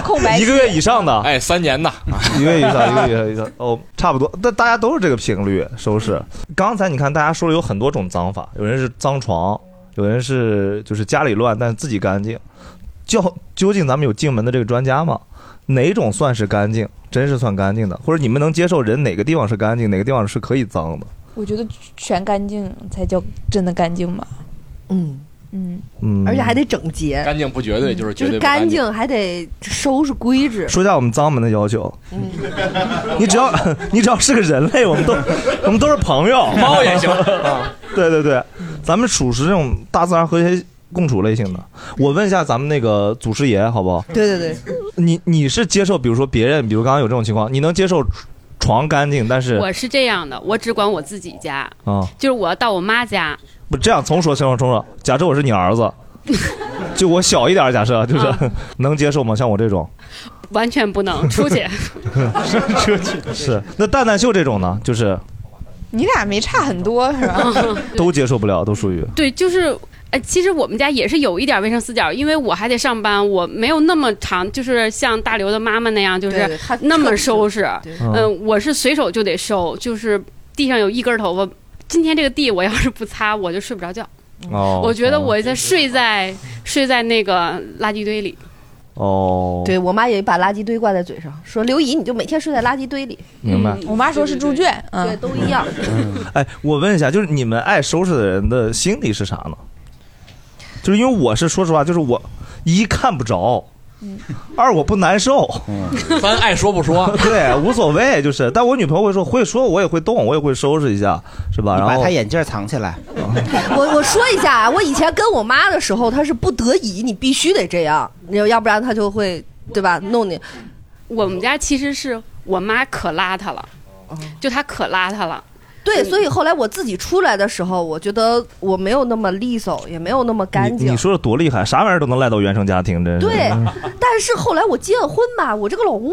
空白一个月以上的，哎，三年的，一个月以上，一个月以上，哦，差不多，但大家都是这个频率收拾。刚才你看大家说了有很多种脏法，有人是脏床，有人是就是家里乱但自己干净，究究竟咱们有进门的这个专家吗？哪种算是干净？真是算干净的，或者你们能接受人哪个地方是干净，哪个地方是可以脏的？我觉得全干净才叫真的干净吧。嗯嗯，嗯，而且还得整洁，干净不绝对就是就 绝对是不干干净，还得收拾规制。说一下我们脏门的要求。嗯你只要 你只要是个人类，我 们都我们都是朋友，猫也行 啊。对对对，咱们属实这种大自然和谐共处类型的。我问一下咱们那个祖师爷好不好？对对对，你你是接受，比如说别人，比如刚刚有这种情况，你能接受床干净，但是我是这样的，我只管我自己家，啊，就是我要到我妈家，不这样重说，重说，重说。假设我是你儿子，就我小一点儿，假设就是、能接受吗？像我这种。完全不能出去。 出去是那蛋蛋秀这种呢，就是你俩没差很多是啊吧？都接受不了，都属于 对，就是。呃，其实我们家也是有一点卫生死角，因为我还得上班，我没有那么长，就是像大刘的妈妈那样，就对对是她那么收拾。对嗯、我是随手就得收，就是地上有一根头发，今天这个地我要是不擦，我就睡不着觉。哦我觉得我在睡在睡在那个垃圾堆里。哦，对我妈也把垃圾堆挂在嘴上，说刘姨你就每天睡在垃圾堆里。明白我妈说是猪圈，嗯对，都一样。 哎，我问一下，就是你们爱收拾的人的心理是啥呢？就是因为我是说实话，就是我一看不着，二我不难受，三爱说不说， 对，无所谓，就是。但我女朋友会说，会说我也会动，我也会收拾一下，是吧？然后哦把他眼镜藏起来，我我说一下啊，我以前跟我妈的时候，她是不得已，你必须得这样，要要不然她就会对吧弄你。我们家其实是我妈可邋遢了，哦就她可邋遢了。对，所以后来我自己出来的时候，我觉得我没有那么利索，也没有那么干你净你。说的多厉害，啥玩意儿都能赖到原生家庭， 真是。对，但是后来我结了婚吧，我这个老公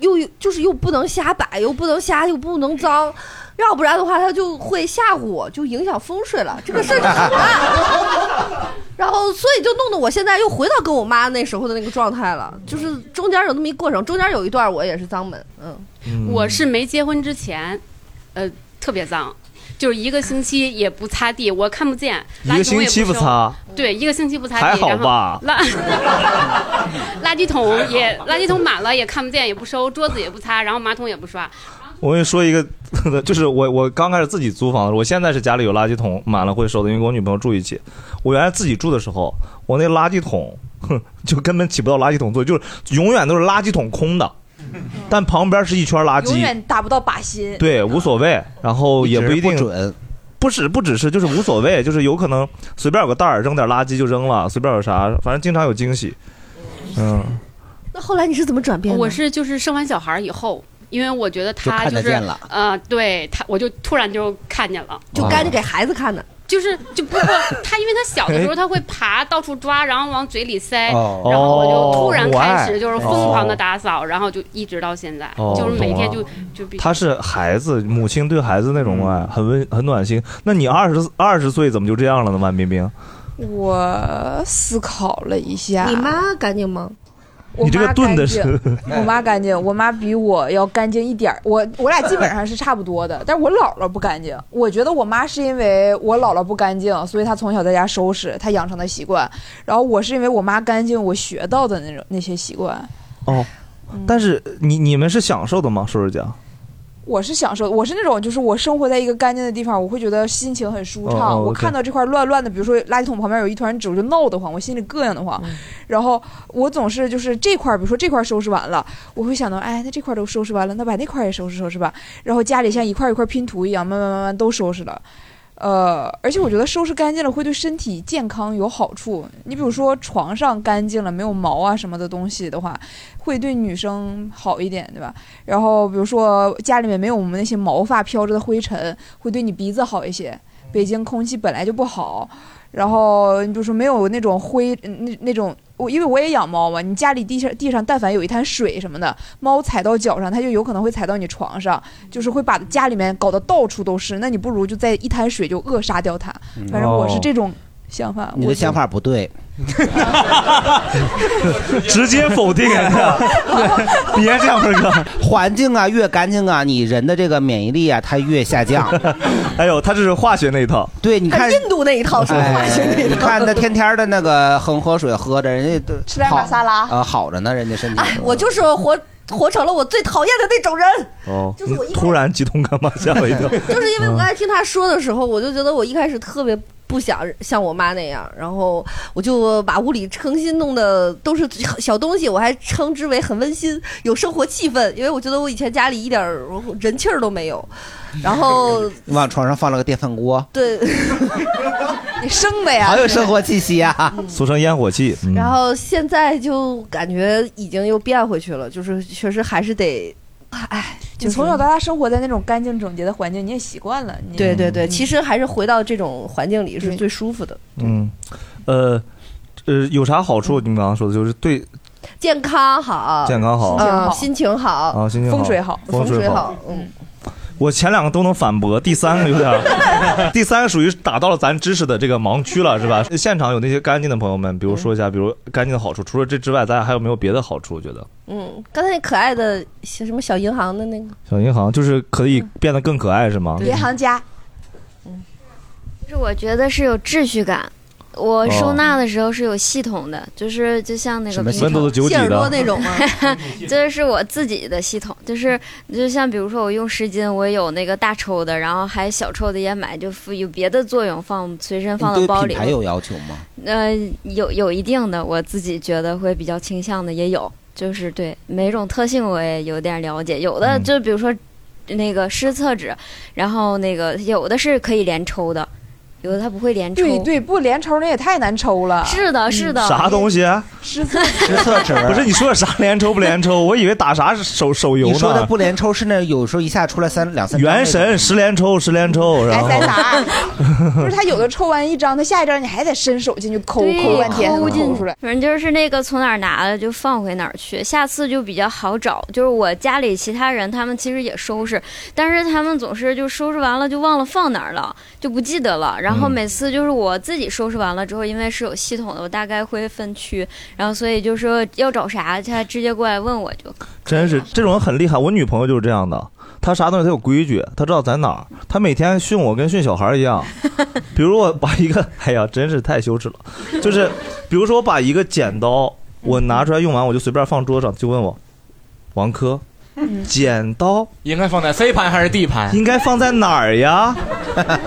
又又就是又不能瞎摆，又不能瞎，又不能脏，要不然的话他就会吓唬我，就影响风水了，这个事儿就很大。然后，所以就弄得我现在又回到跟我妈那时候的那个状态了，就是中间有那么一过程，中间有一段我也是脏门，嗯，我是没结婚之前，呃，特别脏，就是一个星期也不擦地，我看不见，一垃个圾桶星也期不不收擦，对，一个星期不擦地，还好然后吧垃 垃圾桶也垃圾桶满了也看不见，也不收，桌子也不擦，然后马桶也不刷。我跟你说一个， 就是我我刚开始自己租房的时候，我现在是家里有垃圾桶满了会收的，因为跟我女朋友住一起。我原来自己住的时候，我那垃圾桶 哼就根本起不到垃圾桶作用，就是永远都是垃圾桶空的，但旁边是一圈垃嗯永圾，远达不到靶心。对，无所谓，然后也不一定不准。不是，不只是就是无所谓，就是有可能随便有个袋儿扔点垃圾就扔了，随便有啥，反正经常有惊喜。嗯，那后来你是怎么转变的？我是就是生完小孩以后。因为我觉得就他看就得是见了呃，对他，我就突然就看见了，就干净给孩子看的，就是就不过他，因为他小的时 哎候他会爬，到处抓，然后往嘴里塞，哦然后我就突然哦开我爱始就是疯狂的打扫，然后就一直到现在，哦就是每天懂就了就必须他是孩子，母亲对孩子那种嗯爱，很温很暖心。那你二十二十岁怎么就这样了呢？万冰冰，我思考了一下，你妈干净吗？我你这个妈炖的干净是 我妈干净，我妈比我要干净一点儿。我我俩基本上是差不多的，但是我姥姥不干净。我觉得我妈是因为我姥姥不干净，所以她从小在家收拾，她养成的习惯。然后我是因为我妈干净，我学到的那种那些习惯。嗯哦，但是你你们是享受的吗？收拾家我是享受，我是那种就是我生活在一个干净的地方，我会觉得心情很舒畅。哦哦我 OK 看到这块乱乱的，比如说垃圾桶旁边有一团纸，我就闹得慌，我心里膈应得嗯慌。然后我总是就是这块儿，比如说这块儿收拾完了，我会想到，哎，那这块儿都收拾完了，那把那块儿也收拾收拾吧。然后家里像一块儿一块儿拼图一样，慢慢慢慢都收拾了。呃，而且我觉得收拾干净了会对身体健康有好处。你比如说床上干净了，没有毛啊什么的东西的话，会对女生好一点，对吧？然后比如说家里面没有我们那些毛发飘着的灰尘，会对你鼻子好一些。北京空气本来就不好，然后你比如说没有那种灰，那那种我因为我也养猫嘛，你家里地上地上但凡有一滩水什么的，猫踩到脚上，它就有可能会踩到你床上，就是会把家里面搞得到处都是。那你不如就在一滩水就扼杀掉它。反哦正我是这种想法。你我的想法不对， 直接否定人家， 别这样，坤哥。环境啊，越干净啊，你人的这个免疫力啊，它越下降。 哎呦，他这是化学那一套。对，你看印度那一套是 吧？哎你看他天天的那个恒河水喝着，人家都吃点好玛莎拉呃，好着呢，人家身体。我就是活活成了我最讨厌的那种人。啊哦，你突然激动干嘛？吓我一跳。就是因为嗯我刚才听他说的时候，我就觉得我一开始特别不想像我妈那样，然后我就把屋里诚心弄的都是小东西，我还称之为很温馨，有生活气氛，因为我觉得我以前家里一点儿人气儿都没有， 然后你往床上放了个电饭锅，对， 你生哎呗呀好有生活气息啊！ 俗称烟火气。嗯然后现在就感觉已经又变回去了，就是确实还是得，哎，就你是从小到大生活在那种干净整洁的环境，你也习惯了。你嗯对对对，其实还是回到这种环境里是最舒服的， 嗯，呃，呃，有啥好处？你们刚刚说的就是对健康好，健康好嗯，心情好，啊心情好风水好风风水水好好，嗯，我前两个都能反驳，第三个有点儿， 第三个属于打到了咱知识的这个盲区了，是吧？现场有那些干净的朋友们，嗯比如说一下，比如干净的好处，除了这之外，咱俩还有没有别的好处？我觉得嗯，刚才那可爱的小什么小银行的那个小银行就是可以变得更可爱，是吗？行家，就是我觉得是有秩序感。我收纳的时候是有系统的，就是就像那个什么平常温度九几的谢耳朵那种吗？ 这是我自己的系统，就是就像比如说我用湿巾，我有那个大抽的，然后还小抽的也买，就有别的作用放随身放到你包对里品。牌有要求吗？呃，有有一定的，我自己觉得会比较倾向的也有，就是对每种特性我也有点了解，有的就比如说那个湿厕纸，然后那个有的是可以连抽的，有的它不会连抽。对对，不连抽那也太难抽了。是的，是嗯的。啥东西？湿厕湿厕纸 不是你说的啥连抽不连抽？我以为打啥手手游呢？你说的不连抽是那有时候一下出来三两三张那元种神十连抽十连抽，然后还打，就是他有的抽完一张，他下一张你还得伸手进去抠嗯对抠半天，才能抠进出来。反正就是那个从哪儿拿的就放回哪儿去，下次就比较好找。就是我家里其他人他们其实也收拾，但是他们总是就收拾完了就忘了放哪儿了，就不记得了。然后嗯每次就是我自己收拾完了之后，因为是有系统的，我大概会分区，然后所以就说要找啥，他直接过来问我就。真是这种人很厉害。我女朋友就是这样的，她啥东西她有规矩，她知道在哪儿。她每天训我跟训小孩儿一样。比如我把一个，哎呀，真是太羞耻了。就是比如说我把一个剪刀，我拿出来用完我就随便放桌上，就问我王珂，剪刀应该放在 C 盘还是 D 盘？应该放在哪儿 呀？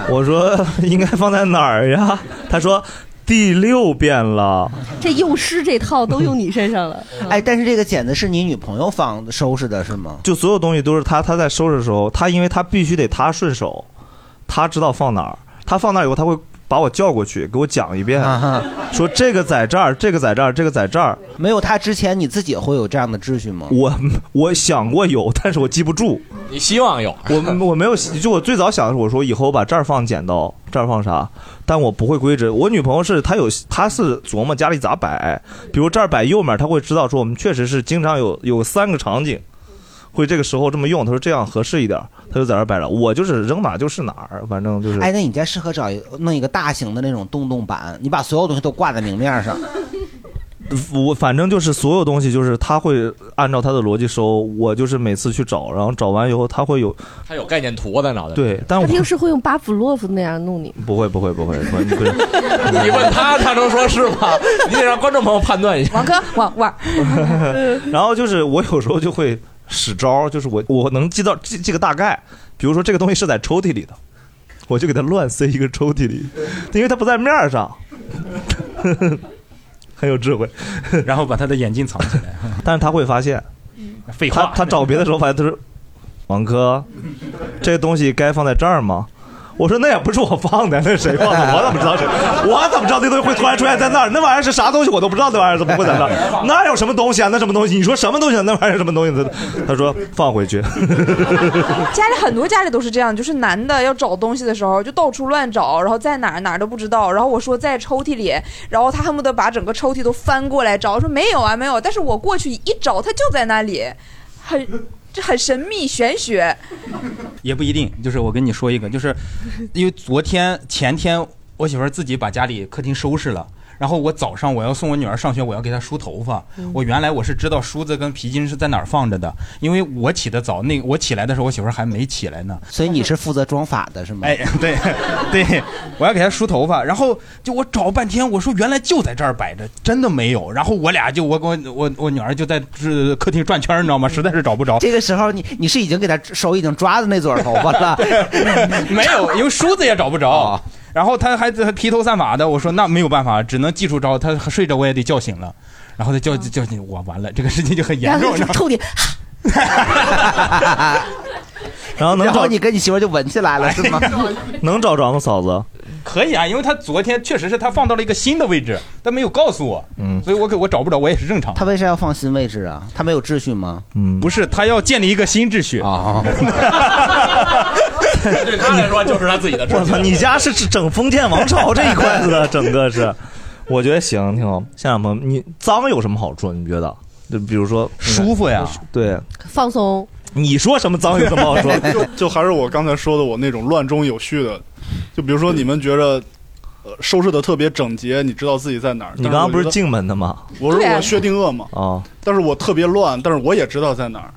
我说应该放在哪儿呀？她说第六遍了。这幼师这套都用你身上了， 哎，但是这个剪子是你女朋友放收拾的是吗？就所有东西都是他他在收拾的时候，他因为他必须得他顺手，他知道放哪儿，他放那儿以后他会把我叫过去给我讲一遍，啊说这个在这儿，这个在这儿，这个在这儿。没有他之前你自己会有这样的秩序吗？我我想过有，但是我记不住。你希望有？我我没有，就我最早想的是，我说以后把这儿放剪刀，这儿放啥，但我不会规制。我女朋友是她有，她是琢磨家里咋摆，比如这儿摆右面，她会知道说我们确实是经常有有三个场景，会这个时候这么用。她说这样合适一点，她就在这儿摆着。我就是扔哪儿就是哪儿，反正就是。哎，那你家适合找一个弄一个大型的那种洞洞板，你把所有东西都挂在明面 上。我反正就是所有东西，就是她会按照她的逻辑收，我就是每次去找，然后找完以后她会有他有概念图在脑袋。对，但他我平时会用巴甫洛夫那样弄你吗。不会不会不会不会不是。 你问他，他能说是吗？ 你得让观众朋友判断一下。王哥，王王， 然后就是我有时候就会使招，就是我我能记到这这个大概，比如说这个东西是在抽屉里的，我就给它乱塞一个抽屉里，因为它不在面儿上。 很有智慧，然后把他的眼镜藏起来。 嗯但是他会发现，废话他他找别的时候发现，他说：“王哥，这东西该放在这儿吗？”我说：“那也不是我放的，那是谁放的？我怎么知道是？我怎么知道这东西会突然出现在那儿？那玩意儿是啥东西？我都不知道那玩意儿怎么会在那儿？那有什么东西啊？那什么东西？你说什么东西、啊？那玩意儿什么东西？”他他说：“放回去。 家里很多家里都是这样，就是男的要找东西的时候就到处乱找，然后在哪儿哪儿都不知道。然后我说在抽屉里，然后他恨不得把整个抽屉都翻过来找，说没有啊没有，但是我过去一找，他就在那里，很这很神秘玄学。也不一定。就是我跟你说一个，就是因为昨天前天我媳妇儿自己把家里客厅收拾了。然后我早上我要送我女儿上学，我要给她梳头发嗯。我原来我是知道梳子跟皮筋是在哪儿放着的，因为我起得早，那我起来的时候我媳妇儿还没起来呢。所以你是负责装法的是吗？哎，对，对，我要给她梳头发，然后就我找半天，我说原来就在这儿摆着，真的没有。然后我俩就我跟我我我女儿就在这客厅转圈儿，你知道吗？实在是找不着。这个时候你你是已经给她手已经抓着那撮头发了，哦没有，因为梳子也找不着。然后他还还披头散发的，我说那没有办法，只能记住招。他睡着我也得叫醒了，然后他叫叫醒我，完了这个事情就很 严然重后。就臭你，然后能然找后 你跟你媳妇就闻起来了是吗？能找着吗，嫂子？可以啊，因为他昨天确实是他放到了一个新的位置， 但没有告诉我，嗯，所以我给我找不着，我也是正常。他为啥要放新位置啊？他没有秩序吗？嗯，不是，他要建立一个新秩序啊。对他来说就是他自己的我操，你家是整封建王朝这一块子的，整个是，我觉得行，挺好。现场朋友们，你脏有什么好处？你觉得？就比如说舒服呀，对，放松。你说 什么脏有什么好 处？就还是我刚才说的，我那种乱中有序的，就比如说你们觉着。呃，收拾的特别整洁，你知道自己在哪儿。你刚刚不是进门？门的吗？我说对啊我薛定谔嘛，啊，但是我特别乱，但是我也知道在哪儿。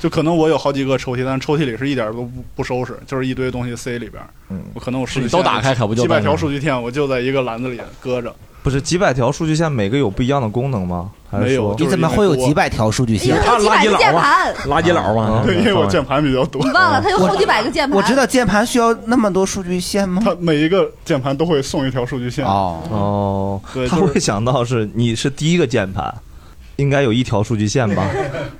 就可能我有好几个抽屉，但是抽屉里是一点儿都不不收拾，就是一堆东西塞里边儿。嗯我可能我数据是你都打开可不就几百条完事儿数据线，我就在一个篮子里搁着。不是几百条数据线，每个有不一样的功能吗？还是没有说就是你怎么会有几百条数据线因为他有几百个垃圾佬啊键盘垃圾佬啊 对因为我键盘比较多你忘了他有好几百个键盘我知道键盘需要那么多数据线吗？它每一个键盘都会送一条数据线。哦哦对，他就是会想到是你是第一个键盘，应该有一条数据线 吧？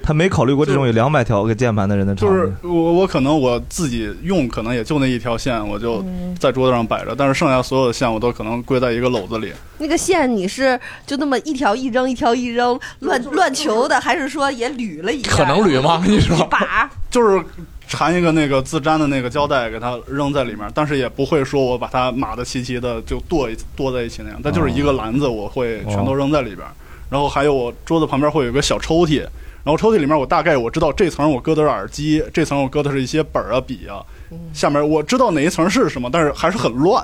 他没考虑过这种有两百条个键盘的人的场就景。是我我可能我自己用可能也就那一条线，我就在桌子上摆着，但是剩下所有的线我都可能归在一个篓子里。那个线你是就那么一条一扔，一条一扔，乱乱球的，还是说也捋了一 下？捋吗？你说把就是缠一个那个自粘的那个胶带，给它扔在里面，但是也不会说我把它码的齐齐的就剁一剁在一起那样，但就是一个篮子，我会全都扔在里边。然后还有我桌子旁边会有一个小抽屉，然后抽屉里面我大概我知道这层我搁的是耳机，这层我搁的是一些本儿啊笔啊，下面我知道哪一层是什么，但是还是很乱。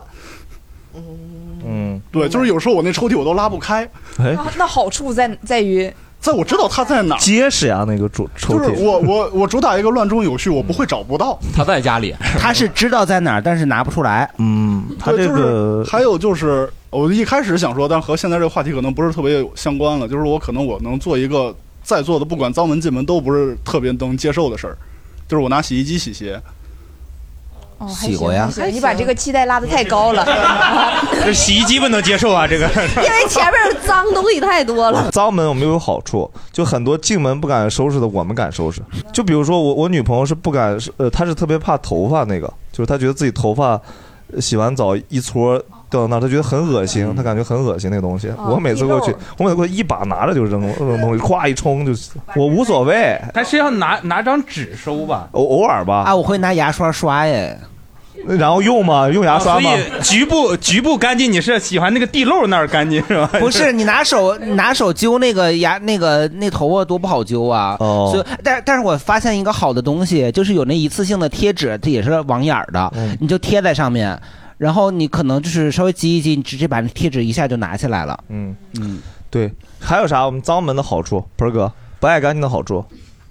嗯，对，就是有时候我那抽屉我都拉不开，哎，嗯那好处在在于，在我知道它在哪儿。结实呀，那个抽抽就是屉。我我我主打一个乱中有序，我不会找不到。他在家里，他是知道在哪儿，但是拿不出来。嗯，他对，这就是个还有就是，我一开始想说，但和现在这个话题可能不是特别有相关了。就是我可能我能做一个在座的，不管脏门进门都不是特别能接受的事儿，就是我拿洗衣机洗鞋。哦，还洗过呀行还行你把这个期待拉得太高了， 这洗衣机不能接受啊，这个。因为前面脏东西太多了。脏门我们又有好处，就很多进门不敢收拾的，我们敢收拾。就比如说我，我女朋友是不敢，呃，她是特别怕头发那个，就是她觉得自己头发呃洗完澡一撮掉到那儿，她觉得很恶嗯心，她感觉很恶心那个东西。哦我每次过去，我每次过去一把拿着就扔了，扔东西，咵一冲就，我无所谓， 他是要拿拿张纸收吧？偶偶尔吧。啊，我会拿牙刷刷耶。然后用吗？用牙刷吗？所以啊局部局部干净，你是喜欢那个地漏那儿干净是吧？ 不 是你拿手你拿手揪那个牙那个那头发多不好揪啊！哦所以但但是我发现一个好的东西，就是有那一次性的贴纸，它也是网眼儿的，嗯你就贴在上面，然后你可能就是稍微挤一挤，你直接把那贴纸一下就拿起来了。嗯嗯，对。还有啥我们脏门的好处？盆儿哥不爱干净的好处，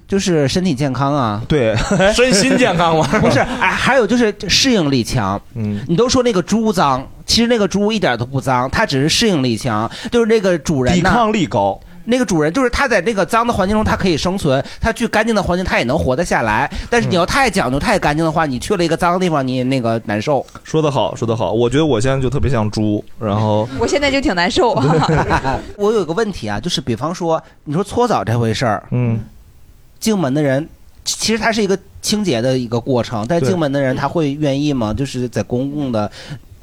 就是身体健康啊。 对，身心健康吗不是，哎，还有就是适应力强。嗯，你都说那个猪脏，其实那个猪一点都不脏，它只是适应力强，就是那个主人抵呢抗力高。那个主人就是他在那个脏的环境中，他可以生存，他去干净的环境，他也能活得下来。嗯但是你要太讲究、太干净的话，你去了一个脏的地方，你也那个难受。说得好，说得好，我觉得我现在就特别像猪，然后我现在就挺难受 我有一个问题啊，就是比方说，你说搓澡这回事儿，嗯，进门的人其其实它是一个清洁的一个过程，但是对进门的人他会愿意吗？就是在公共的，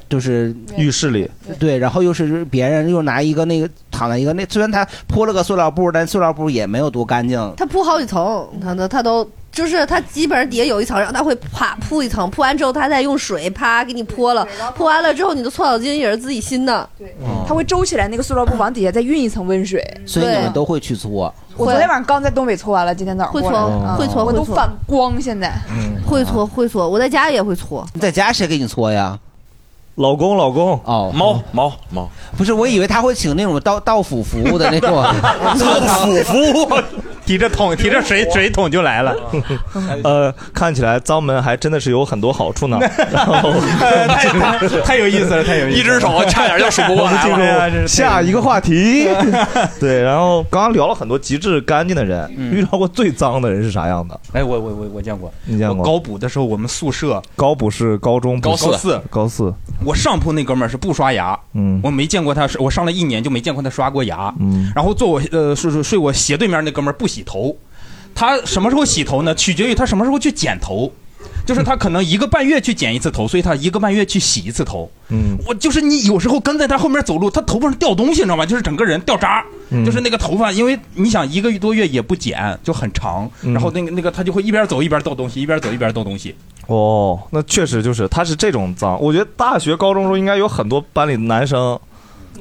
就是浴室里，对，然后又是别人又拿一个那个躺在一个那，虽然他铺了个塑料布，但塑料布也没有多干净。他铺好几层，他都他都就是他基本上底下有一层，然后他会啪铺一层，铺完之后他再用水啪给你泼了，泼完了之后你的搓澡巾也是自己新的，对，它会周起来那个塑料布，往底下再熨一层温水。所以你们都会去搓。我昨天晚上刚在东北搓完了，今天早上会搓过来的会搓嗯我会都搓反光现在。会搓会搓，我在家也会搓。你在家谁给你搓呀？老公，老公，哦，猫猫猫，不是，我以为他会请那种到到府服务的那种 府 服务，提着桶提着水水桶就来了。哦呃，看起来脏门还真的是有很多好处呢。然后 太有意思了，太有意思了。一只 手差点就数不过来了哎呀这是太有意思了下一个话题，对，然后刚刚聊了很多极致干净的人，嗯遇到过最脏的人是啥样的？哎，我我我我见过，嗯你见过？高补的时候，我们宿舍高补是高中部，高四高四，我上铺那哥们儿是不刷牙，嗯我没见过他，我上了一年就没见过他刷过牙。嗯，然后坐我呃睡睡睡我斜对面那哥们儿不洗头，他什么时候洗头呢？取决于他什么时候去剪头，就是他可能一个半月去剪一次头，所以他一个半月去洗一次头。嗯，我就是你有时候跟在他后面走路，他头发上掉东西，你知道吗？就是整个人掉渣，嗯就是那个头发，因为你想一个多月也不剪，就很长，嗯然后那个那个他就会一边走一边掉东西，一边走一边掉东 西。哦，那确实就是，他是这种脏。我觉得大学、高中时候应该有很多班里的男生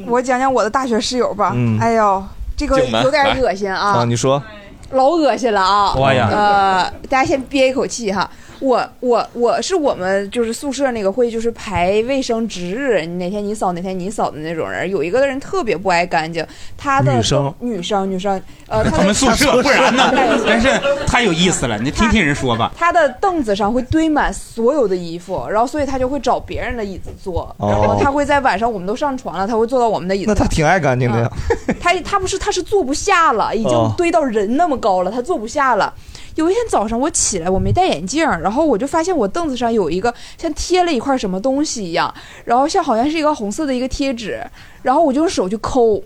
我讲讲我的大学室友吧。嗯哎呦，这个静雯有点来恶心啊，啊，你说，老恶心了啊！哎呀呃，大家先憋一口气哈。我我我是我们就是宿舍那个会就是排卫生值日，哪天你扫哪天你扫的那种人。有一个人特别不爱干净，他的女生女生女生呃，他？咱们宿舍，啊不然 呢真是太有意思了，你听听人说吧。他的凳子上会堆满所有的衣服，然后所以他就会找别人的椅子坐，哦然后他会在晚上我们都上床了，他会坐到我们的椅子那上。他挺爱干净的啊呀。他他不是他是坐不下了，已经哦堆到人那么高了，他坐不下了。有一天早上我起来，我没戴眼镜儿，然后我就发现我凳子上有一个像贴了一块什么东西一样，然后像好像是一个红色的一个贴纸，然后我就用手去抠。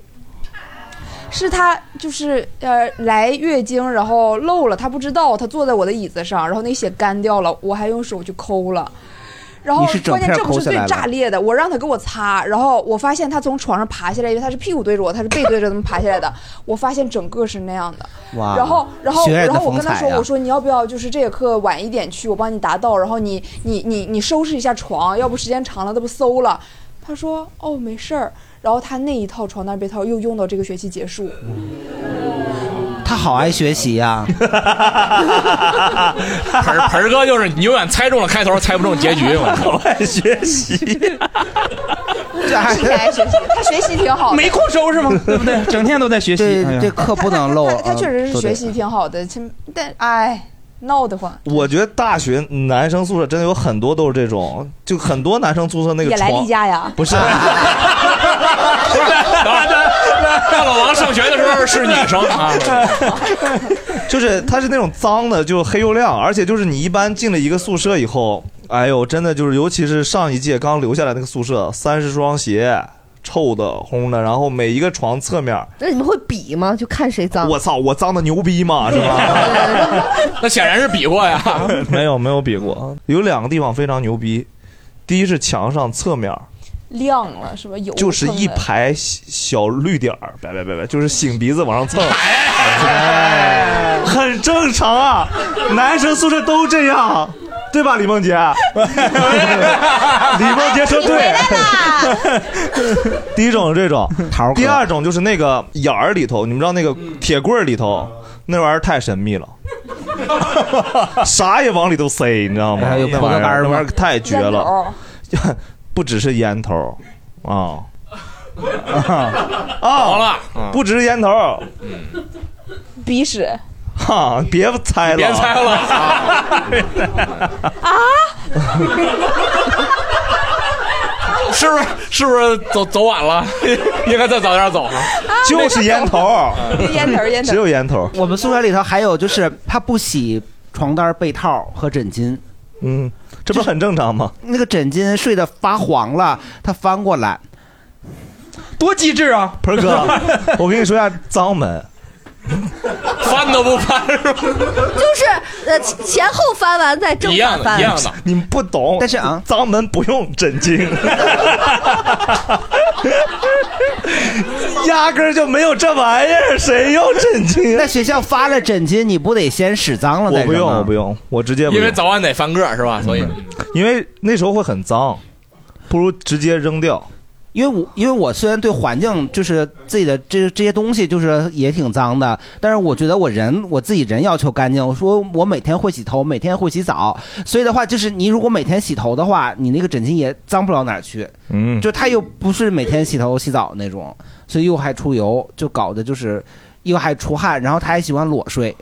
是他就是呃来月经，然后漏了，他不知道，他坐在我的椅子上，然后那血干掉了，我还用手去抠了。然后你是整关键片这不抠是下最来了炸裂的，我让他给我擦，然后我发现他从床上爬下来，因为他是屁股对着我，他是背对着他们爬下来的，我发现整个是那样的。哇然后然后学啊院的然后我跟他风采说，呀我说你要不要就是这个课晚一点去，我帮你达到，然后你你你你收拾一下床，要不时间长了他不馊了。他说哦没事儿，然后他那一套床单被套又用到这个学期结束。他好爱学习啊呀、盆儿盆儿哥就是你永远猜中了开头，猜不中结局嘛。我爱学习，这还挺爱学习，他学习挺好的，没空收拾吗？对不对？整天都在学习，哎这这课不能漏。他确实是学习挺好的，亲，但哎，闹得慌。我觉得大学男生宿舍真的有很多都是这种，就很多男生宿舍那个也来床例假呀？不 是，大老王上学的时候是女生啊， 就是它是那种脏的，就黑又亮，而且就是你一般进了一个宿舍以后，哎呦，真的就是，尤其是上一届刚留下来那个宿舍，三十双鞋，臭的烘的，然后每一个床侧面，那你们会比吗？就看谁脏。我操，我脏的牛逼嘛，是吧？ 那显然是比过呀。 没有没有比过，啊有两个地方非常牛逼，第一是墙上侧面，亮了是吧？有就是一蹭的排小小绿点儿，白白白白，就是擤鼻子往上蹭，哎很正常啊，男生宿舍都这样，对吧，李梦洁？ 李梦洁说对。 第一种是这种，第二种就是那个眼儿里头，你们知道那个铁棍儿里头，那玩意儿太神秘 了。啥也往里头塞，你知道吗？还有那玩意葡萄干儿，儿那吗玩意儿太绝烟头了儿， 不只是烟头儿啊。啊，好了不只是烟头儿，鼻屎哈，别猜了，别猜了啊！是是不是是不是走走晚了？应该再早点走。 就是烟头， 烟头烟头只有烟头。我们宿舍里头还有就是他不洗床单、被套和枕巾。嗯，这不很正常吗？那个枕巾睡得发黄了，他翻过来，多机智啊！盆 儿 哥，我跟你说一下脏门，翻都不翻是吧？就是呃前后翻完再正反翻，哎你们不懂。但是啊，脏门不用枕 巾，压根儿就没有这玩意儿，谁用枕巾？啊那学校发了枕巾，你不得先使脏了再我不用，扔吗啊我不用，我直接不嗯因为用早晚得翻个儿是吧？所以因为那时候会很脏，不如直接扔掉。因为我因为我虽然对环境就是自己的这这些东西就是也挺脏的，但是我觉得我人我自己人要求干净。我说我每天会洗头，每天会洗澡，所以的话就是你如果每天洗头的话，你那个枕巾也脏不了哪儿去。嗯，就他又不是每天洗头洗澡那种，所以又还出油，就搞得就是又还出汗，然后他还喜欢裸 睡。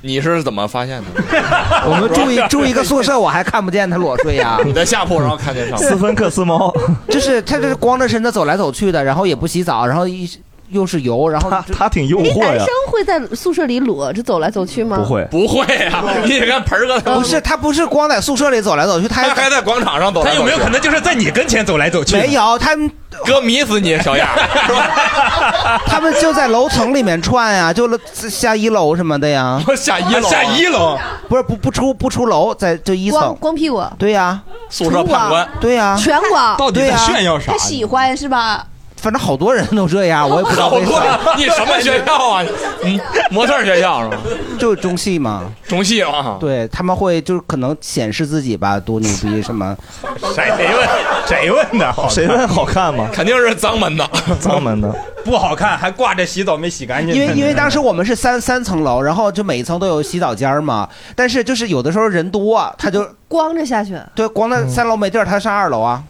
你是怎么发现的？ 我们住一住一个宿舍，我还看不见他裸睡 呀、你在下铺，然后看见上面斯芬克斯猫， 就是他这光着身子走来走去的，然后也不洗澡，然后一又是油，然后他他挺诱哎，男生会在宿舍里裸着走来走去吗？不会不会啊！你得看盆儿哥他不是他不是光在宿舍里走来走去，他他 还在广场上走来走去，他有没有可能就是在你跟前走来走没有他们哥迷死你小样 儿，他们就在楼层里面串呀、就楼下一楼什么的呀， 下一楼啊下一楼不是不不出不出楼，在就一光层，光屁股，对呀、宿舍判官对呀、全光，对呀他喜欢是吧？反正好多人都这样，我也不知道好为啥多， 啊你什么学校啊？你模特儿学校是吧？就中戏嘛，中戏啊，对他们会就是可能显示自己吧，多牛逼什么。 谁谁问谁问的？谁问好看 吗？肯定是脏门 的，脏门的。 不好看，还挂着洗澡没洗干净。因为因为当时我们是三三层楼，然后就每一层都有洗澡间儿嘛，但是就是有的时候人多，啊他就光着下去，对，光在三楼没地儿，他上二楼啊。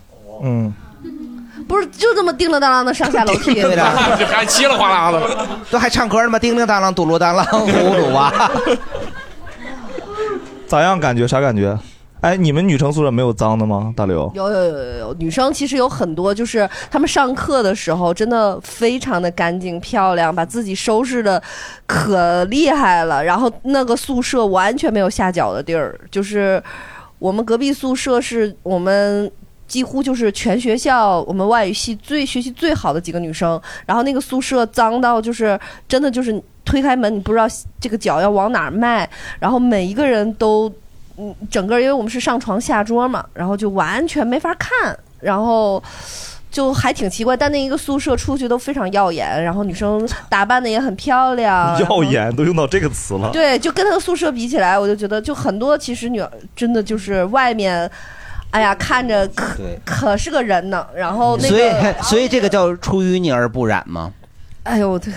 嗯，不是就这么叮了当啷的上下楼梯？对的，这还稀里哗啦的，都还唱歌呢吗？叮叮当啷，嘟噜当啷，呼噜哇。咋样？感觉啥感觉？哎，你们女生宿舍没有脏的吗？大刘，有有有有有，女生其实有很多，就是她们上课的时候真的非常的干净漂亮，把自己收拾的可厉害了。然后那个宿舍完全没有下脚的地儿，就是我们隔壁宿舍是我们。几乎就是全学校我们外语系最学习最好的几个女生，然后那个宿舍脏到就是真的就是推开门你不知道这个脚要往哪儿迈，然后每一个人都嗯，整个因为我们是上床下桌嘛，然后就完全没法看，然后就还挺奇怪。但那一个宿舍出去都非常耀眼，然后女生打扮的也很漂亮，耀眼都用到这个词了。呃对，就跟他的宿舍比起来，我就觉得就很多其实女真的就是外面，哎呀，看着可对可是个人呢。然后哦那所以个，所以这个叫出淤泥而不染吗？哎呦，对，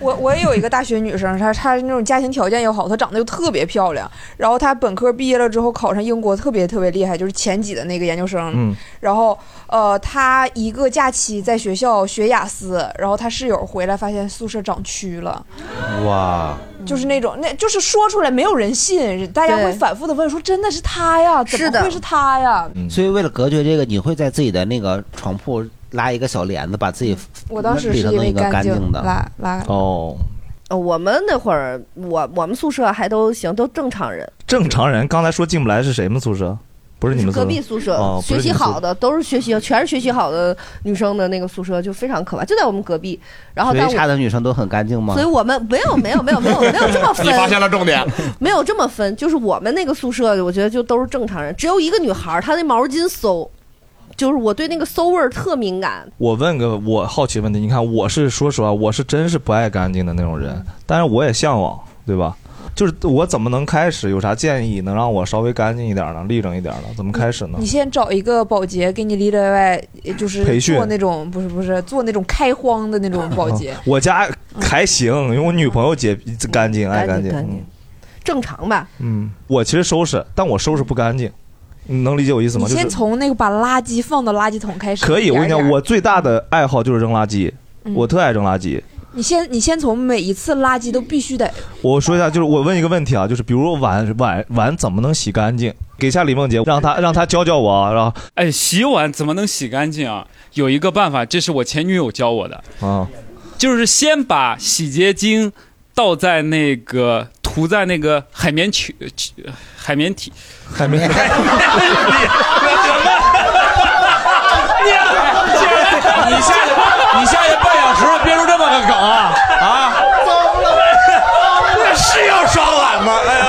我我也有一个大学女生，她她那种家庭条件又好，她长得又特别漂亮，然后她本科毕业了之后考上英国特别特别厉害，就是前几的那个研究生。嗯然后呃，她一个假期在学校学雅思，然后她室友回来发现宿舍长蛆了。哇，就是那种，那就是说出来没有人信，大家会反复的问说：“真的是他呀？怎么会是他呀所以为了隔绝这个，你会在自己的那个床铺拉一个小帘子，把自己？”我当时里是头因弄为一个干净净的拉拉哦，呃我们那会儿，我我们宿舍还都行，都正常人。正常人刚才说进不来是谁们宿舍？不是你们宿舍隔壁宿舍、哦、学习好的。的都是学习，全是学习好的女生的那个宿舍就非常可怕，就在我们隔壁。然后学哦但习差我的女生都很干净吗所以？我们没有没有没有没有没有这么分，你发现了重点，没有这么分，就是我们那个宿舍，我觉得就都是正常人，只有一个女孩儿，她那毛巾馊，就是我对那个馊味儿特敏感。我问个我好奇问题，你看我是说实话，我是真是不爱干净的那种嗯人，但是我也向往，对吧？就是我怎么能开始？有啥建议能让我稍微干净一点呢，立整一点呢？怎么开始呢？嗯你先找一个保洁给你里里外外，呃就是培训嗯。做那种不是不是做那种开荒的那种保洁嗯我家还行，因为我女朋友洁干净，爱干净。嗯正常吧？嗯，我其实收拾，但我收拾不干净，你能理解我意思吗？你就先是从那个把垃圾放到垃圾桶开始。可以，我跟你一讲，点儿一点儿我最大的爱好就是扔垃圾，嗯我特爱扔垃圾。你先你先从每一次垃圾都必须得我说一下，就是我问一个问题啊，就是比如碗碗碗怎么能洗干净？给一下李梦洁，让她让她教教我啊，然后哎，洗碗怎么能洗干净啊？有一个办法，这是我前女友教我的，啊，就是先把洗洁精倒在那个涂在那个海绵球球海绵体海绵哎 你下去，你下去半小时，憋出这么个梗啊啊！ 这是要刷碗吗？哎呀，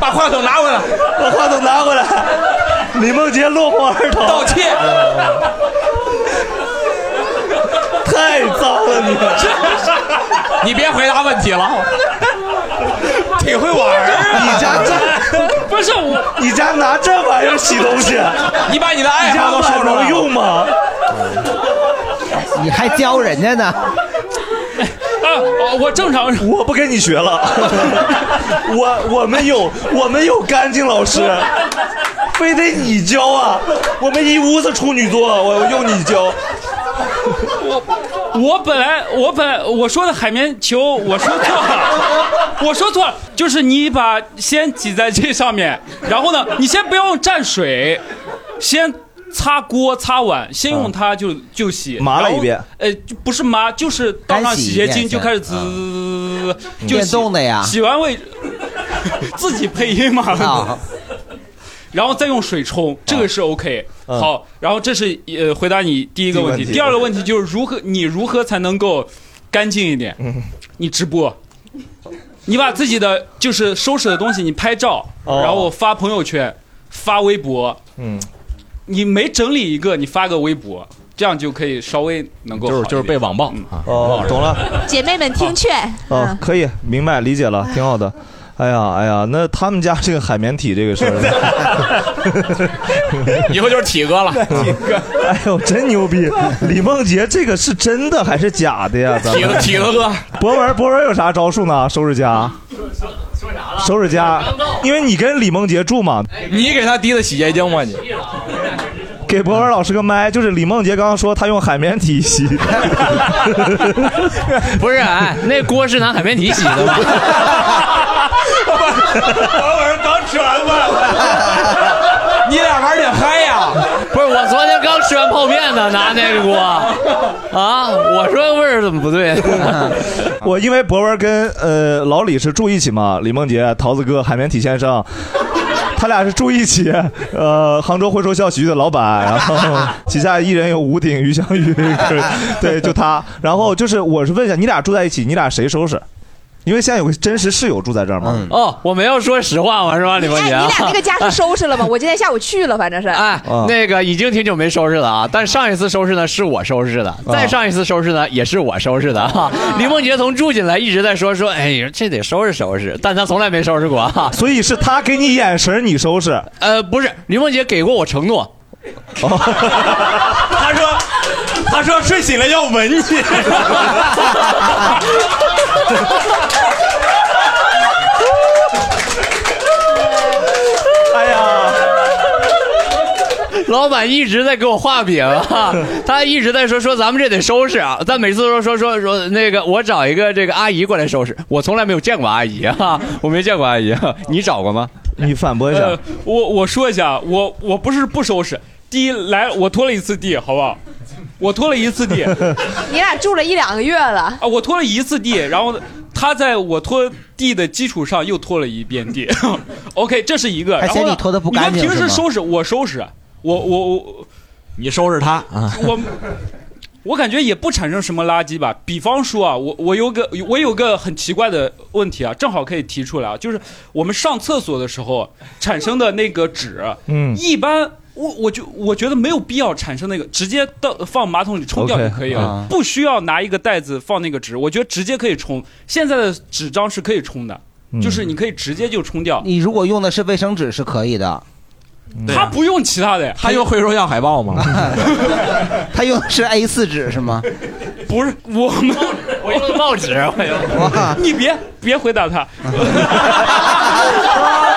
把话筒拿回来，把话筒拿回来。李梦洁落荒而逃，道 歉。太脏了你！ 你别回答问题了，挺会玩啊！你家这不是我，你家拿这玩意儿洗东西？啊你把你的爱好都说出来了你家碗能用吗？你还教人家呢？啊，我正常， 我不跟你学了。 我我们有我们有干净老师，非得你教啊！我们一屋子处女座，我用你教。我我本来我本来我说的海绵球，我说错 了，我说错了，就是你把先挤在这上面，然后呢，你先不要用蘸水，先擦锅擦碗，先用它就、就洗，嗯麻了然后一遍呃，就不是麻，就是倒上干洗洗一洁遍精就先开始嗯滋滋滋滋，就洗电动的呀洗完卫自己配音嘛。啊然后再用水冲，这个是 OK。嗯好，然后这是呃回答你第一个问第一个问题，题第二个问题就是如何你如何才能够干净一点？你直播，你把自己的就是收拾的东西你拍照，哦然后发朋友圈，发微博，嗯，你每整理一个，你发个微博，这样就可以稍微能够就是就是被网暴啊哦，懂了。姐妹们听劝，哦，可以，明白理解了，挺好的。哎呀，哎呀，那他们家这个海绵体这个事儿， 以后就是体 哥了，哎呦，真牛逼！李梦洁这个是真的还是假 的呀？咱们体哥体哥哥，博文，博文有啥招数呢？收拾家，收拾家，因为你跟李梦洁住嘛，你给他滴的洗洁精吗你？给博文老师个麦，就是李梦洁刚刚说她用海绵 体洗，不是，哎，那锅是拿海绵体洗的吗？我是刚吃完饭，你俩玩点嗨呀！不是，我昨天刚吃完泡面呢，拿那个锅啊，我 说味儿怎么不对？ 我因为博文跟呃老李是住一起嘛，李梦洁、桃子哥、海绵体先生， 他俩是住一起。呃，杭州徽州校喜剧的老板，然后旗下艺人有吴鼎、于湘雨， 对，就他。然后就是我是问一下，你俩住在一起，你俩谁收拾？因为现在有个真实室友住在这儿嘛。哦，我没有说实话嘛，是吧，李梦哎，你洁？ 俩那个家是收拾了 吗？我今天下午去了，反正是。哎，啊那个已经挺久没收拾了啊，但上一次收拾呢是我收拾的，啊再上一次收拾呢也是我收拾的哈、李梦洁从住进来一直在说说，哎，这得收拾收拾，但她从来没收拾过哈、所以是他给你眼神，你收拾。哦呃，不是，李梦洁给过我承诺，他说，他说睡醒了要吻你。哎呀， 老板一直在给我画饼啊，他一直在说说咱们这得收拾啊，但每次都说说说说那个我找一个这个阿姨过来收拾，我从来没有见过阿姨啊，我没见过阿姨，啊 你找过吗？你反驳呃，我我说一下，我我不是不收拾。第一，来，我拖了一次地，好不好？我拖了一次地，你俩住了一两个月 了，啊，我拖了一次地，然后他在我拖地的基础上又拖了一遍地。OK，这是一个。还然嫌后呢你拖得不干净你们平时是吗收拾，我收啊拾，我我我，你收拾他啊我嗯我感觉也不产生什么垃圾吧。比方说啊，我我有个我有个很奇怪的问题啊，正好可以提出来啊，就是我们上厕所的时候产生的那个纸，啊嗯一般。我我就我觉得没有必要产生那个，直接倒放马桶里冲掉 OK，就可以了啊不需要拿一个袋子放那个纸，我觉得直接可以冲。现在的纸张是可以冲的，嗯就是你可以直接就冲掉。你如果用的是卫生纸是可以的，他不用其他的呀，他用回收样海报吗？他用的是 A 4纸是吗？不是我们，我用报纸，我用。你别别回答他，啊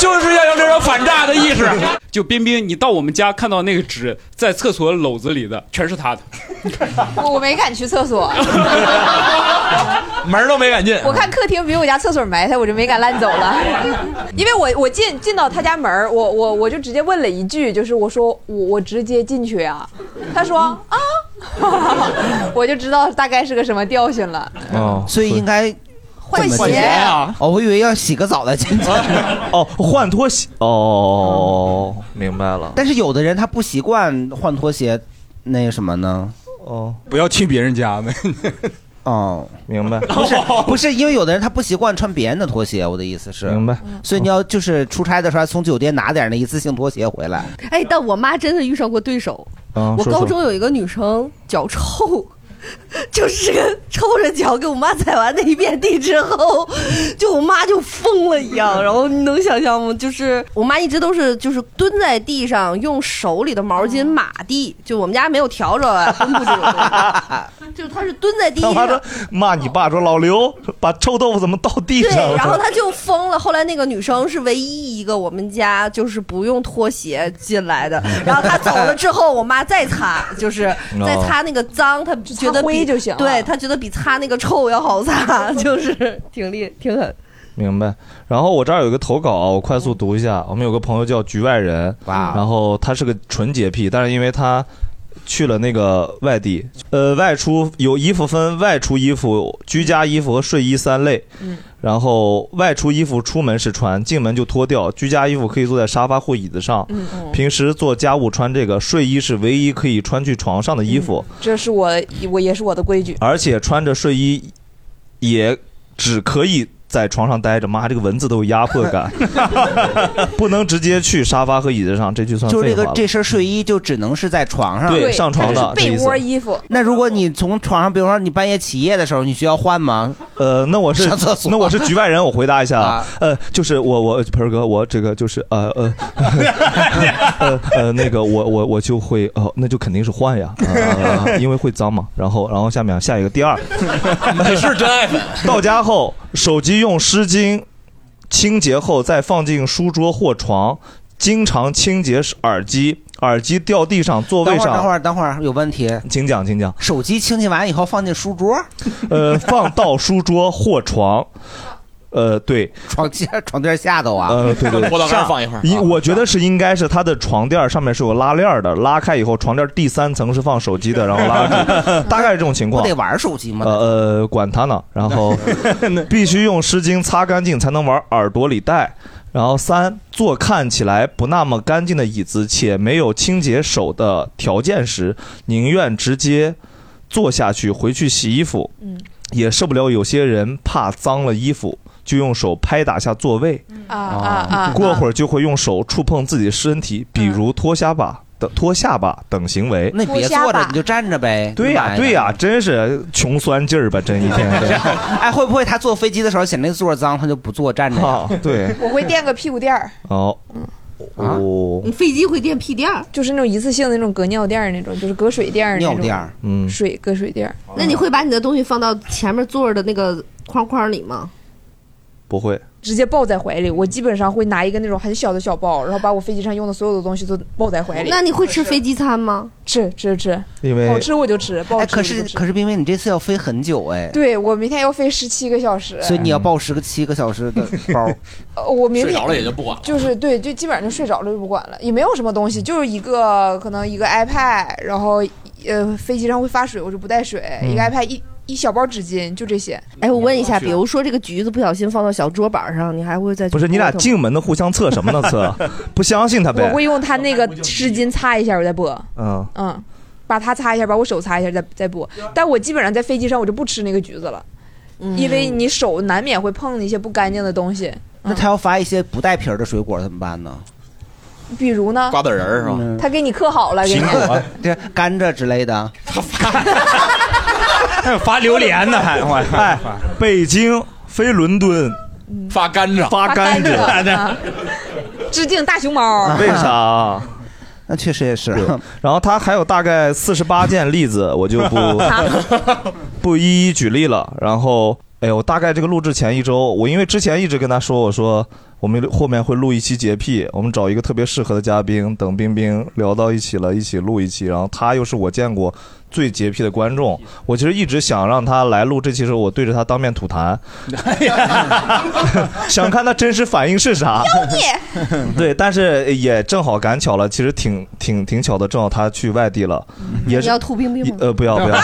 就是要有这种反诈的意识。就冰冰，你到我们家看到那个纸在厕所篓子里的，全是他的，我没敢去厕 所，门儿都没敢进我看客厅比我家厕所埋汰，我就没敢烂走了。 因为我我进进到他家门儿我我我就直接问了一句，就是我说我我直接进去呀、他说啊， 我就知道大概是个什么调性了。哦，所以应该换鞋呀！哦，我以为要洗个澡再进去。哦，换拖鞋。哦，明白了。但是有的人他不习惯换拖鞋，那什么呢？哦，不要去别人 家呗。哦，明白。不 是不是，因为有的人他不习惯穿别人的拖鞋，我的意思是。明白。所以你要就是出差的时候从酒店拿点那一次性拖鞋回来。哎，但我妈真的遇上过对手。嗯啊我高中有一个女生脚臭，就是这个 抽着脚给我妈踩完那一遍地之后，就我妈就疯了一样。然后你能想象吗？就是我妈一直都是就是蹲在地上，用手里的毛巾码地，就我们家没有笤帚啊，蹲不住， 就她是蹲在地他妈上说。骂你爸说老刘把臭豆腐怎么倒地上了？ 对，然后他就疯了。后来那个女生是唯一一个我们家就是不用拖鞋进来的。然后她走了之后，我妈再擦，就是哦再擦那个脏，她觉得擦比灰就行了对她觉得比擦那个臭要好擦， 就是挺厉挺狠。明白。然后我这儿有一个投稿啊，我快速读一下。我们有个朋友叫局外人，然后他是个纯洁癖，但是因为他去了那个外地，呃，外出有衣服分外出衣服、居家衣服和睡衣三类。嗯然后外出衣服出门时穿，进门就脱掉。居家衣服可以坐在沙发或椅子上，嗯嗯平时做家务穿这个。睡衣是唯一可以穿去床上的衣服。这是我我也是我的规矩。而且穿着睡衣也只可以在床上待着。妈，这个文字都有压迫感，不能直接去沙发和椅子上，这就算就是废这话个了。这身睡衣就只能是在床上，对对上床的它是被被窝衣服，那如果你从床上，比如说你半夜起夜的时候，你需要换吗？呃，那我是上厕所，那我是局外人，我回答一下，啊、呃，就是我我盆儿哥，我这个就是呃呃呃呃那个我我我就会哦、那就肯定是换呀、呃因为会脏嘛。然后然后下面下一个第二，是真爱粉。到家后，手机用湿巾清洁后再放进书桌或床，经常清洁耳机，耳机掉地上、座位等会儿等会上。儿等会儿有问题，请讲，请讲。手机清洁完以后放进书桌，呃，放到书桌或床。呃，对， 床垫床垫下头啊，呃，对对对，我上一我觉得是应该是他的床垫上面是有拉链儿的，拉开以后，床垫第三层是放手机的，然后拉 住，大概是这种情况。我得 玩手机吗？呃呃，管他呢，然 后必须用湿巾擦干净才能往耳朵里戴。然后三，坐看起来不那么干净的椅子且没有清洁手的条件时，宁愿直接坐下去回去洗衣服。嗯也受不了有些人怕脏了衣服就用手拍打下座位。啊啊啊！嗯过会儿就会用手触碰自己身体，比如脱下巴等脱下巴等行为。那别坐着，你就站着呗。对呀、对呀、真是穷酸劲儿吧，真一天。真是 哎，会不会他坐飞机的时候嫌那座脏，他就不坐站着？啊啊，对，我会垫个屁股垫儿，哦，哦，飞机会垫屁垫儿，就是那种一次性的那种隔尿垫儿那种，就是隔水垫儿那种。尿垫儿嗯水隔水垫儿。哦那你会把你的东西放到前面座儿的那个框框里吗？不会，直接抱在怀里，我基本上会拿一个那种很小的小包，然后把我飞机上用的所有的东西都抱在怀里。那你会吃飞机餐吗？吃吃吃，因好吃我就吃，不好哎，吃我可就是不吃。可是冰冰，你这次要飞很久哎，，对我明天要飞十七个小时，所以你要抱十个七个小 时的包，呃我明睡天着了也就不管了就是对，就基本上就睡着了就不管了，也没有什么东西，就是一个可能一个 iPad，然后呃飞机上会发水，我就不带水，嗯一个 iPad 一一小包纸巾，就这些。哎，我问一下，比如说这个橘子不小心放到小桌板上，你还会再去不是你俩拨它吗进门的互相测什么呢？测，不相信他我呗会？用它那个湿巾擦一下，我再播。嗯，嗯，把它擦一下，把我手擦一下，再再剥。但我基本上在飞机上我就不吃那个橘子了，因为你手难免会碰一些不干净的东西，那他要发一些不带皮儿的水果怎么办呢？比如呢，子仁儿是吧嗯他给你刻好了，给你。 这甘蔗之类的。 还有发榴莲呢，还哎，北京飞伦敦，发甘蔗，发甘发甘蔗 蔗，啊致敬大熊猫。 嗯为啥？那确实也是。然后他还有大概四十八件例子，我就 不啊不一一举例了。然后，哎呦，我大概这个录制前一周，我因为之前一直跟他说，我说我们后面会录一期洁癖，我们找一个特别适合的嘉宾，等冰冰聊到一起了，一起录一期。然后他又是我见过最洁癖的观众，我其实一直想让他来录这期的时候，我对着他当面吐痰， 想看他真实反应是啥。 对，但是也正好赶巧了，其实挺挺挺巧的，正好他去外地了，也你是要吐冰冰吗？呃，不要不要，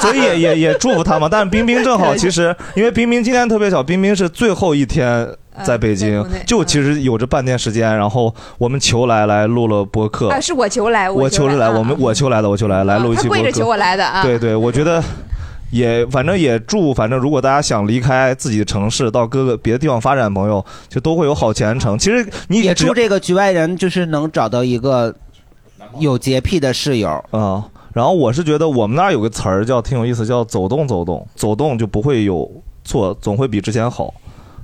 所以也也也祝福他嘛。但是冰冰正好，其实因为冰冰今天特别巧，冰冰是最后一天在北京，嗯就其实有着半天时间，然后我们求来来录了播 客，啊，是我求来，啊我求着来，我们我求来的，我求来来录一他期播跪客，着求我来的啊，对对，我觉得也反正也祝，反正如果大家想离开自己的城市，到各个别的地方发展，朋友就都会有好前程。其实你也祝这个局外人就是能找到一个有洁癖的室友啊、然后我是觉得我们那儿有个词儿叫挺有意思，叫走动走动，走动就不会有错，总会比之前好。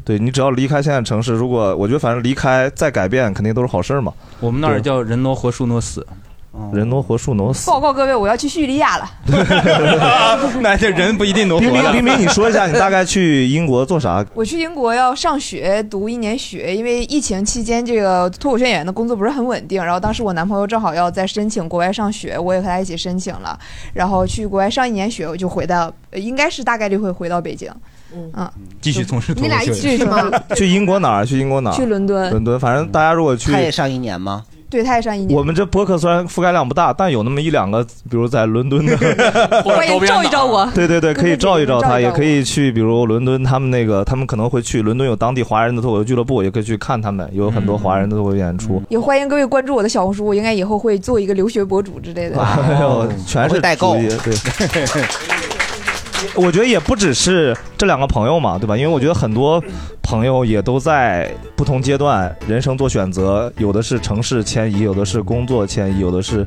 对你只要离开现在城市，如果我觉得反正离开再改变，肯定都是好事儿嘛。我们那儿叫人挪活，树挪死。人挪活，树挪死。报告各位，我要去叙利亚了。 那这人不一定挪活冰冰，了。冰冰，你说一下你大概去英国做啥？我去英国要上学读一年学，因为疫情期间这个脱口秀演员的工作不是很稳定。然后当时我男朋友正好要在申请国外上学，我也和他一起申请了，然后去国外上一年学，我就回到，呃应该是大概率会回到北京。嗯，继续从事你俩一起去吗？去英国哪儿？去英国哪儿？去伦敦伦敦，反正大家如果去，他也上一年吗？对，他也上一年。我们这播客虽然覆盖量不大，但有那么一两个，比如在伦 敦的，欢迎照一照我。对对对，可以照一照照他，一也照可以去，比如伦敦他们那个，他们可能会去伦敦有当地华人的脱口秀俱乐部，也可以去看他们，有很多华人的脱口秀演出。也欢迎各位关注我的小红书，我应该以后会做一个留学博主之类 的。哎呦，全是哦会代购主意对。 我觉得也不只是这两个朋友嘛，对吧？因为我觉得很多朋友也都在不同阶段人生做选择，有的是城市迁移，有的是工作迁移，有的是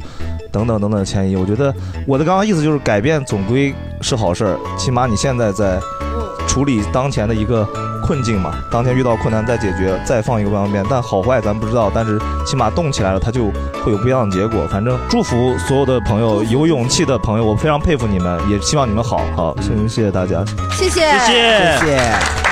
等等等等迁移。我觉得我的刚刚意思就是，改变总归是好事儿，起码你现在在处理当前的一个困境嘛，当前遇到困难再解决，再放一个万方便，但好坏咱不知道，但是起码动起来了，它就会有不一样的结果。反正祝福所有的朋友，有勇气的朋友，我非常佩服你们，也希望你们好好，谢谢大家。谢谢，谢谢。